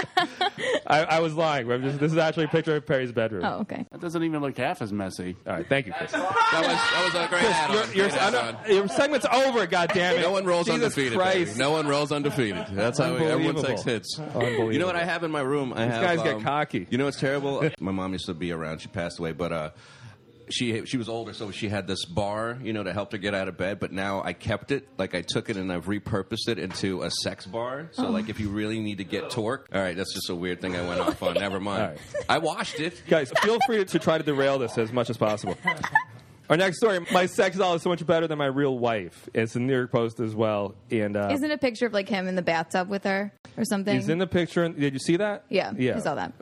[SPEAKER 1] I was lying. I'm just- this is actually a picture of Perry's bedroom.
[SPEAKER 5] oh, okay.
[SPEAKER 3] That doesn't even look half as messy.
[SPEAKER 1] All right, thank you, Chris.
[SPEAKER 2] That was that was a great add-on.
[SPEAKER 1] Your, your,
[SPEAKER 2] Great
[SPEAKER 1] I know-
[SPEAKER 2] add-on.
[SPEAKER 1] your segment's over. God damn it!
[SPEAKER 2] No one rolls
[SPEAKER 1] Jesus
[SPEAKER 2] undefeated.
[SPEAKER 1] Christ.
[SPEAKER 2] baby. No one rolls undefeated. That's how we, everyone
[SPEAKER 1] Unbelievable.
[SPEAKER 2] takes hits.
[SPEAKER 1] Unbelievable.
[SPEAKER 2] You know what I have in my room? I These have, um,
[SPEAKER 1] guys get cocky.
[SPEAKER 2] You know what's terrible? my mom used to be around. She passed away, but uh, she she was older, so she had this bar, you know, to help her get out of bed. But now I kept it, like I took it and I've repurposed it into a sex bar.
[SPEAKER 1] Oh.
[SPEAKER 2] So like, if you really need to get torque, all right, that's just a weird thing I went off on. Never mind.
[SPEAKER 1] All right.
[SPEAKER 2] I washed it.
[SPEAKER 1] Guys, feel free to try to derail this as much as possible. Our next story: My sex doll is so much better than my real wife. It's a New York Post as well, and uh,
[SPEAKER 5] Isn't it a picture of like him in the bathtub with her or something?
[SPEAKER 1] He's in the picture. and- Did you see that?
[SPEAKER 5] Yeah, I saw that.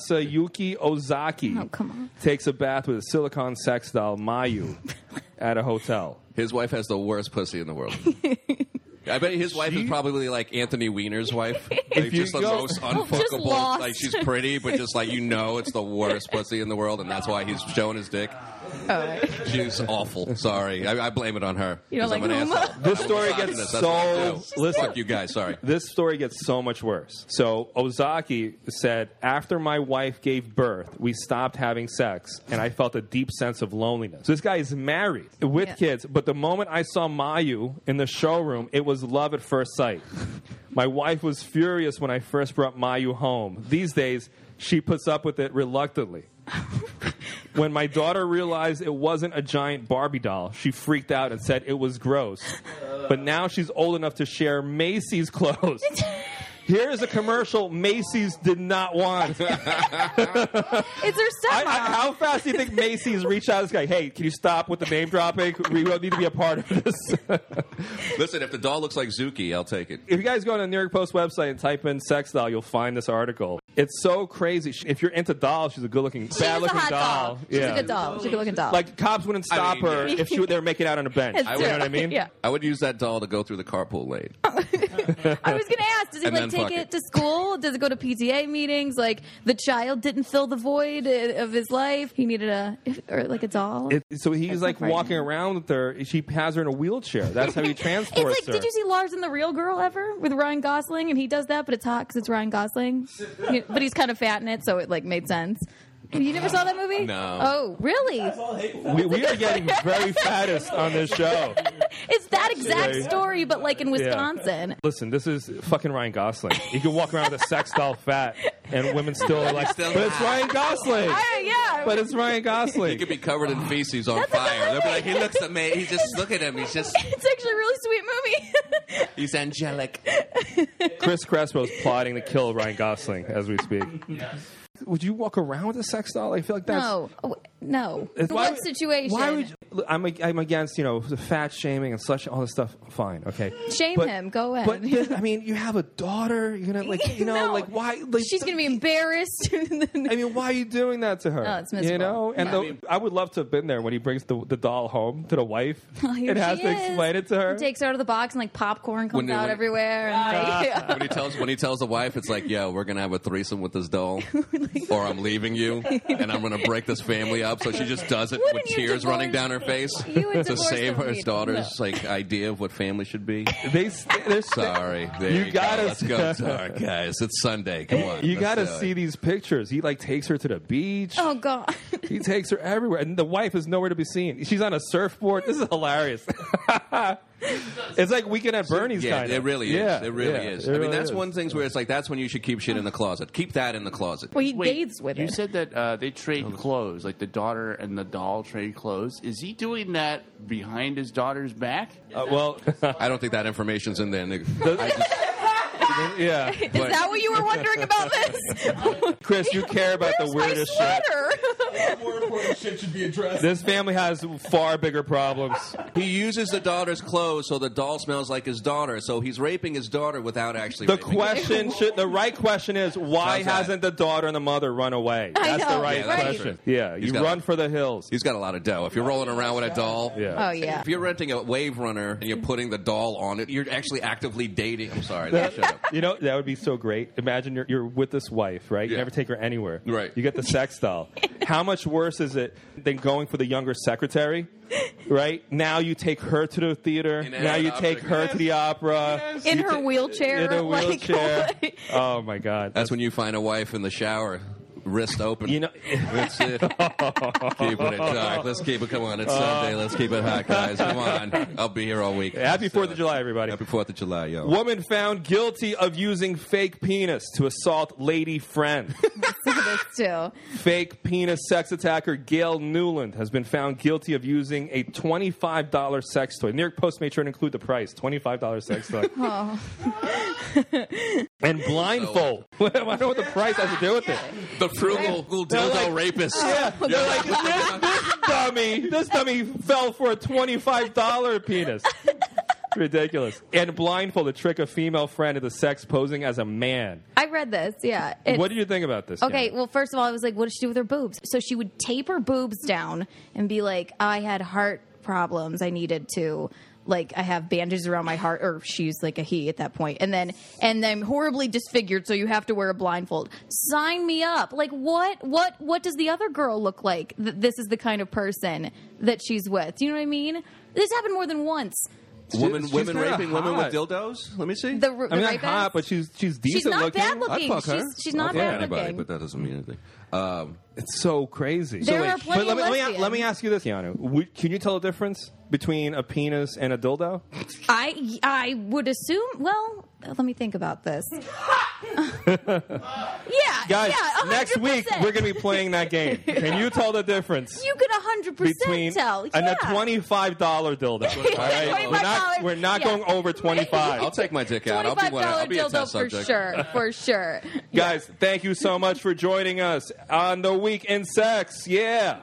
[SPEAKER 1] Masayuki Ozaki
[SPEAKER 5] Oh, come on.
[SPEAKER 1] takes a bath with a silicone sex doll, Mayu, at a hotel.
[SPEAKER 2] His wife has the worst pussy in the world. I bet his wife is probably like Anthony Weiner's wife. Like
[SPEAKER 1] you
[SPEAKER 2] just the
[SPEAKER 1] go-
[SPEAKER 2] most
[SPEAKER 5] just
[SPEAKER 2] unfuckable.
[SPEAKER 5] lost.
[SPEAKER 2] Like she's pretty, but just like you know, it's the worst pussy in the world, and that's why he's showing his dick.
[SPEAKER 5] Oh, right.
[SPEAKER 2] She's awful. Sorry, I, I blame it on her.
[SPEAKER 5] You don't
[SPEAKER 2] 'Cause I'm
[SPEAKER 5] like
[SPEAKER 2] an
[SPEAKER 5] Uma?
[SPEAKER 2] asshole.
[SPEAKER 1] This
[SPEAKER 2] I'm a
[SPEAKER 1] story
[SPEAKER 2] misogynist.
[SPEAKER 1] gets
[SPEAKER 2] That's what I do.
[SPEAKER 1] so- listen.
[SPEAKER 2] Fuck you guys. Sorry.
[SPEAKER 1] This story gets so much worse. So Ozaki said, after my wife gave birth, we stopped having sex, and I felt a deep sense of loneliness. So this guy is married with
[SPEAKER 5] Yeah.
[SPEAKER 1] kids, but the moment I saw Mayu in the showroom, it was love at first sight. my wife was furious when I first brought Mayu home. These days, she puts up with it reluctantly. When my daughter realized it wasn't a giant Barbie doll, she freaked out and said it was gross. But now she's old enough to share Macy's clothes. Here's a commercial Macy's did not want. I,
[SPEAKER 5] It's her
[SPEAKER 1] I,
[SPEAKER 5] stepmom.
[SPEAKER 1] how fast do you think Macy's reached out to this guy? Hey, can you stop with the name dropping? We don't need to be a part of this.
[SPEAKER 2] Listen, if the doll looks like Zuki, I'll take it.
[SPEAKER 1] if you guys go on the New York Post website and type in sex doll, you'll find this article. It's so crazy. She- If you're into dolls, she's a good looking,
[SPEAKER 5] She's
[SPEAKER 1] bad
[SPEAKER 5] a
[SPEAKER 1] looking
[SPEAKER 5] hot doll.
[SPEAKER 1] doll.
[SPEAKER 5] She's
[SPEAKER 1] yeah.
[SPEAKER 5] a good doll. She's a good looking doll.
[SPEAKER 1] Like cops wouldn't stop
[SPEAKER 2] mean,
[SPEAKER 1] her
[SPEAKER 2] yeah.
[SPEAKER 1] if she, they were making out on a bench.
[SPEAKER 5] It's
[SPEAKER 1] you know
[SPEAKER 5] true.
[SPEAKER 1] what I mean?
[SPEAKER 5] Yeah.
[SPEAKER 2] I would use that doll to go through the carpool lane.
[SPEAKER 5] I was gonna ask, does he
[SPEAKER 2] And
[SPEAKER 5] like
[SPEAKER 2] then
[SPEAKER 5] take
[SPEAKER 2] fuck
[SPEAKER 5] it,
[SPEAKER 2] it.
[SPEAKER 5] to school? Does it go to PTA meetings? Like the child didn't fill the void uh, of his life. He needed a or like a doll.
[SPEAKER 1] It, so he's
[SPEAKER 5] That's
[SPEAKER 1] like
[SPEAKER 5] frightening.
[SPEAKER 1] walking around with her. She has her in a wheelchair. That's how he
[SPEAKER 5] it's
[SPEAKER 1] transports
[SPEAKER 5] like,
[SPEAKER 1] her.
[SPEAKER 5] did you see Lars and the Real Girl ever with Ryan Gosling? And he does that, but it's hot because it's Ryan Gosling. You- but he's kind of fat in it, so it like made sense. You never saw that movie?
[SPEAKER 2] No.
[SPEAKER 5] Oh, really?
[SPEAKER 1] we, we are getting very fattest on this show.
[SPEAKER 5] It's that exact
[SPEAKER 1] Right.
[SPEAKER 5] story, but like in Wisconsin.
[SPEAKER 1] Listen, this is fucking Ryan Gosling. He can walk around with a sex doll fat, and women still are like,
[SPEAKER 2] Still
[SPEAKER 1] but it's
[SPEAKER 2] hot."
[SPEAKER 1] Ryan Gosling.
[SPEAKER 5] I- yeah.
[SPEAKER 1] But it's Ryan
[SPEAKER 2] He could
[SPEAKER 1] Gosling.
[SPEAKER 2] be covered in feces on fire. They'll be like, he looks at me. He's just look at him. He's just
[SPEAKER 5] it's actually a really sweet movie.
[SPEAKER 2] he's angelic.
[SPEAKER 1] Chris Crespo is plotting to kill Ryan Gosling as we speak. Would you walk around with a sex doll? I feel like that's
[SPEAKER 5] no, Oh, no.
[SPEAKER 1] It's-
[SPEAKER 5] In
[SPEAKER 1] why
[SPEAKER 5] what
[SPEAKER 1] would-
[SPEAKER 5] situation?
[SPEAKER 1] Why would you, look, I'm ag- I'm against you know the fat shaming and such all this stuff. Fine, okay.
[SPEAKER 5] Shame him. Go ahead.
[SPEAKER 1] But then, I mean, you have a daughter. You're gonna like you know
[SPEAKER 5] No.
[SPEAKER 1] like why like
[SPEAKER 5] She's gonna be embarrassed.
[SPEAKER 1] I mean, why are you doing that to her?
[SPEAKER 5] Oh, it's
[SPEAKER 1] You
[SPEAKER 5] miserable.
[SPEAKER 1] know, and
[SPEAKER 5] Yeah.
[SPEAKER 1] the- I would love to have been there when he brings the, the doll home to the wife.
[SPEAKER 5] Oh, Here
[SPEAKER 1] it has
[SPEAKER 5] she
[SPEAKER 1] to
[SPEAKER 5] is.
[SPEAKER 1] explain it to her.
[SPEAKER 5] He takes her out of the box and like popcorn comes
[SPEAKER 2] When-
[SPEAKER 5] out
[SPEAKER 2] when-
[SPEAKER 5] everywhere. And,
[SPEAKER 1] Ah.
[SPEAKER 5] like,
[SPEAKER 2] When he tells when he tells the wife, it's like, yo, we're gonna have a threesome with this doll, or I'm leaving you, and I'm gonna break this family up. So she just does it with
[SPEAKER 5] Wouldn't you
[SPEAKER 2] tears running
[SPEAKER 5] divorce-
[SPEAKER 2] down her face
[SPEAKER 5] You would
[SPEAKER 2] to
[SPEAKER 5] divorce
[SPEAKER 2] save
[SPEAKER 5] the
[SPEAKER 2] her
[SPEAKER 5] lead.
[SPEAKER 2] daughter's like idea of what family should be.
[SPEAKER 1] They st- they're st-
[SPEAKER 2] Sorry, there
[SPEAKER 1] You
[SPEAKER 2] you,
[SPEAKER 1] gotta-
[SPEAKER 2] go. Let's go. Sorry, guys, it's Sunday. Come on,
[SPEAKER 1] you
[SPEAKER 2] Let's uh,
[SPEAKER 1] got to
[SPEAKER 2] do it.
[SPEAKER 1] see these pictures. He like takes her to the beach.
[SPEAKER 5] Oh god.
[SPEAKER 1] He takes her everywhere, and the wife is nowhere to be seen. She's on a surfboard. This is hilarious. it's like Weekend at Bernie's
[SPEAKER 2] Yeah,
[SPEAKER 1] kind of.
[SPEAKER 2] it really is.
[SPEAKER 1] Yeah,
[SPEAKER 2] it really
[SPEAKER 1] yeah,
[SPEAKER 2] is.
[SPEAKER 1] it
[SPEAKER 2] I mean,
[SPEAKER 1] really
[SPEAKER 2] that's
[SPEAKER 1] is.
[SPEAKER 2] one of the things where it's like that's when you should keep shit in the closet. Keep that in the closet.
[SPEAKER 5] Well, he bathes with
[SPEAKER 3] you
[SPEAKER 5] it.
[SPEAKER 3] said that uh, they trade clothes, like the daughter and the doll trade clothes. Is he doing that behind his daughter's back?
[SPEAKER 1] Uh, well,
[SPEAKER 2] I don't think that information's in there. Nigga. I just-
[SPEAKER 1] yeah.
[SPEAKER 5] Is that what you were wondering about this?
[SPEAKER 1] Chris, you care about the
[SPEAKER 5] Where's my
[SPEAKER 1] weirdest shit.
[SPEAKER 5] sweater?
[SPEAKER 4] More important shit should be addressed.
[SPEAKER 1] This family has far bigger problems.
[SPEAKER 2] He uses the daughter's clothes so the doll smells like his daughter. So he's raping his daughter without actually.
[SPEAKER 1] The
[SPEAKER 2] raping her.
[SPEAKER 1] question should the right question is why
[SPEAKER 2] How's that?
[SPEAKER 1] hasn't the daughter and the mother run away?
[SPEAKER 5] I
[SPEAKER 1] That's the
[SPEAKER 5] know,
[SPEAKER 1] right
[SPEAKER 2] Yeah, that's
[SPEAKER 5] right.
[SPEAKER 1] question.
[SPEAKER 2] true.
[SPEAKER 1] Yeah,
[SPEAKER 2] He's
[SPEAKER 1] you
[SPEAKER 2] got
[SPEAKER 1] run
[SPEAKER 2] it.
[SPEAKER 1] for the hills.
[SPEAKER 2] He's got a lot of dough. If you're rolling around with a doll,
[SPEAKER 1] Yeah.
[SPEAKER 5] Oh yeah.
[SPEAKER 2] If you're renting a wave runner and you're putting the doll on it, you're actually actively dating. I'm sorry. no, shut up.
[SPEAKER 1] You know that would be so great. Imagine you're, you're with this wife, right? You
[SPEAKER 2] Yeah.
[SPEAKER 1] never take her anywhere.
[SPEAKER 2] Right.
[SPEAKER 1] You get the sex doll. How much worse is it than going for the younger secretary? Right now, you take her to the theater.
[SPEAKER 2] In
[SPEAKER 1] now you
[SPEAKER 2] an
[SPEAKER 1] take
[SPEAKER 2] opera.
[SPEAKER 1] her to the opera.
[SPEAKER 5] In her wheelchair,
[SPEAKER 1] In a wheelchair.
[SPEAKER 5] like
[SPEAKER 1] oh my god.
[SPEAKER 2] That's when you find a wife in the shower, wrist open.
[SPEAKER 1] you know.
[SPEAKER 2] That's it. keeping it dark. Let's keep it. Come on, it's Sunday. Let's keep it hot, guys. Come on. I'll be here all week.
[SPEAKER 1] Happy
[SPEAKER 2] Let's
[SPEAKER 1] Fourth
[SPEAKER 2] do
[SPEAKER 1] of
[SPEAKER 2] it.
[SPEAKER 1] July, everybody.
[SPEAKER 2] uh, Happy Fourth of July, yo.
[SPEAKER 1] Woman found guilty of using fake penis to assault lady friend.
[SPEAKER 5] this too.
[SPEAKER 1] fake penis sex attacker Gail Newland has been found guilty of using a $25 sex toy. New York Post made sure to include the price $25 sex toy.
[SPEAKER 5] Oh.
[SPEAKER 1] and blindfold. I don't know what the price has to do with it.
[SPEAKER 2] The frugal dildo
[SPEAKER 1] like-
[SPEAKER 2] rapist.
[SPEAKER 1] Yeah, they're like, this, this dummy, this dummy fell for a $25 penis. Ridiculous. And blindfold to trick a female friend into sex posing as a man.
[SPEAKER 5] I read this. Yeah. It-
[SPEAKER 1] what do you think about this?
[SPEAKER 5] Okay,
[SPEAKER 1] Cameron?
[SPEAKER 5] well, first of all, I was like, what does she do with her boobs? So she would tape her boobs down and be like, I had heart problems. I needed to, like, I have bandages around my heart, or she's like a he at that point, and then and then horribly disfigured, so you have to wear a blindfold. Sign me up. Like, what, what, what does the other girl look like? That this is the kind of person that she's with. Do you know what I mean? This happened more than once.
[SPEAKER 2] Women,
[SPEAKER 1] She's
[SPEAKER 2] women
[SPEAKER 1] kinda
[SPEAKER 2] raping women
[SPEAKER 1] hot.
[SPEAKER 2] with dildos. Let me see.
[SPEAKER 5] The, r-
[SPEAKER 1] I
[SPEAKER 5] the
[SPEAKER 1] mean, not
[SPEAKER 5] rapist?
[SPEAKER 1] hot, but she's she's decent
[SPEAKER 5] she's not
[SPEAKER 1] looking.
[SPEAKER 5] bad looking.
[SPEAKER 2] I'd fuck her.
[SPEAKER 5] She's, she's not
[SPEAKER 2] I'd fuck
[SPEAKER 5] bad
[SPEAKER 2] anybody,
[SPEAKER 5] looking.
[SPEAKER 2] but that doesn't mean anything. Um,
[SPEAKER 1] It's so crazy.
[SPEAKER 5] There
[SPEAKER 2] wait,
[SPEAKER 5] are
[SPEAKER 2] but
[SPEAKER 5] plenty
[SPEAKER 1] but let me,
[SPEAKER 5] of
[SPEAKER 1] let me let me ask you this, Keanu. Would, can you tell the difference between a penis and a dildo?
[SPEAKER 5] I I would assume. Well, let me think about this. yeah,
[SPEAKER 1] Guys,
[SPEAKER 5] yeah, 100%.
[SPEAKER 1] next week we're going to be playing that game. Can you tell the difference
[SPEAKER 5] You could hundred
[SPEAKER 1] between
[SPEAKER 5] percent tell.
[SPEAKER 1] and
[SPEAKER 5] yeah.
[SPEAKER 1] a twenty-five dollar dildo? All right, we're not
[SPEAKER 5] $25,
[SPEAKER 1] we're not
[SPEAKER 5] yeah.
[SPEAKER 1] going over twenty-five.
[SPEAKER 2] I'll take my dick out. I'll be
[SPEAKER 5] Twenty-five
[SPEAKER 2] one. I'll
[SPEAKER 5] dollar
[SPEAKER 2] be a
[SPEAKER 5] dildo
[SPEAKER 2] test
[SPEAKER 5] for
[SPEAKER 2] subject.
[SPEAKER 5] sure, for sure.
[SPEAKER 1] Guys, thank you so much for joining us on the Week in Sex. Yeah.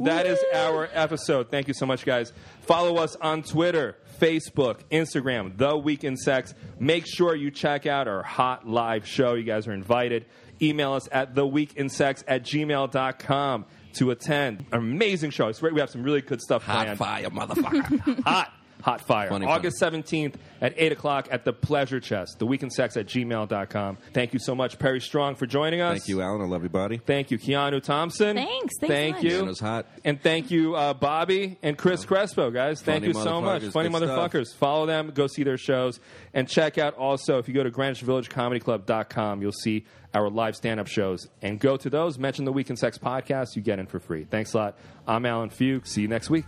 [SPEAKER 1] That is our episode. Thank you so much, guys. Follow us on Twitter, Facebook, Instagram, The Week in Sex. Make sure you check out our hot live show. You guys are invited. Email us at theweekinsex at gmail.com to attend. Amazing show. I swear we have some really good stuff
[SPEAKER 2] Hot
[SPEAKER 1] planned.
[SPEAKER 2] fire, motherfucker.
[SPEAKER 1] Hot. Hot Fire.
[SPEAKER 2] Funny,
[SPEAKER 1] August 17th at 8 o'clock at the Pleasure Chest, theweekendsex at gmail.com. Thank you so much, Perry Strong, for joining us.
[SPEAKER 2] Thank you, Alan. I love you, buddy.
[SPEAKER 1] Thank you, Keanu Thompson.
[SPEAKER 5] Thanks. Thanks
[SPEAKER 1] Thank
[SPEAKER 5] so much.
[SPEAKER 1] you.
[SPEAKER 2] Man, it was hot.
[SPEAKER 1] And thank you, uh, Bobby and Chris Crespo, guys. Thank
[SPEAKER 2] Um, Funny
[SPEAKER 1] you so much.
[SPEAKER 2] motherfuckers.
[SPEAKER 1] Funny
[SPEAKER 2] Good stuff.
[SPEAKER 1] motherfuckers. Follow them. Go see their shows. And check out also, if you go to greenwichvillagecomedyclub.com, you'll see our live stand up shows. And go to those. Mention the Week in Sex podcast. You get in for free. Thanks a lot. I'm Alan Fugue. See you next week.